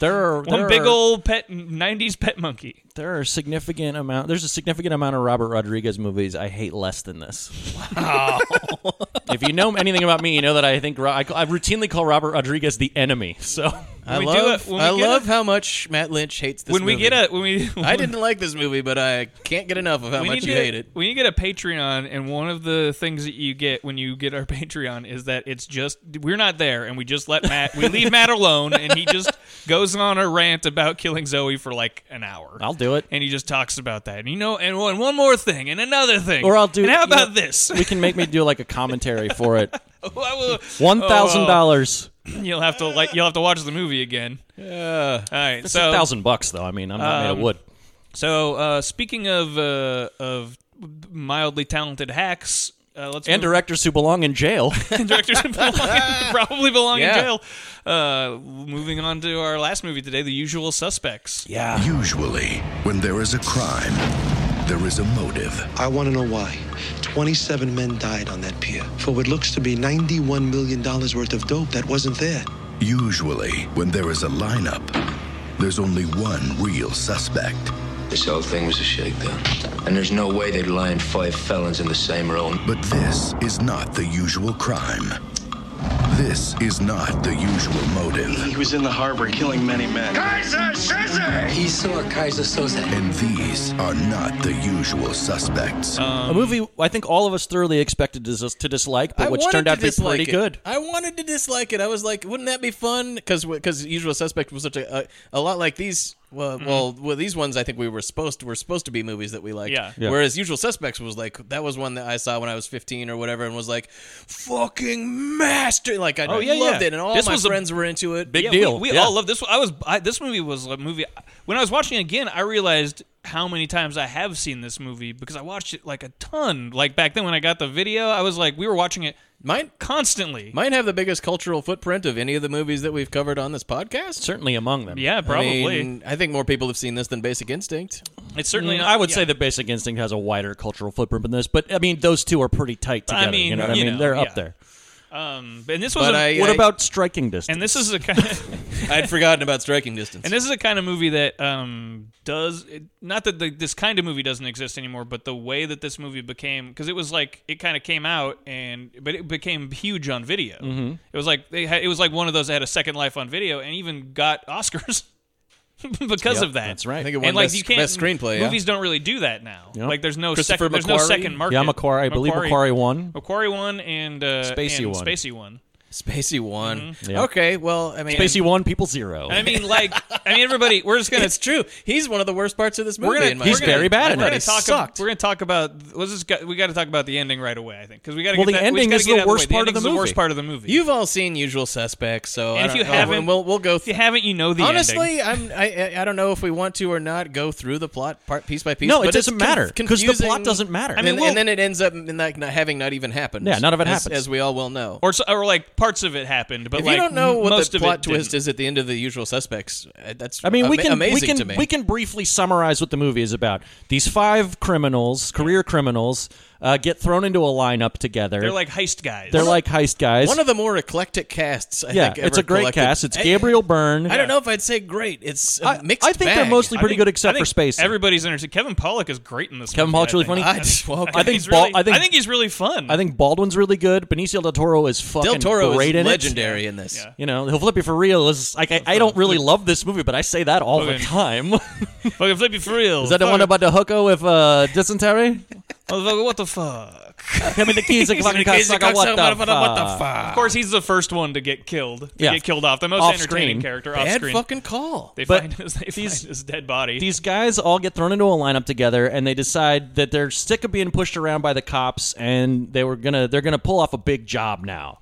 There are one there big are- old pet '90s pet monkey. There are significant amount. There's a significant amount of Robert Rodriguez movies I hate less than this. Wow. if you know anything about me, you know that I think Ro- I, ca- I routinely call Robert Rodriguez the enemy. So I We do love, it when we I get love how much Matt Lynch hates this When we movie. get a when we I didn't like this movie, but I can't get enough of how we much need you to- hate it. We need to get a Patreon, and one of the things that you get when you get our Patreon is that it's just we're not there, and we just let Matt. we leave Matt alone, and he just goes on a rant about killing Zoe for like an hour. I'll do it. and he just talks about that, and you know, and one, one more thing, and another thing, Or I'll do. And how you know, about this? We can make me do like a commentary for it. I will- oh, One thousand dollars. You'll have to like. You'll have to watch the movie again. Yeah. All right. It's so a thousand bucks though. I mean, I'm not made of Oh. Um, wood. So uh, speaking of uh, of mildly talented hacks. Uh, let's And move- directors who belong in jail. directors who belong probably belong Yeah. in jail. Uh, moving on to our last movie today, The Usual Suspects. Yeah. Usually, when there is a crime, there is a motive. I want to know why. 27 men died on that pier for what looks to be $91 million worth of dope that wasn't there. Usually, when there is a lineup, there's only one real suspect. This whole thing was a shakedown. And there's no way they'd line five felons in the same room. But this is not the usual crime. This is not the usual motive. He was in the harbor killing many men. Kaiser Soze! He saw Kaiser Soze. And these are not the usual suspects. a movie I think all of us thoroughly expected to, dis- to dislike, but I which wanted turned out to be dislike pretty it. good. I wanted to dislike it. I was like, wouldn't that be fun? Because because Usual Suspect was such a a, a lot like these. Well, Mm-hmm. well, well, these ones I think we were supposed to, were supposed to be movies that we liked. Yeah. Yeah. Whereas Usual Suspects was like that was one that I saw when I was 15 or whatever, and was like, fucking master. Like I Oh, yeah, loved yeah. it, and all This my was a friends were into it. Yeah, We, we all love this. one. I was I, this movie was a movie. When I was watching it again, I realized how many times I have seen this movie because I watched it like a ton. Like back then when I got the video, I was like, we were watching it mine constantly. Mine have the biggest cultural footprint of any of the movies that we've covered on this podcast. Certainly among them. Yeah, I, probably. mean, I think more people have seen this than Basic Instinct. it's certainly. Mm, Not, I would yeah. say that Basic Instinct has a wider cultural footprint than this, but I mean those two are pretty tight I together. mean, you know what I you mean? know, They're yeah. up there. Um, and this was. But a- I- What I- about striking distance? And this is a kind of. I'd forgotten about striking distance. And this is a kind of movie that um, does it, not that the, this kind of movie doesn't exist anymore, but the way that this movie became because it was like it kind of came out and but it became huge on video. Mhm. It was like they had, it was like one of those that had a second life on video and even got Oscars because Yep, of that. that's right. I think it and won like best- you can't best screenplay, yeah. Movies don't really do that now. Yep. Like there's no Christopher second. There's no McQuarrie? second market. Yeah, McQuarrie. I believe McQuarrie won. McQuarrie won and uh, Spacey and won. Spacey won. Spacey won. Yeah. Okay, well, I mean, Mm-hmm. Spacey one, people zero. And I mean, like, I mean, everybody. We're just gonna. it's true. He's one of the worst parts of this movie. We're gonna, in my He's we're gonna- very bad We're in gonna it. He talk. sucked. we're gonna talk about. Let's just. Got, we got to talk about the ending right away. I think because we got to. Well, get the that, we just ending gotta is get the out of the worst way. part The of the ending's the worst movie. part of the movie. You've all seen Usual Suspects, so I and if don't you know. haven't, we'll we'll go. If you haven't, you know the ending. Honestly, I'm I, I- I don't know if we want to or not go through the plot part piece by piece. No, it but it's doesn't matter, 'cause the plot confusing. doesn't matter. I And, mean, and we'll- then it ends up in like not having not even happened. Yeah, none of it as- happens. as we all well know. or so, or like parts of it happened, but if like you don't know m- what most the of plot it twist didn't. is at the end of the Usual Suspects, uh, that's I mean, we ama- can amazing we can to me. we can briefly summarize what the movie is about. These five criminals, career criminals, uh, get thrown into a lineup together. They're like heist guys. They're like heist guys. One of the more eclectic casts. I yeah, think it's a ever great collected. cast. It's I- Gabriel Byrne. I don't know if I'd say great. It's a I- mixed. I think they're bag. mostly pretty good except I think for Spacey. Everybody's interested. Kevin Pollock is great in this. Kevin movie, Pollock's really I funny. think. I, I, think think he's really, Bal- I think he's really fun. I think Baldwin's really good. Benicio del Toro is fucking Del Toro great is in legendary it. in this. You know, he'll flip you for real. Is like I, I don't really love this movie, but I say that all the Fucking- time. Fucking flippy for real. is that the one about the hooker with uh, dysentery? Motherfucker, what the fuck? Give me the keys, like, fucking cocksucker, what the fuck? Of course, he's the first one to get killed. To Yeah. get killed off. The most Off entertaining screen. character Bad off screen. fucking call. They find But his. They find his dead body. These guys all get thrown into a lineup together, and they decide that they're sick of being pushed around by the cops, and they were gonna they're gonna pull off a big job now.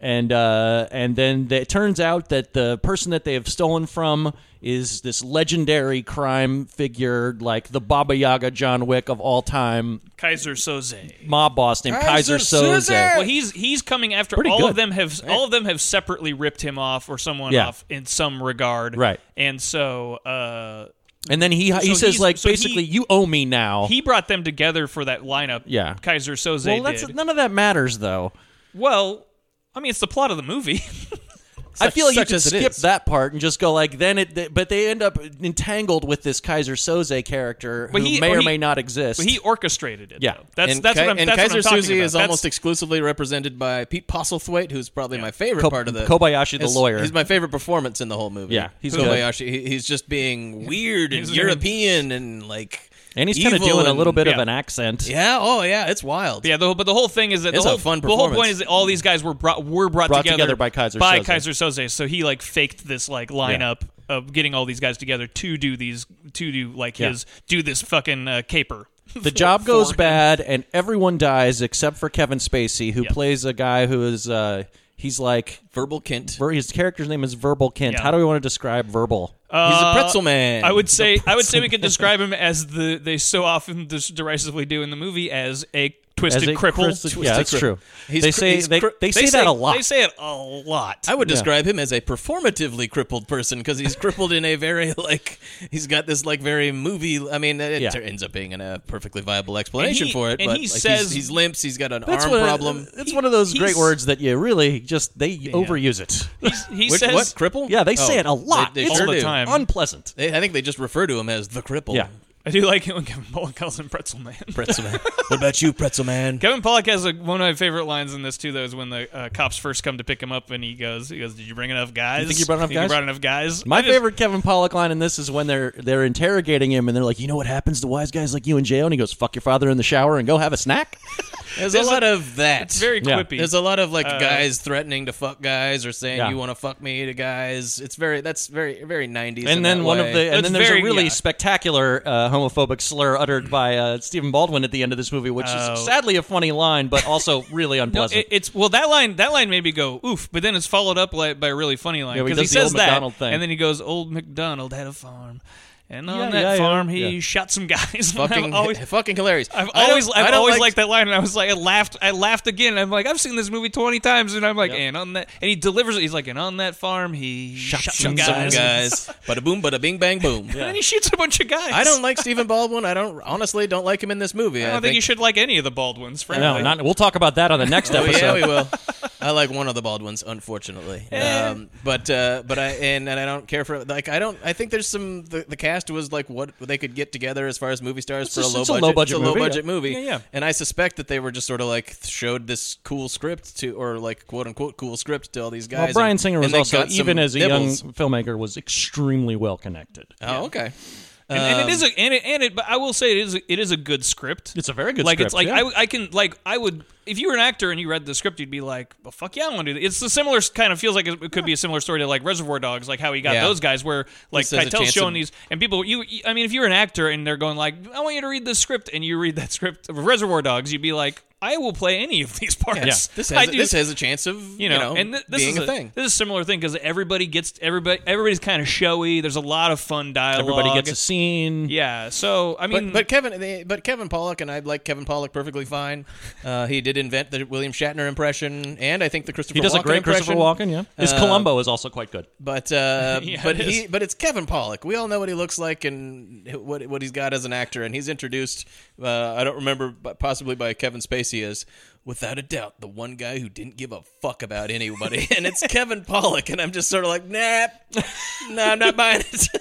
And uh, and then it turns out that the person that they have stolen from is this legendary crime figure, like the Baba Yaga John Wick of all time, Kaiser Soze. mob boss named Kaiser, Soze. Well, he's he's coming after Pretty all of good. them have all of them have separately ripped him off or someone Yeah. off in some regard. Right. And so uh And then he so he says he's- like so he- basically you owe me now. he brought them together for that lineup. Yeah. Kaiser Soze well, that's did. none of that matters though. well, I mean it's the plot of the movie. I feel like you Such could as it skip is. that part and just go like then it. th- but they end up entangled with this Kaiser Soze character But who he- may or or he- may not exist. But he orchestrated it. Yeah. though. That's and that's Kai- what I'm and that's what Kaiser I'm talking Susie about. is That's- almost exclusively represented by Pete Postlethwaite, who's probably my favorite Ko- part of the Kobayashi the He's- lawyer. He's my favorite performance in the whole movie. Yeah, he's good. Kobayashi. he- He's just being weird and He's very- European and like. and he's kind of evil doing a and- little bit of Yeah. an accent. Yeah. Oh, yeah. It's wild. Yeah, the, whole- but the whole thing is that It's the a whole, fun the whole point performance. is that all these guys were brought were brought, Brought together by Kaiser by Soze. Kaiser Soze. So he like faked this like lineup of getting all these guys together to do these to do like Yeah. his do this fucking uh, caper. The job goes bad and everyone dies except for Kevin Spacey, who plays a guy who is uh, he's like verbal Kent. Ver- his character's name is Verbal Kent. Yeah. How do we want to describe verbal? Uh, man. I would say I would say we could describe him as the they so often dis- derisively do in the movie as a twisted As a cripple. twisted- yeah, Twisted that's cripple. true. They say- they- they say that a lot. They say it a lot. I would describe him as a performatively crippled person because he's crippled in a very like he's got this like very movie. I mean, it Yeah. tur- ends up being an, a perfectly viable explanation he- for it. and but he like, he's- says- he's, limps. He's got an That's uh, arm one of- problem. It's one of those he's- great words that you really just they overuse it. He Which- says what cripple? Yeah, they Oh, say it a lot They, they It's sure all the do. time. Unpleasant. They- I think they just refer to him as the cripple. Yeah. I do like it when Kevin Mullen calls him Pretzel Man. pretzel man. what about you, pretzel man? Kevin Pollak has like one of my favorite lines in this too. Though is when the uh, cops first come to pick him up, and he goes, "He goes, did you bring enough guys? You think you brought enough guys?" brought enough guys? My I just- favorite Kevin Pollock line in this is when they're they're interrogating him and they're like, you know what happens to wise guys like you in jail? And he goes, fuck your father in the shower and go have a snack. There's a lot of that. It's very Yeah. quippy. There's a lot of like Uh, guys threatening to fuck guys or saying Yeah. you want to fuck me to guys. It's very that's very very 90s. in and then that one way. of the and It's then there's very- a really yeah. spectacular uh, homophobic slur uttered by uh, Stephen Baldwin at the end of this movie, which Oh. is sadly a funny line, but also really No, unpleasant. it- it's well that line that line made me go oof, but then it's followed up like, by a really funny line Yeah, he because does the says old that, McDonald thing. and then he goes, "Old McDonald had a farm, and on Yeah, that yeah, yeah. farm he Yeah. shot some guys." And I've fucking always, fucking hilarious. I've I don't- always I I've don't always like- liked that line, and I was like, I laughed, I laughed again. and I'm like, I've seen this movie twenty times, and I'm like, and on that, and he delivers it. He's like, and on that farm, he shot, some, some guys. Bada boom, bada bing, bang, boom. And then he shoots a bunch of guys. I don't like Stephen Baldwin. I don't honestly don't like him in this movie. I don't think, you should like any of the Baldwins, frankly. no, not, we'll talk about that on the next Oh, episode. yeah, we will. I like one of the Baldwins, unfortunately. Eh. Um, but uh, but I and, and I don't care for like I don't. I think there's some the, the cast was like what they could get together as far as movie stars for just- a low it's a low-budget budget it's a movie, low budget yeah. movie. Yeah, yeah. And I suspect that they were just sort of like showed this cool script to or like quote unquote cool script to all these guys. Well, Brian and- Singer and was they also, got some even as a nibbles. young filmmaker, was extremely well connected. Oh, okay. And, and it Um, is a and it, and it but I will say it is a, it is a good script. It's a very good like script. it's like yeah. I, I can like I would if you were an actor and you read the script you'd be like well fuck yeah I want to do that. It's the similar s- kind of feels like it could be a similar story to like Reservoir Dogs like how he got Yeah. those guys where like This has a Keitel's chance showing of- these and people you you- I mean if you're an actor and they're going like I want you to read this script and you read that script of Reservoir Dogs you'd be like I will play any of these parts. This I has, do- this has a chance of you know, and th- this being is a thing. This is a similar thing because everybody gets everybody everybody's kind of showy. There's a lot of fun dialogue. Everybody gets a scene. Yeah, so I mean, eh, but, but Kevin, they- but Kevin Pollock, and I like Kevin Pollock perfectly fine. Uh, he did did invent the William Shatner impression, and I think the Christopher He does a Walken great Christopher impression. Walken, yeah. His Uh, Columbo is also quite good. But uh, Yeah, but it he is. but it's Kevin Pollock. We all know what he looks like and what what he's got as an actor, and he's introduced. Uh, I don't remember, but possibly by Kevin Spacey as without a doubt the one guy who didn't give a fuck about anybody, and it's Kevin Pollock. And I'm just sort of like, nah, nah, I'm not buying it.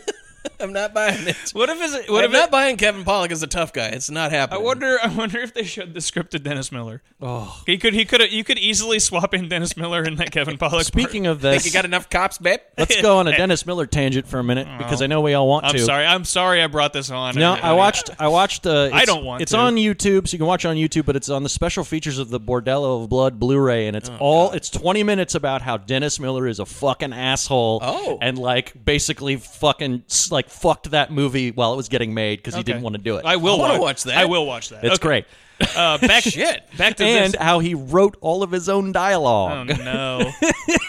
I'm not buying it. What if is it? What What I'm if not it, buying Kevin Pollock as a tough guy. It's not I happening. wonder. I wonder if they showed the script to Dennis Miller. Oh, he could. He could. You could easily swap in Dennis Miller and that Kevin Pollock. Speaking of that, Think you this- got enough cops, babe? Let's go on a Dennis Miller tangent for a minute because I know we all want Oh. I'm to. sorry. I'm sorry. I brought this on. No, I everybody. watched. I watched. Uh, I it's- don't want It's to. on YouTube, so you can watch it on YouTube. But it's on the special features of the Bordello of Blood Blu-ray, and it's Oh, all. It's twenty minutes about how Dennis Miller is a fucking asshole. Oh. and like basically fucking s- like fucked that movie while it was getting made because he Okay. didn't want to do it. I will want watch, that. I will watch that. It's Okay. great. Uh, back shit. Back to and this. how he wrote all of his own Oh dialogue. no.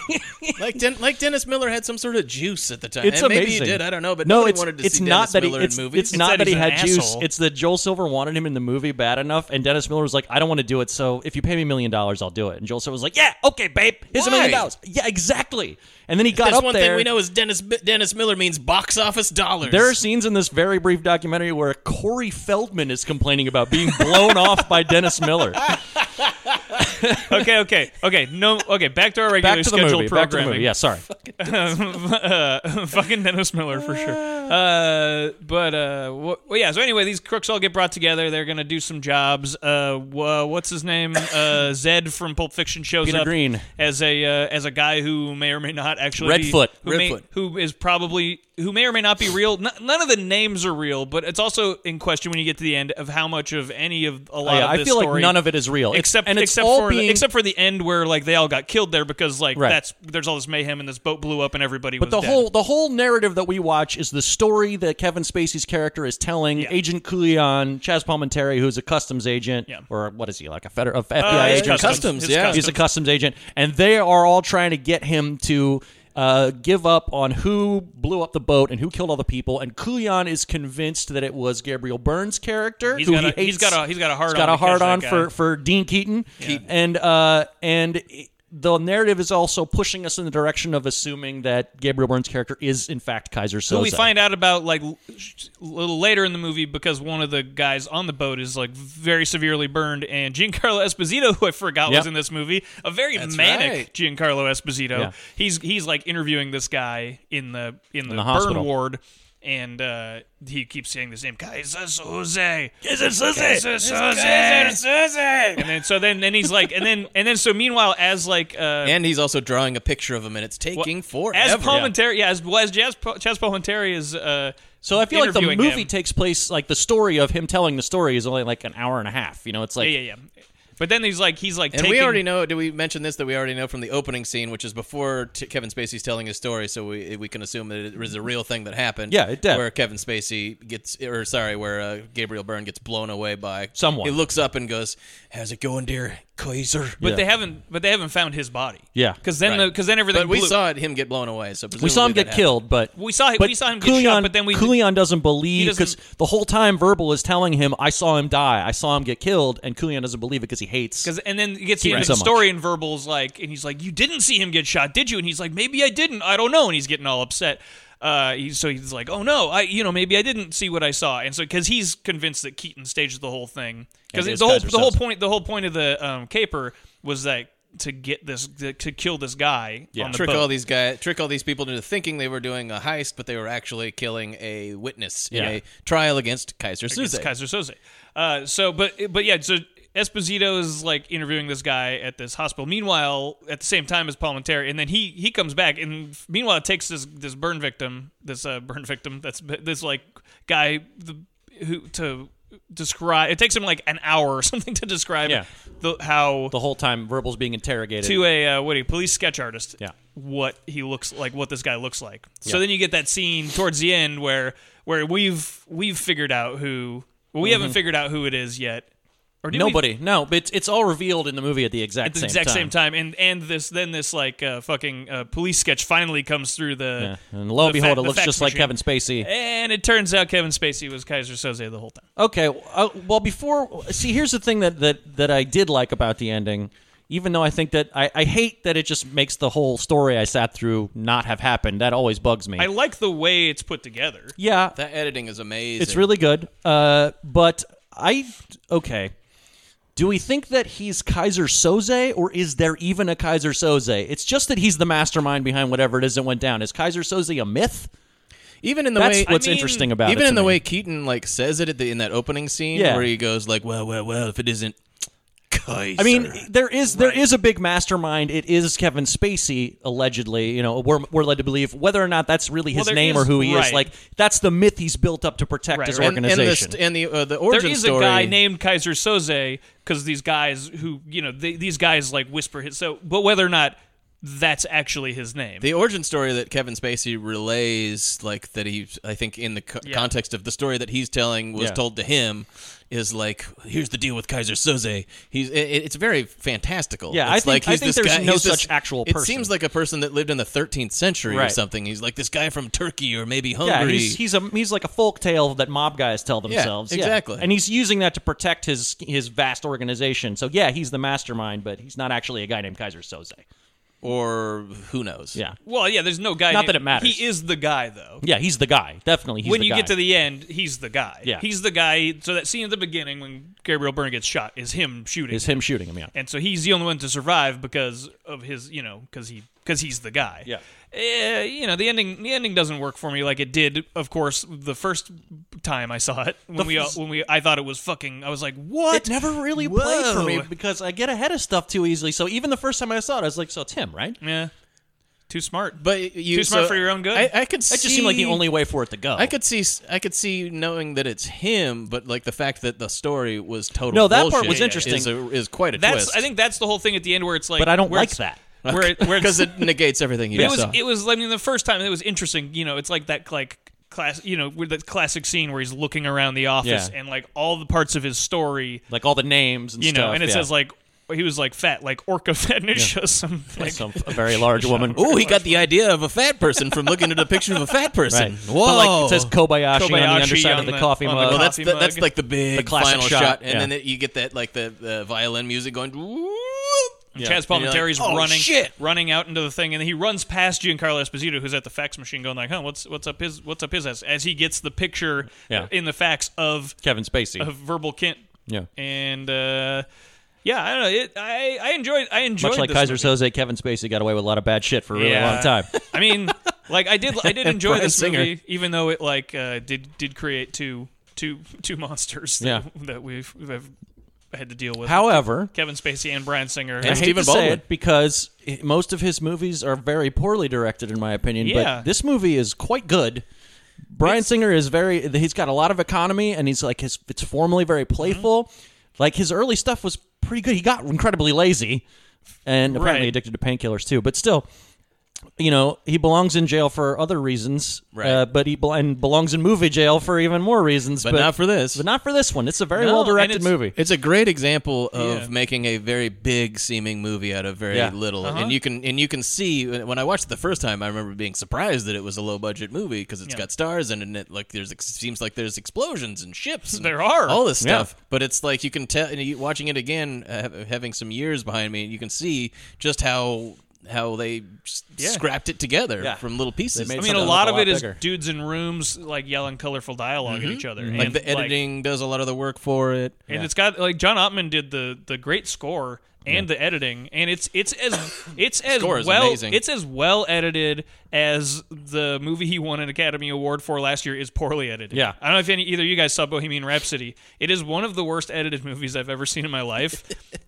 like Den- like Dennis Miller had some sort of juice at the time. It's and maybe amazing. he did. I don't know. But no, nobody it's, wanted to it's see not Dennis that he- Miller it's, in movies. It's, not that he he's an had juice. asshole. It's that Joel Silver wanted him in the movie bad enough, and Dennis Miller was like, "I don't want to do it. So if you pay me a million dollars, I'll do it." And Joel Silver was like, "Yeah, okay, babe. Here's a million Why? dollars. Yeah, exactly." And then he got That's up one there. thing we know is Dennis Dennis Miller means box office dollars. there are scenes in this very brief documentary where Corey Feldman is complaining about being blown off by Dennis Miller. okay, okay, okay. No, okay. Back to our regular Back to the scheduled movie. Back to the programming. movie. Yeah, sorry. Um, uh, fucking Dennis Miller for sure. Uh, but uh, wha- well, yeah. So anyway, these crooks all get brought together. They're gonna do some jobs. Uh, wha- what's his name? Uh, Zed from Pulp Fiction shows Peter up Green. as a uh, as a guy who may or may not actually be- Redfoot. Who, may- Redfoot. who is probably who may or may not be real. N- none of the names are real, but it's also in question when you get to the end of how much of any of a lot Oh, Yeah, of I this feel like story- none of it is real. It's- except and it's except all for the, being- except for the end where like they all got killed there because like Right. that's there's all this mayhem and this boat blew up and everybody But was the dead. whole the whole narrative that we watch is the story that Kevin Spacey's character is telling Agent Coulion, Chaz Palminteri, who's a customs agent, or what is he like a federal FBI Uh, he's agent? customs. Customs, He's yeah. customs. he's a customs agent, and they are all trying to get him to. Uh, give up on who blew up the boat and who killed all the people, and Coulion is convinced that it was Gabriel Burns' character. He's who got he a- he's hates. got a- he's got a hard He's got on a to catch hard on that for guy. for Dean Keaton, and uh, and the narrative is also pushing us in the direction of assuming that Gabriel Byrne's character is in fact Kaiser So Soze. we find out about like l- sh- a little later in the movie because one of the guys on the boat is like very severely burned, and Giancarlo Esposito, who I forgot Yep. was in this movie, a very That's manic right. Giancarlo Esposito. Yeah. He's he's like interviewing this guy in the in the, the burn hospital. ward. And uh, he keeps saying the name, Kaiser Soze. Kaiser Soze. Kaiser It's Soze. Kaiser Soze. And then so then and he's like and then and then so meanwhile as like uh, and he's also drawing a picture of him, and it's taking forever. as Palmentary, yeah, as well as Jazz, Chaz Palmentary is. Uh, so I feel like the interviewing movie him. takes place like the story of him telling the story is only like an hour and a half. You know, it's like yeah, yeah, yeah. But then he's like, he's like, And taking, we already know. Did we mention this? That we already know from the opening scene, which is before t- Kevin Spacey's telling his story, so we we can assume that it was a real thing that happened. Yeah, it did. Where Kevin Spacey gets, or sorry, where uh, Gabriel Byrne gets blown away by Someone. He looks up and goes, "How's it going, dear Kaiser?" But they haven't, but they haven't found his body. Yeah. because then, because then everything. But we blew. saw it, him get blown away. So we saw him presumably get that killed, but We saw- we but saw him get shot, but then we- Coulion doesn't believe doesn't- because the whole time Verbal is telling him, "I saw him die. I saw him get killed," and Coulion doesn't believe it because he hates. Because and then you get to the Keaton end of so the much. story, and Verbal's like, and he's like, "You didn't see him get shot, did you?" And he's like, "Maybe I didn't. I don't know." And he's getting all upset. Uh, he, so he's like, "Oh no, I, you know, maybe I didn't see what I saw." And so because he's convinced that Keaton staged the whole thing, because And is the whole Kaiser the whole Soze. point the whole point of the um, caper was that to get this to, to kill this guy on the trick boat. all these guys, trick all these people into thinking they were doing a heist, but they were actually killing a witness in Yeah. a trial against Kaiser Soze. Against Kaiser Soze. Uh, so, but but yeah, so Esposito is like interviewing this guy at this hospital. Meanwhile, at the same time as Palmenteri, and then he he comes back, and meanwhile it takes this this burn victim, this uh, burn victim, that's this like guy the, who to describe. It takes him like an hour or something to describe Yeah. the, how the whole time Verbal's being interrogated. to a uh, what do you, police sketch artist. Yeah. What he looks like, what this guy looks like. So Yeah. then you get that scene towards the end where where we've we've figured out who well, we haven't figured out who it is yet. Or did we- Mm-hmm. Nobody. No, but it's, it's all revealed in the movie at the exact at the same exact time. same time, and and this then this like uh, fucking uh, police sketch finally comes through the. Yeah. And lo and the behold, fa- the it looks fax just like machine. Kevin Spacey. And it turns out Kevin Spacey was Kaiser Soze the whole time. Okay. Uh, well, before see, here's the thing that that that I did like about the ending, even though I think that I, I hate that it just makes the whole story I sat through not have happened. That always bugs me. I like the way it's put together. Yeah. That editing is amazing. it's really good. Uh, but I okay. Do we think that he's Kaiser Soze, or is there even a Kaiser Soze? It's just that he's the mastermind behind whatever it is that went down. Is Kaiser Soze a myth? Even in the That's way what's interesting about even it in to the me. way Keaton like says it at the, in that opening scene Yeah. where he goes like, "Well, well, well, if it isn't Kaiser." I mean, there is there is a big mastermind. It is Kevin Spacey, allegedly. You know, we're, we're led to believe whether or not that's really Well, his there name is- or who he is. right. Like that's the myth he's built up to protect his organization. and, the, uh, the There origin is story. a guy named Kaiser Soze because these guys who you know they, these guys like whisper his so, but whether or not that's actually his name. The origin story that Kevin Spacey relays, like that he, I think, in the co- context of the story that he's telling was Yeah. told to him, is like, here's the deal with Kaiser Soze. He's, it, it's very fantastical. Yeah, I It's think- like I he's think this there's guy- no he's this- such actual It person. seems like a person that lived in the 13th century or Right. something. He's like this guy from Turkey or maybe Hungary. yeah, he's, he's a he's like a folk tale that mob guys tell themselves. exactly. and he's using that to protect his his vast organization. So yeah, he's the mastermind, but he's not actually a guy named Kaiser Soze. or who knows? Yeah, Well, yeah, there's no guy. Not named- that it matters. He is the guy though. yeah, he's the guy. Definitely, he's when the you guy. get to the end, he's the guy. Yeah. he's the guy. So that scene at the beginning when Gabriel Byrne gets shot is him shooting. is him shooting him. Yeah, and so he's the only one to survive because of his, you know, because he because he's the guy. Yeah. Eh, you know the ending. The ending doesn't work for me like it did, of course, the first time I saw it. When The we uh, f- when we I thought it was fucking. I was like, what? It never really played for me because I get ahead of stuff too easily. So even the first time I saw it, I was like, "So it's him, right?" Yeah. Too smart. But you Too smart so for your own good. I, I could. That just seemed like the see- only way for it to go. I could see. I could see knowing that it's him, but like the fact that the story was total. No, that part bullshit was interesting. Is, a, is quite a That's. twist. I think that's the whole thing at the end where it's like. But I don't where like it's- that. Where it, where because it's- it negates everything you But it just was saw. it was I mean the first time it was interesting you know it's like that like class you know with that classic scene where he's looking around the office Yeah. and like all the parts of his story Like all the names and you know stuff, and it yeah. says like he was like fat like orca fatness or some like Some a very large woman. Oh, he got the idea of a fat person from looking at a picture of a fat person. Right. Whoa! But, like, it says Kobayashi on the Kobayashi underside on of the coffee on mug. Well, that's Coffee the, that's mug. like the big The classic final shot, shot, and yeah. then it, you get that like the, the violin music going. And Yeah. Chaz And you're like, Palminteri's "Oh, running, shit." running out into the thing, and he runs past Giancarlo Esposito, who's at the fax machine, going like, "Huh, what's what's up his what's up his ass?" As he gets the picture Yeah. in the fax of Kevin Spacey. of verbal Kent, Yeah. and uh, yeah, I don't know. It, I I enjoyed I enjoyed Much like this Kaiser movie. Soze, Kevin Spacey got away with a lot of bad shit for a really Yeah. long time. I mean, like I did, I did enjoy Bryan this Singer. movie, even though it like uh, did did create two two two monsters that, Yeah. that we've, we've had to deal with. However- Kevin Spacey and Brian Singer I hate to say it because i- most of his movies are very poorly directed, in my opinion. Yeah. But this movie is quite good. Brian Singer is very. He's got a lot of economy, and he's like his. It's formally very playful. Like his early stuff was pretty good. He got incredibly lazy, and apparently Right. addicted to painkillers too. But still, you know, he belongs in jail for other reasons. Right. Uh, but he bel- and belongs in movie jail for even more reasons. But not for this. But not for this one. It's a very No, well and directed it's- movie. It's a great example of Yeah. making a very big seeming movie out of very Yeah. little, Uh-huh. and you can and you can see uh, when I watched it the first time, I remember being surprised that it was a low budget movie because it's Yeah. got stars and, and it like there's ex- seems like there's explosions and ships. And There are. all this Yeah. stuff, but it's like you can tell. And you, watching it again, uh, ha- having some years behind me, you can see just how. How they s- Yeah. scrapped it together Yeah. from little pieces. I mean, a lot, Mm-hmm. of it is dudes in rooms like yelling colorful dialog at each other, and Like the editing does a lot of the work for it, and it's got like John Ottman did the the great score and the editing, and it's it's as it's as Score is well amazing. it's as well edited as the movie he won an Academy Award for last year is poorly edited. Yeah. I don't know if any either of you guys saw Bohemian Rhapsody. It is one of the worst edited movies I've ever seen in my life.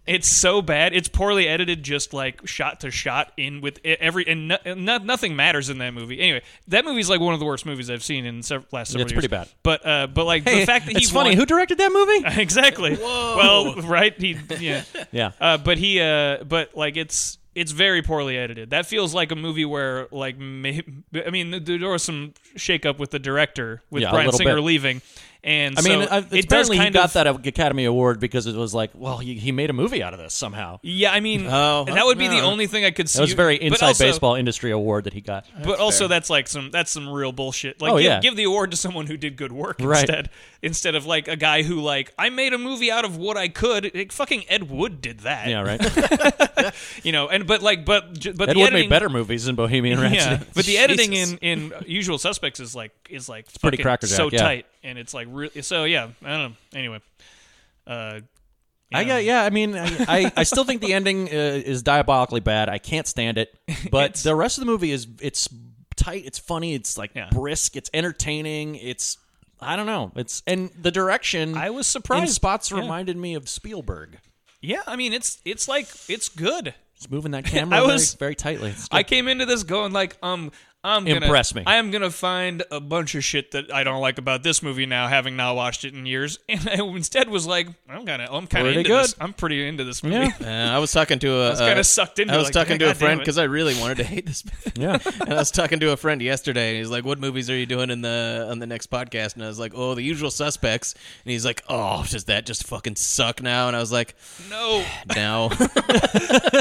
it's so bad. It's poorly edited, just like shot to shot in with e- every and no, no, nothing matters in that movie. Anyway, that movie's like one of the worst movies I've seen in sev- last several It's years. pretty bad. But uh, but like Hey, the fact that it's he funny. won- Who directed that movie? exactly. Well, right? He yeah. Yeah. Uh, but he uh, but like it's it's very poorly edited. That feels like a movie where like may, I mean there was some shakeup with the director with Yeah, a Brian little Singer bit. leaving, And I mean, so I- it does apparently he kind of, got that Academy Award because it was like, well, he, he made a movie out of this somehow. Yeah, I mean, Oh, that would be the yeah. only thing I could see. That was a very But inside also- baseball industry award that he got. But also, that's like some that's some real bullshit. Like, Oh, give, yeah. give the award to someone who did good work Right. instead, instead of like a guy who like I made a movie out of what I could. Like, fucking Ed Wood did that. Yeah, right. you know, and but like, but j- but Ed the Wood editing, made better movies than Bohemian Rhapsody. Yeah, but the Jesus. editing in in Usual Suspects is like is like pretty fucking crackerjack, so yeah. tight, and it's like really so yeah. I don't know. Anyway, uh, I got yeah. I mean, I, I, I still think the ending uh, is diabolically bad. I can't stand it. But the rest of the movie is it's tight. It's funny. It's like brisk. It's entertaining. It's I don't know. It's and the direction. I was surprised. In spots Yeah. reminded me of Spielberg. yeah. I mean, it's it's like it's good. It's moving that camera I was- very, very tightly. It's I came into this going like, um, I'm gonna, Impress me. I am gonna find a bunch of shit that I don't like about this movie now, having not watched it in years, and I instead was like, I'm gonna, I'm kind of Pretty into good. this. I'm pretty into this movie. Yeah, Uh, I was talking to a. I was kinda uh, sucked into I it, was like, talking to a "God damn friend it." because I really wanted to hate this. yeah. and I was talking to a friend yesterday, and he's like, "What movies are you doing in the on the next podcast?" And I was like, "Oh, The Usual Suspects." And he's like, "Oh, does that just fucking suck now?" And I was like, "No, no, no."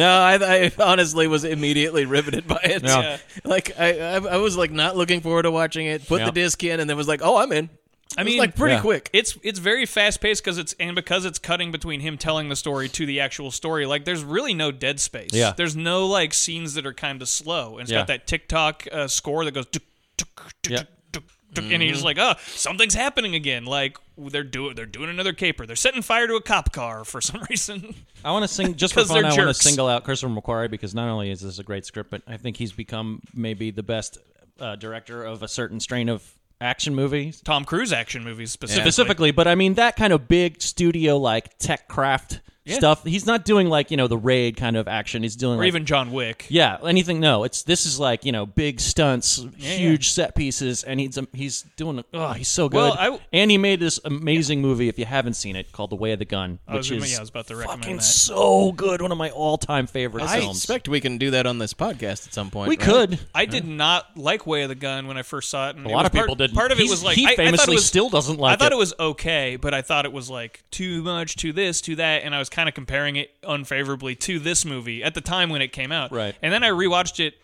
I, I honestly was immediately riveted by it. Yeah. Yeah. Like I, I, I was like not looking forward to watching it. Put Yeah. the disc in, and then was like, "Oh, I'm in." It I was, mean, like pretty Yeah. quick. It's it's very fast paced because it's and because it's cutting between him telling the story to the actual story. Like, there's really no dead space. Yeah. There's no like scenes that are kind of slow, and it's Yeah. got that TikTok uh, score that goes. "Tuk, tuk, tuk, Yeah. tuk, tuk, tuk," And you're just like, oh, something's happening again. Like they're doing, they're doing another caper. They're setting fire to a cop car for some reason. I want to sing just for 'Cause fun. they're I want to jerks. single out Christopher McQuarrie because not only is this a great script, but I think he's become maybe the best uh, director of a certain strain of action movies. Tom Cruise action movies specifically. specifically. but I mean that kind of big studio like tech craft Yeah. stuff. He's not doing like you know the raid kind of action. He's doing or like, even John Wick. yeah anything. No, it's this is like you know big stunts, huge set pieces, and he's um, he's doing oh he's so good. Well, I- and he made this amazing movie if you haven't seen it called The Way of the Gun, I was, which gonna- is yeah, I was about to recommend fucking that. so good. One of my all time favorite I films. expect we can do that on this podcast at some point. We right? could. I did not like Way of the Gun when I first saw it. And A it lot was of people part, didn't. Part of it He's- was like he I- I, thought famously it was, still doesn't like I thought it. it. was okay, but I thought it was like too much, too this, too that, and I was kind of comparing it unfavorably to this movie at the time when it came out. Right. And then I rewatched it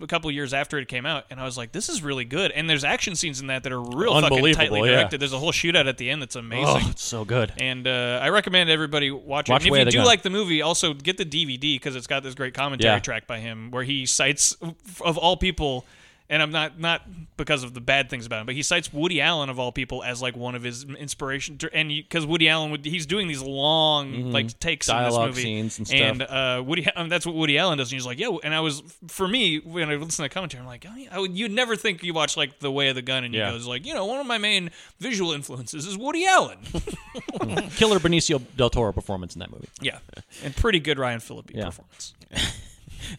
a couple years after it came out, and I was like, "This is really good." And there's action scenes in that that are real fucking Unbelievable, tightly yeah. directed. There's a whole shootout at the end that's amazing. Oh, it's so good. And uh, I recommend everybody watch it. Watch And if Way you of the do Gun. like the movie, also get the DVD because it's got this great commentary Yeah. track by him where he cites, f- of all people, and I'm not not because of the bad things about him, but he cites Woody Allen of all people as like one of his inspiration. dr- And because Woody Allen, would, he's doing these long Mhm. like takes Dialogue in this movie, scenes and uh, Woody, um, that's what Woody Allen does. And he's like, yeah. And I was for me when I listen to the commentary, I'm like, oh, yeah, I would, you'd never think you watch like The Way of the Gun, and Yeah. you goes like, you know, one of my main visual influences is Woody Allen. Killer Benicio del Toro performance in that movie. Yeah, and pretty good Ryan Phillippe Yeah. performance.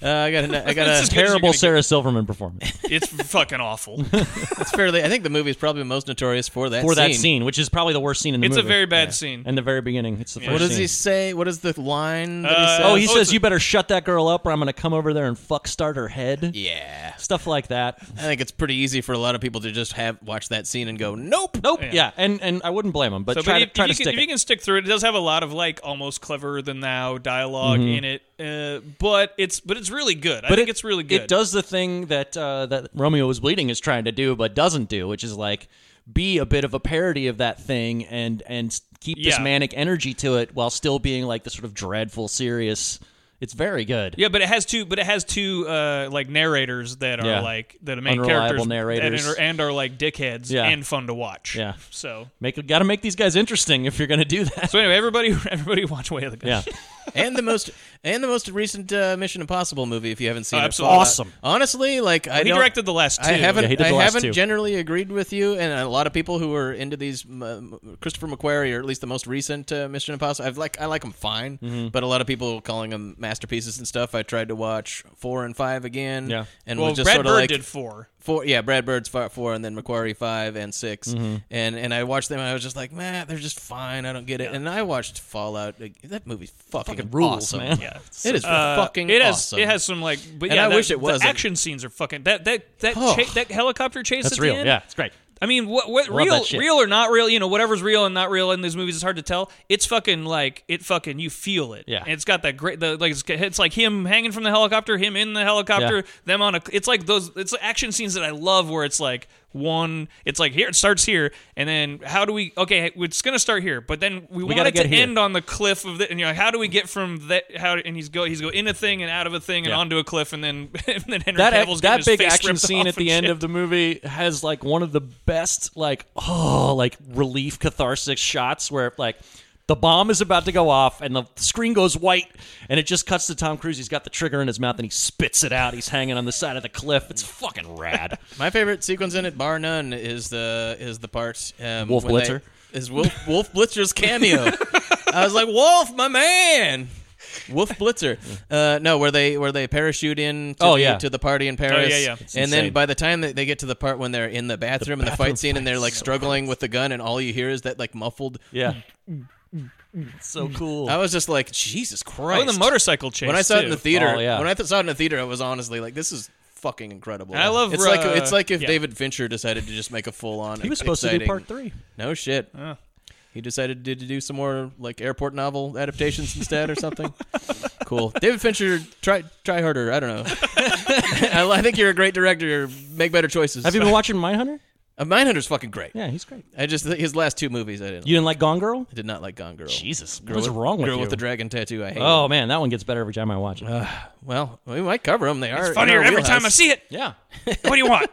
Uh, I got. A, I It's got a as good as Terrible you're gonna Sarah Silverman performance get. It's fucking awful. It's fairly. I think the movie is probably most notorious for that. for scene. that scene, which is probably the worst scene in the It's a movie. very bad scene. In the very beginning, it's the What first. does scene. he say? What is the line? That Uh, he says? Oh, he Oh, it's says a- you better shut that girl up, or I'm gonna come over there and fuck start her head. Yeah, stuff like that. I think it's pretty easy for a lot of people to just have watch that scene and go, "Nope, Nope. Yeah. Yeah, and and I wouldn't blame him, but So, try but to if, try if to you can, stick. if you it. can stick through it, it does have a lot of like almost cleverer than thou dialog Mhm. in it, uh, but it's but it's really good. I But think it- it's really good. It does the thing that uh, that Romeo was bleeding is trying to do, but doesn't do, which is like be a bit of a parody of that thing and and keep this Yeah. manic energy to it while still being like the sort of dreadful, serious. It's very good. Yeah, but it has two. But it has two uh, like narrators that are Yeah. like that are main Unreliable characters narrators. and are, and are like dickheads Yeah. and fun to watch. Yeah. So Make got to make these guys interesting if you're going to do that. so anyway, everybody everybody watch Way of the Gun. Yeah. and the most and the most recent uh, Mission Impossible movie. If you haven't seen Oh, it, absolutely. Uh, Awesome. honestly, like I Well, he don't- directed the last I two. haven't. Yeah, he did the I last haven't two. generally agreed with you, and a lot of people who are into these m- uh, m- Christopher McQuarrie, or at least the most recent uh, Mission Impossible. I've like I like them fine, Mm-hmm. Mhm. but a lot of people calling them masterpieces and stuff. I tried to watch four and five again. Yeah. and Well, was just Brad sort of Bird like did four. Four, yeah, Brad Bird's fi- four, and then McQuarrie five and 6 and and I watched them, and I was just like, man, they're just fine. I don't get it. And I watched Fallout. Like, that movie's fucking, Fucking rules, awesome. man. Yeah. it is Uh, fucking. It has awesome. it has some like, but and yeah, I that- wish it was The action scenes are fucking that that that Oh. cha- that helicopter chase. That's at real. The end, Yeah, it's great. I mean, what, what Love real, that shit. real or not real? You know, whatever's real and not real in these movies is hard to tell. It's fucking like it fucking you feel it. Yeah. And it's got that great, the, like it's, it's like him hanging from the helicopter, him in the helicopter, Yeah. them on a. It's like those. It's action scenes that I love where it's like one. It's like here it starts here, and then how do we? Okay, it's gonna start here, but then we, want gotta it to get here. end on the cliff of the. And you know, how do we get from that? How and he's go he's go in a thing and out of a thing and Yeah. onto a cliff and then and then Henry that e, Cavill's getting that his big face action ripped scene off at the and end shit. of the movie has like one of the best like oh like relief catharsis shots where like the bomb is about to go off and the screen goes white and it just cuts to Tom Cruise. He's got the trigger in his mouth and he spits it out. He's hanging on the side of the cliff. It's fucking rad. My favorite sequence in it, bar none, is the is the part um, Wolf when they- Blitzer? is Wolf Wolf Blitzer's cameo. I was like, Wolf, my man. Wolf Blitzer, uh, no, where they where they parachute in to, Oh, the, yeah. to the party in Paris, yeah, yeah. It's and insane. then by the time that they get to the part when they're in the bathroom and the bathroom fight scene and they're like fight's so struggling with the gun and all you hear is that like muffled Yeah. so cool. I was just like, Jesus Christ! Oh, and the motorcycle chase, When I saw it too. in the theater, Oh, yeah. when I th- saw it in the theater, I was honestly like, this is fucking incredible. I love, It's uh, like it's like if yeah. David Fincher decided to just make a full on. He was supposed to do part three. No shit. He decided to to do some more like airport novel adaptations instead or something. cool. David Fincher, try try harder. I don't know. I, I think you're a great director. Make better choices. Have you been watching Mindhunter? Uh, Mindhunter's fucking great. Yeah, he's great. I just his last two movies I didn't. You didn't like Gone Girl? I did not like Gone Girl. Jesus, Girl what's with- wrong with Girl you? with the dragon tattoo. I hate. Oh man, that one gets better every time I watch it. well, we might cover them. They are in funnier our every time wheelhouse. I see it. Yeah. what do you want?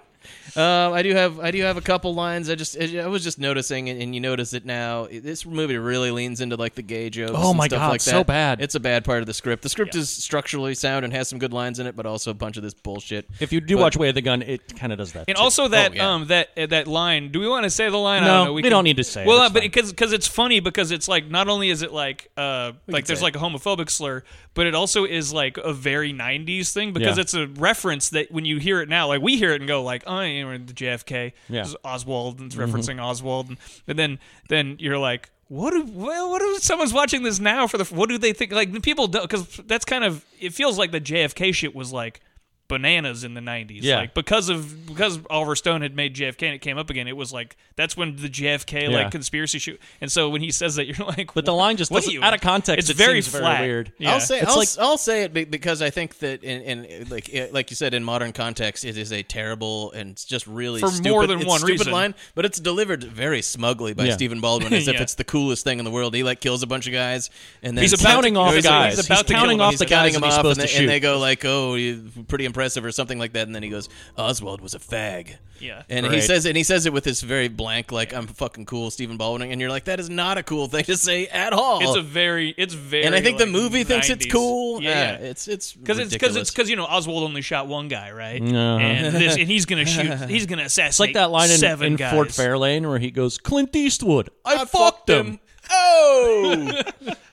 Uh, I do have I do have a couple lines. I just I was just noticing, and, and you notice it now. This movie really leans into like the gay jokes. Oh, and my stuff God, like that. so bad. It's a bad part of the script. The script is structurally sound and has some good lines in it, but also a bunch of this bullshit. If you do But- watch Way of the Gun, it kind of does that. And too. also that Oh, yeah. um that uh, that line. Do we want to say the line? I No, don't know. we don't need to say it. Well, It's uh, but because because it's funny because it's like not only is it like uh like there's say like a homophobic slur, but it also is like a very '90s thing because Yeah. it's a reference that when you hear it now, like we hear it and go like, I am the JFK. Yeah. Mm-hmm. This is Oswald and it's referencing Oswald, and, and then then you're like. What do well, what if someone's watching this now for the what do they think like the people don't because that's kind of it feels like the JFK shit was like bananas in the 90s Yeah. like because of because Oliver Stone had made JFK and it came up again it was like that's when the JFK Yeah. like conspiracy shoot and so when he says that you're like But the line just what doesn't- do you- out of it's context, it very seems very flat weird. yeah. I'll say It's I'll, like- s- I'll say it be- because I think that in, in like eh, like you said in modern context it is a terrible and it's just really For more stupid, than it's one stupid reason. line, but it's delivered very smugly by Yeah. Stephen Baldwin as if Yeah. it's the coolest thing in the world. He like kills a bunch of guys and then He's about to- Counting off He's- guys. He's He's, about to counting kill them. off He's the guys counting them that he's off, supposed and, to they- and shoot. they go like, "Oh, you- pretty impressive" or something like that, and then he goes, "Oswald was a fag." Yeah. and he Great. says and he says it with this very blank, like, "I'm fucking cool," Stephen Baldwin, and you're like, "That is not a cool thing to say at all." it's a very it's very and I think like, the movie thinks it's 90s. cool. yeah, yeah. it's it's Because because it's because it's because you know Oswald only shot one guy, right? No. And, this, and he's gonna shoot. He's gonna assassinate. It's like that line in, seven in guys. Fort Fairlane where he goes, Clint Eastwood, I, fucked, him. Oh,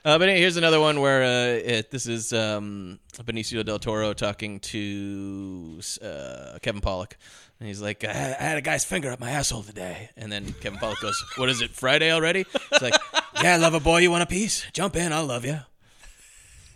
uh, but here's another one where uh, it, this is um, Benicio del Toro talking to uh, Kevin Pollock, and he's like, I had, "I had a guy's finger up my asshole today," and then Kevin Pollock goes, "What is it? Friday already?" It's like, "Yeah, lover boy, you want a piece? Jump in, I love you."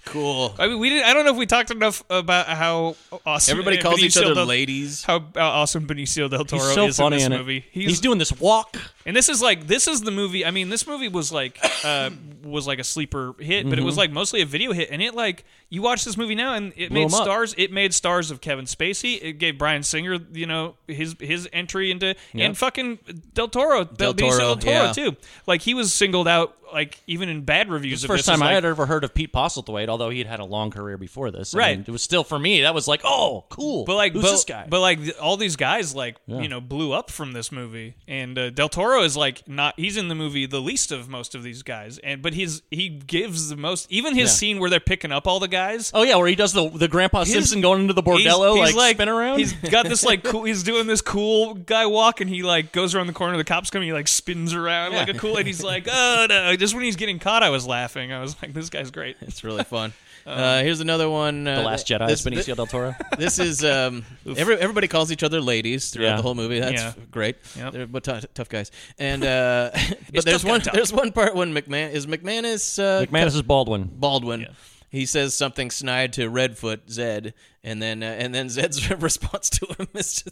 Cool. I mean, we didn't. I don't know if we talked enough about how awesome Everybody uh, calls Benicio each other del, ladies. How, how awesome Benicio del Toro He's so is funny in in this it. movie. He's, doing this walk. And this is like this is the movie. I mean, this movie was like uh, was like a sleeper hit, but it Mm-hmm. was like mostly a video hit. And it like you watch this movie now, and it Blew made him up. stars. It made stars of Kevin Spacey. It gave Brian Singer, you know, his his entry into Yeah. and fucking Del Toro, Del, Benicio Toro, Del Toro yeah. too. Like he was singled out, like even in bad reviews. It's the of first this, as, time I like, had ever heard of Pete Postlethwaite, although he'd had a long career before this. I Right. mean, it was still for me. That was like, oh, cool. But like, who's but, this guy? But like, th- all these guys like Yeah. you know blew up from this movie, and uh, Del Toro is like not he's in the movie the least of most of these guys, and but he's he gives the most. Even his Yeah. scene where they're picking up all the guys. oh yeah, where he does the the Grandpa Simpson going into the He's, bordello, he's like, spin around. He's got this like cool. He's doing this cool guy walk, and he like goes around the corner. The cops coming. He like spins around like a cool. And he's like, oh no! Just when he's getting caught, I was laughing. I was like, this guy's great. It's really fun. Uh, here's another one. Uh, the Last Jedi, This, is Benicio del Toro. this is um, every, everybody calls each other ladies throughout Yeah. the whole movie. That's Yeah. great. Yep. They're but tou- tough guys. And uh, It's but tough there's guy one talk. there's one part when McMahon is McManus uh, McManus is Baldwin. Baldwin. He says something snide to Redfoot Zed, and then uh, and then Zed's response to him is just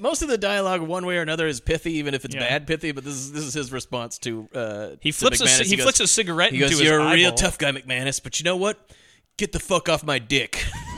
Most of the dialogue, one way or another, is pithy, even if it's bad pithy. But this is this is his response to. Uh, He to flips a McManus. ci- he goes- flips a cigarette He goes, into his "You're a real eyeball." tough guy, McManus, but you know what? Get the fuck off my dick."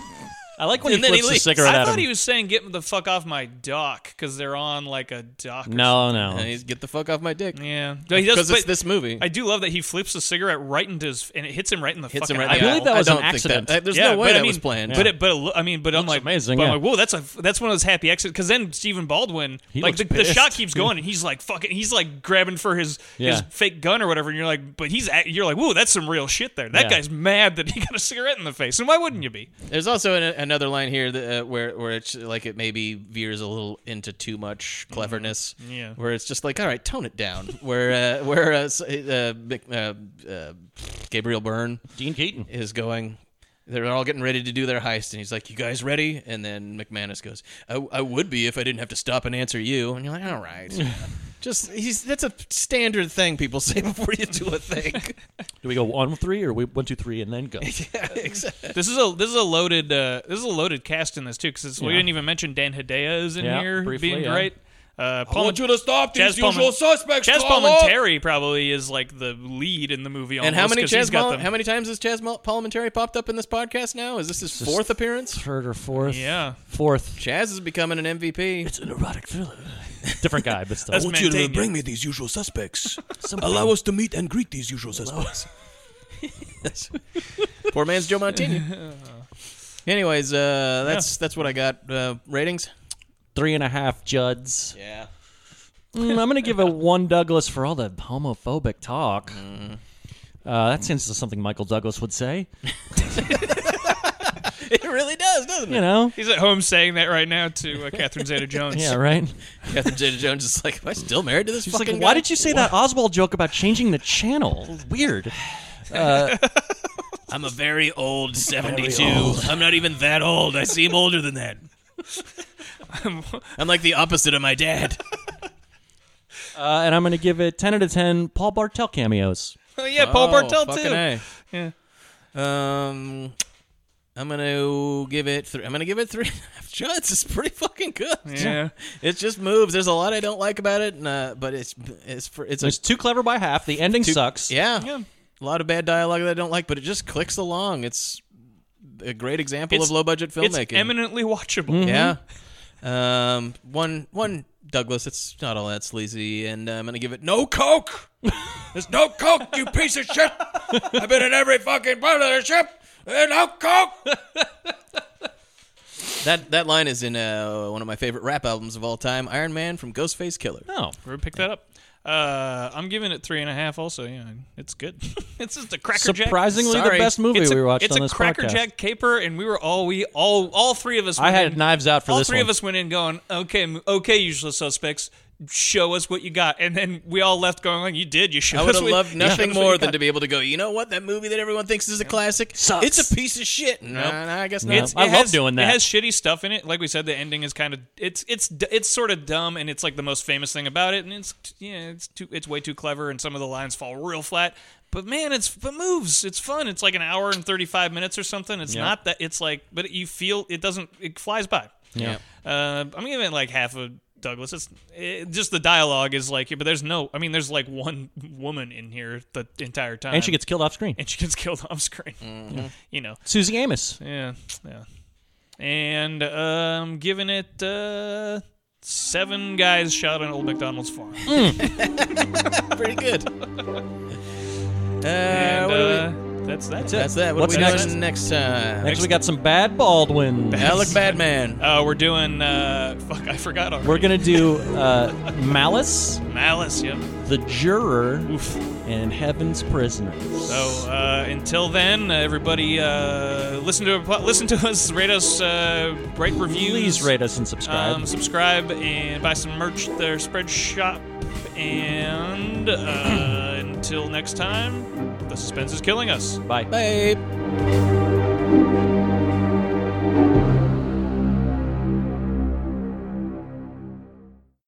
I like when he flips the cigarette I at thought him. he was saying, "Get the fuck off my dock," because they're on like a dock. or No, something. no. And he's get the fuck off my dick. Yeah, No, he does- because it's but this movie. I do love that he flips a cigarette right into his and it hits him right in the Hits him fucking eye. right in the I believe eye. that I was an don't think accident. that- there's no way but, that I mean, was planned. But Yeah. it, but it, lo- I mean, but I'm like amazing, But yeah. I'm like, whoa, that's a that's one of those happy exits because then Stephen Baldwin He like the, looks the shot pissed. keeps going and he's like fucking he's like grabbing for his his Yeah. fake gun or whatever and you're like but he's act- you're like whoa that's some real shit there that Yeah. guy's mad that he got a cigarette in the face and why wouldn't you be There's also an, another line here that, uh, where where it's like it maybe veers a little into too much cleverness. Mhm. Yeah. Where it's just like, all right, tone it down. where uh, where uh, s- uh, Mc- uh, uh, Gabriel Byrne, Dean Keaton is going. They're all getting ready to do their heist, and he's like, "You guys ready?" And then McManus goes, "I, I would be if I didn't have to stop and answer you." And you're like, "All right." Just he's that's a standard thing people say before you do a thing. Do we go one three or we one two three and then go? yeah, exactly. this is a this is a loaded uh, this is a loaded cast in this too because we Yeah. didn't even mention Dan Hedaya is in Yeah, here briefly, being yeah. great. Uh, I want you to stop Chaz these usual suspects, Chaz call up. Palminteri probably is like the lead in the movie. and how almost, many 'cause he's Chaz got Mal- them- how many times has Chaz Mal- Parliamentary popped up in this podcast now? Is this his fourth appearance? Third or fourth? Yeah. Fourth. Chaz is becoming an MVP. It's an erotic thriller. Different guy, but still. That's I want you to Mantegna. bring me these usual suspects. Somebody- Allow us to meet and greet these usual suspects. Poor man's Joe Montana. Anyways, uh, that's that's what I got. Uh, ratings. Three and a half Juds. Yeah. Mm, I'm gonna give a one Douglas for all the homophobic talk. Uh, that seems to something Michael Douglas would say. It really does, doesn't it? You know. he's at home saying that right now to uh, Catherine Zeta-Jones. Yeah, right. Catherine Zeta-Jones is like, "Am I still married to this She's like, fucking why guy?" did you say that Oswald joke about changing the channel? Weird. Uh, I'm a very old 72. old. I'm not even that old. I seem older than that. I'm like the opposite of my dad. uh, and I'm gonna give it ten out of ten. Paul Bartel cameos. Oh, yeah, Paul Oh, Bartel fucking too. A. Yeah. Um, I'm gonna give it three. I'm gonna give it three and a half shots. It's pretty fucking good. Yeah. it just moves. There's a lot I don't like about it, and, uh, but it's it's for, it's It's, a, too clever by half. The ending too- sucks. Yeah. a lot of bad dialogue that I don't like, but it just clicks along. It's a great example It's- of low budget filmmaking. Mm-hmm. it's eminently watchable. Yeah. Um, one one Douglas. It's not all that sleazy, and uh, I'm gonna give it no coke. There's no coke, you piece of shit. I've been in every fucking part of the ship. There's no coke. That that line is in uh, one of my favorite rap albums of all time, Iron Man from Ghostface Killer. Oh, we pick that up. Uh, I'm giving it three and a half. Also, yeah, it's good. it's just a cracker. Surprisingly, the best movie it's a, we watched It's on a this Cracker podcast. Jack caper, and we were all we all all three of us. I went had in- knives out for all this three of one. us went in going, okay, m- okay, usual suspects, show us what you got, and then we all left going, like, you did, you showed I would us. have what- loved you showed nothing us what you more than got." to be able to go. You know what? That movie that everyone thinks is a classic Sucks. It's a piece of shit. No, no, I guess not. It's- it has- It has shitty stuff in it. Like we said, the ending is kind of it's it's d- it's sort of dumb, and it's like the most famous thing about it. And it's yeah, it's too it's way too clever, and some of the lines fall real flat. But man, it's it moves. It's fun. It's like an hour and thirty five minutes or something. It's Yeah. not that. It's like, but you feel it doesn't. It flies by. Yeah. Uh, I'm giving it like half a Douglas. It's it, just the dialogue is like, but there's no. I mean, there's like one woman in here the entire time, And she gets Mm-hmm. killed off screen. And she gets killed off screen. You know, Susie Amos. yeah, yeah. And um, giving it uh, seven guys shot on Old McDonald's farm. Pretty good. Uh, and what do we- uh, that's that. That's it. That's that. What What's are we next? doing next time? Next, we got some bad Baldwin. Alec Badman. Uh, we're doing. Uh, fuck, I forgot already. We're gonna do uh, Malice, Malice. Yep. The Juror, and Heaven's Prisoners. So uh, until then, uh, everybody, uh, listen to listen to us, rate us, uh, write reviews, Please rate us and subscribe. um, subscribe, and buy some merch. at Their spread shop. And uh, until next time, the suspense is killing us. Bye. Bye.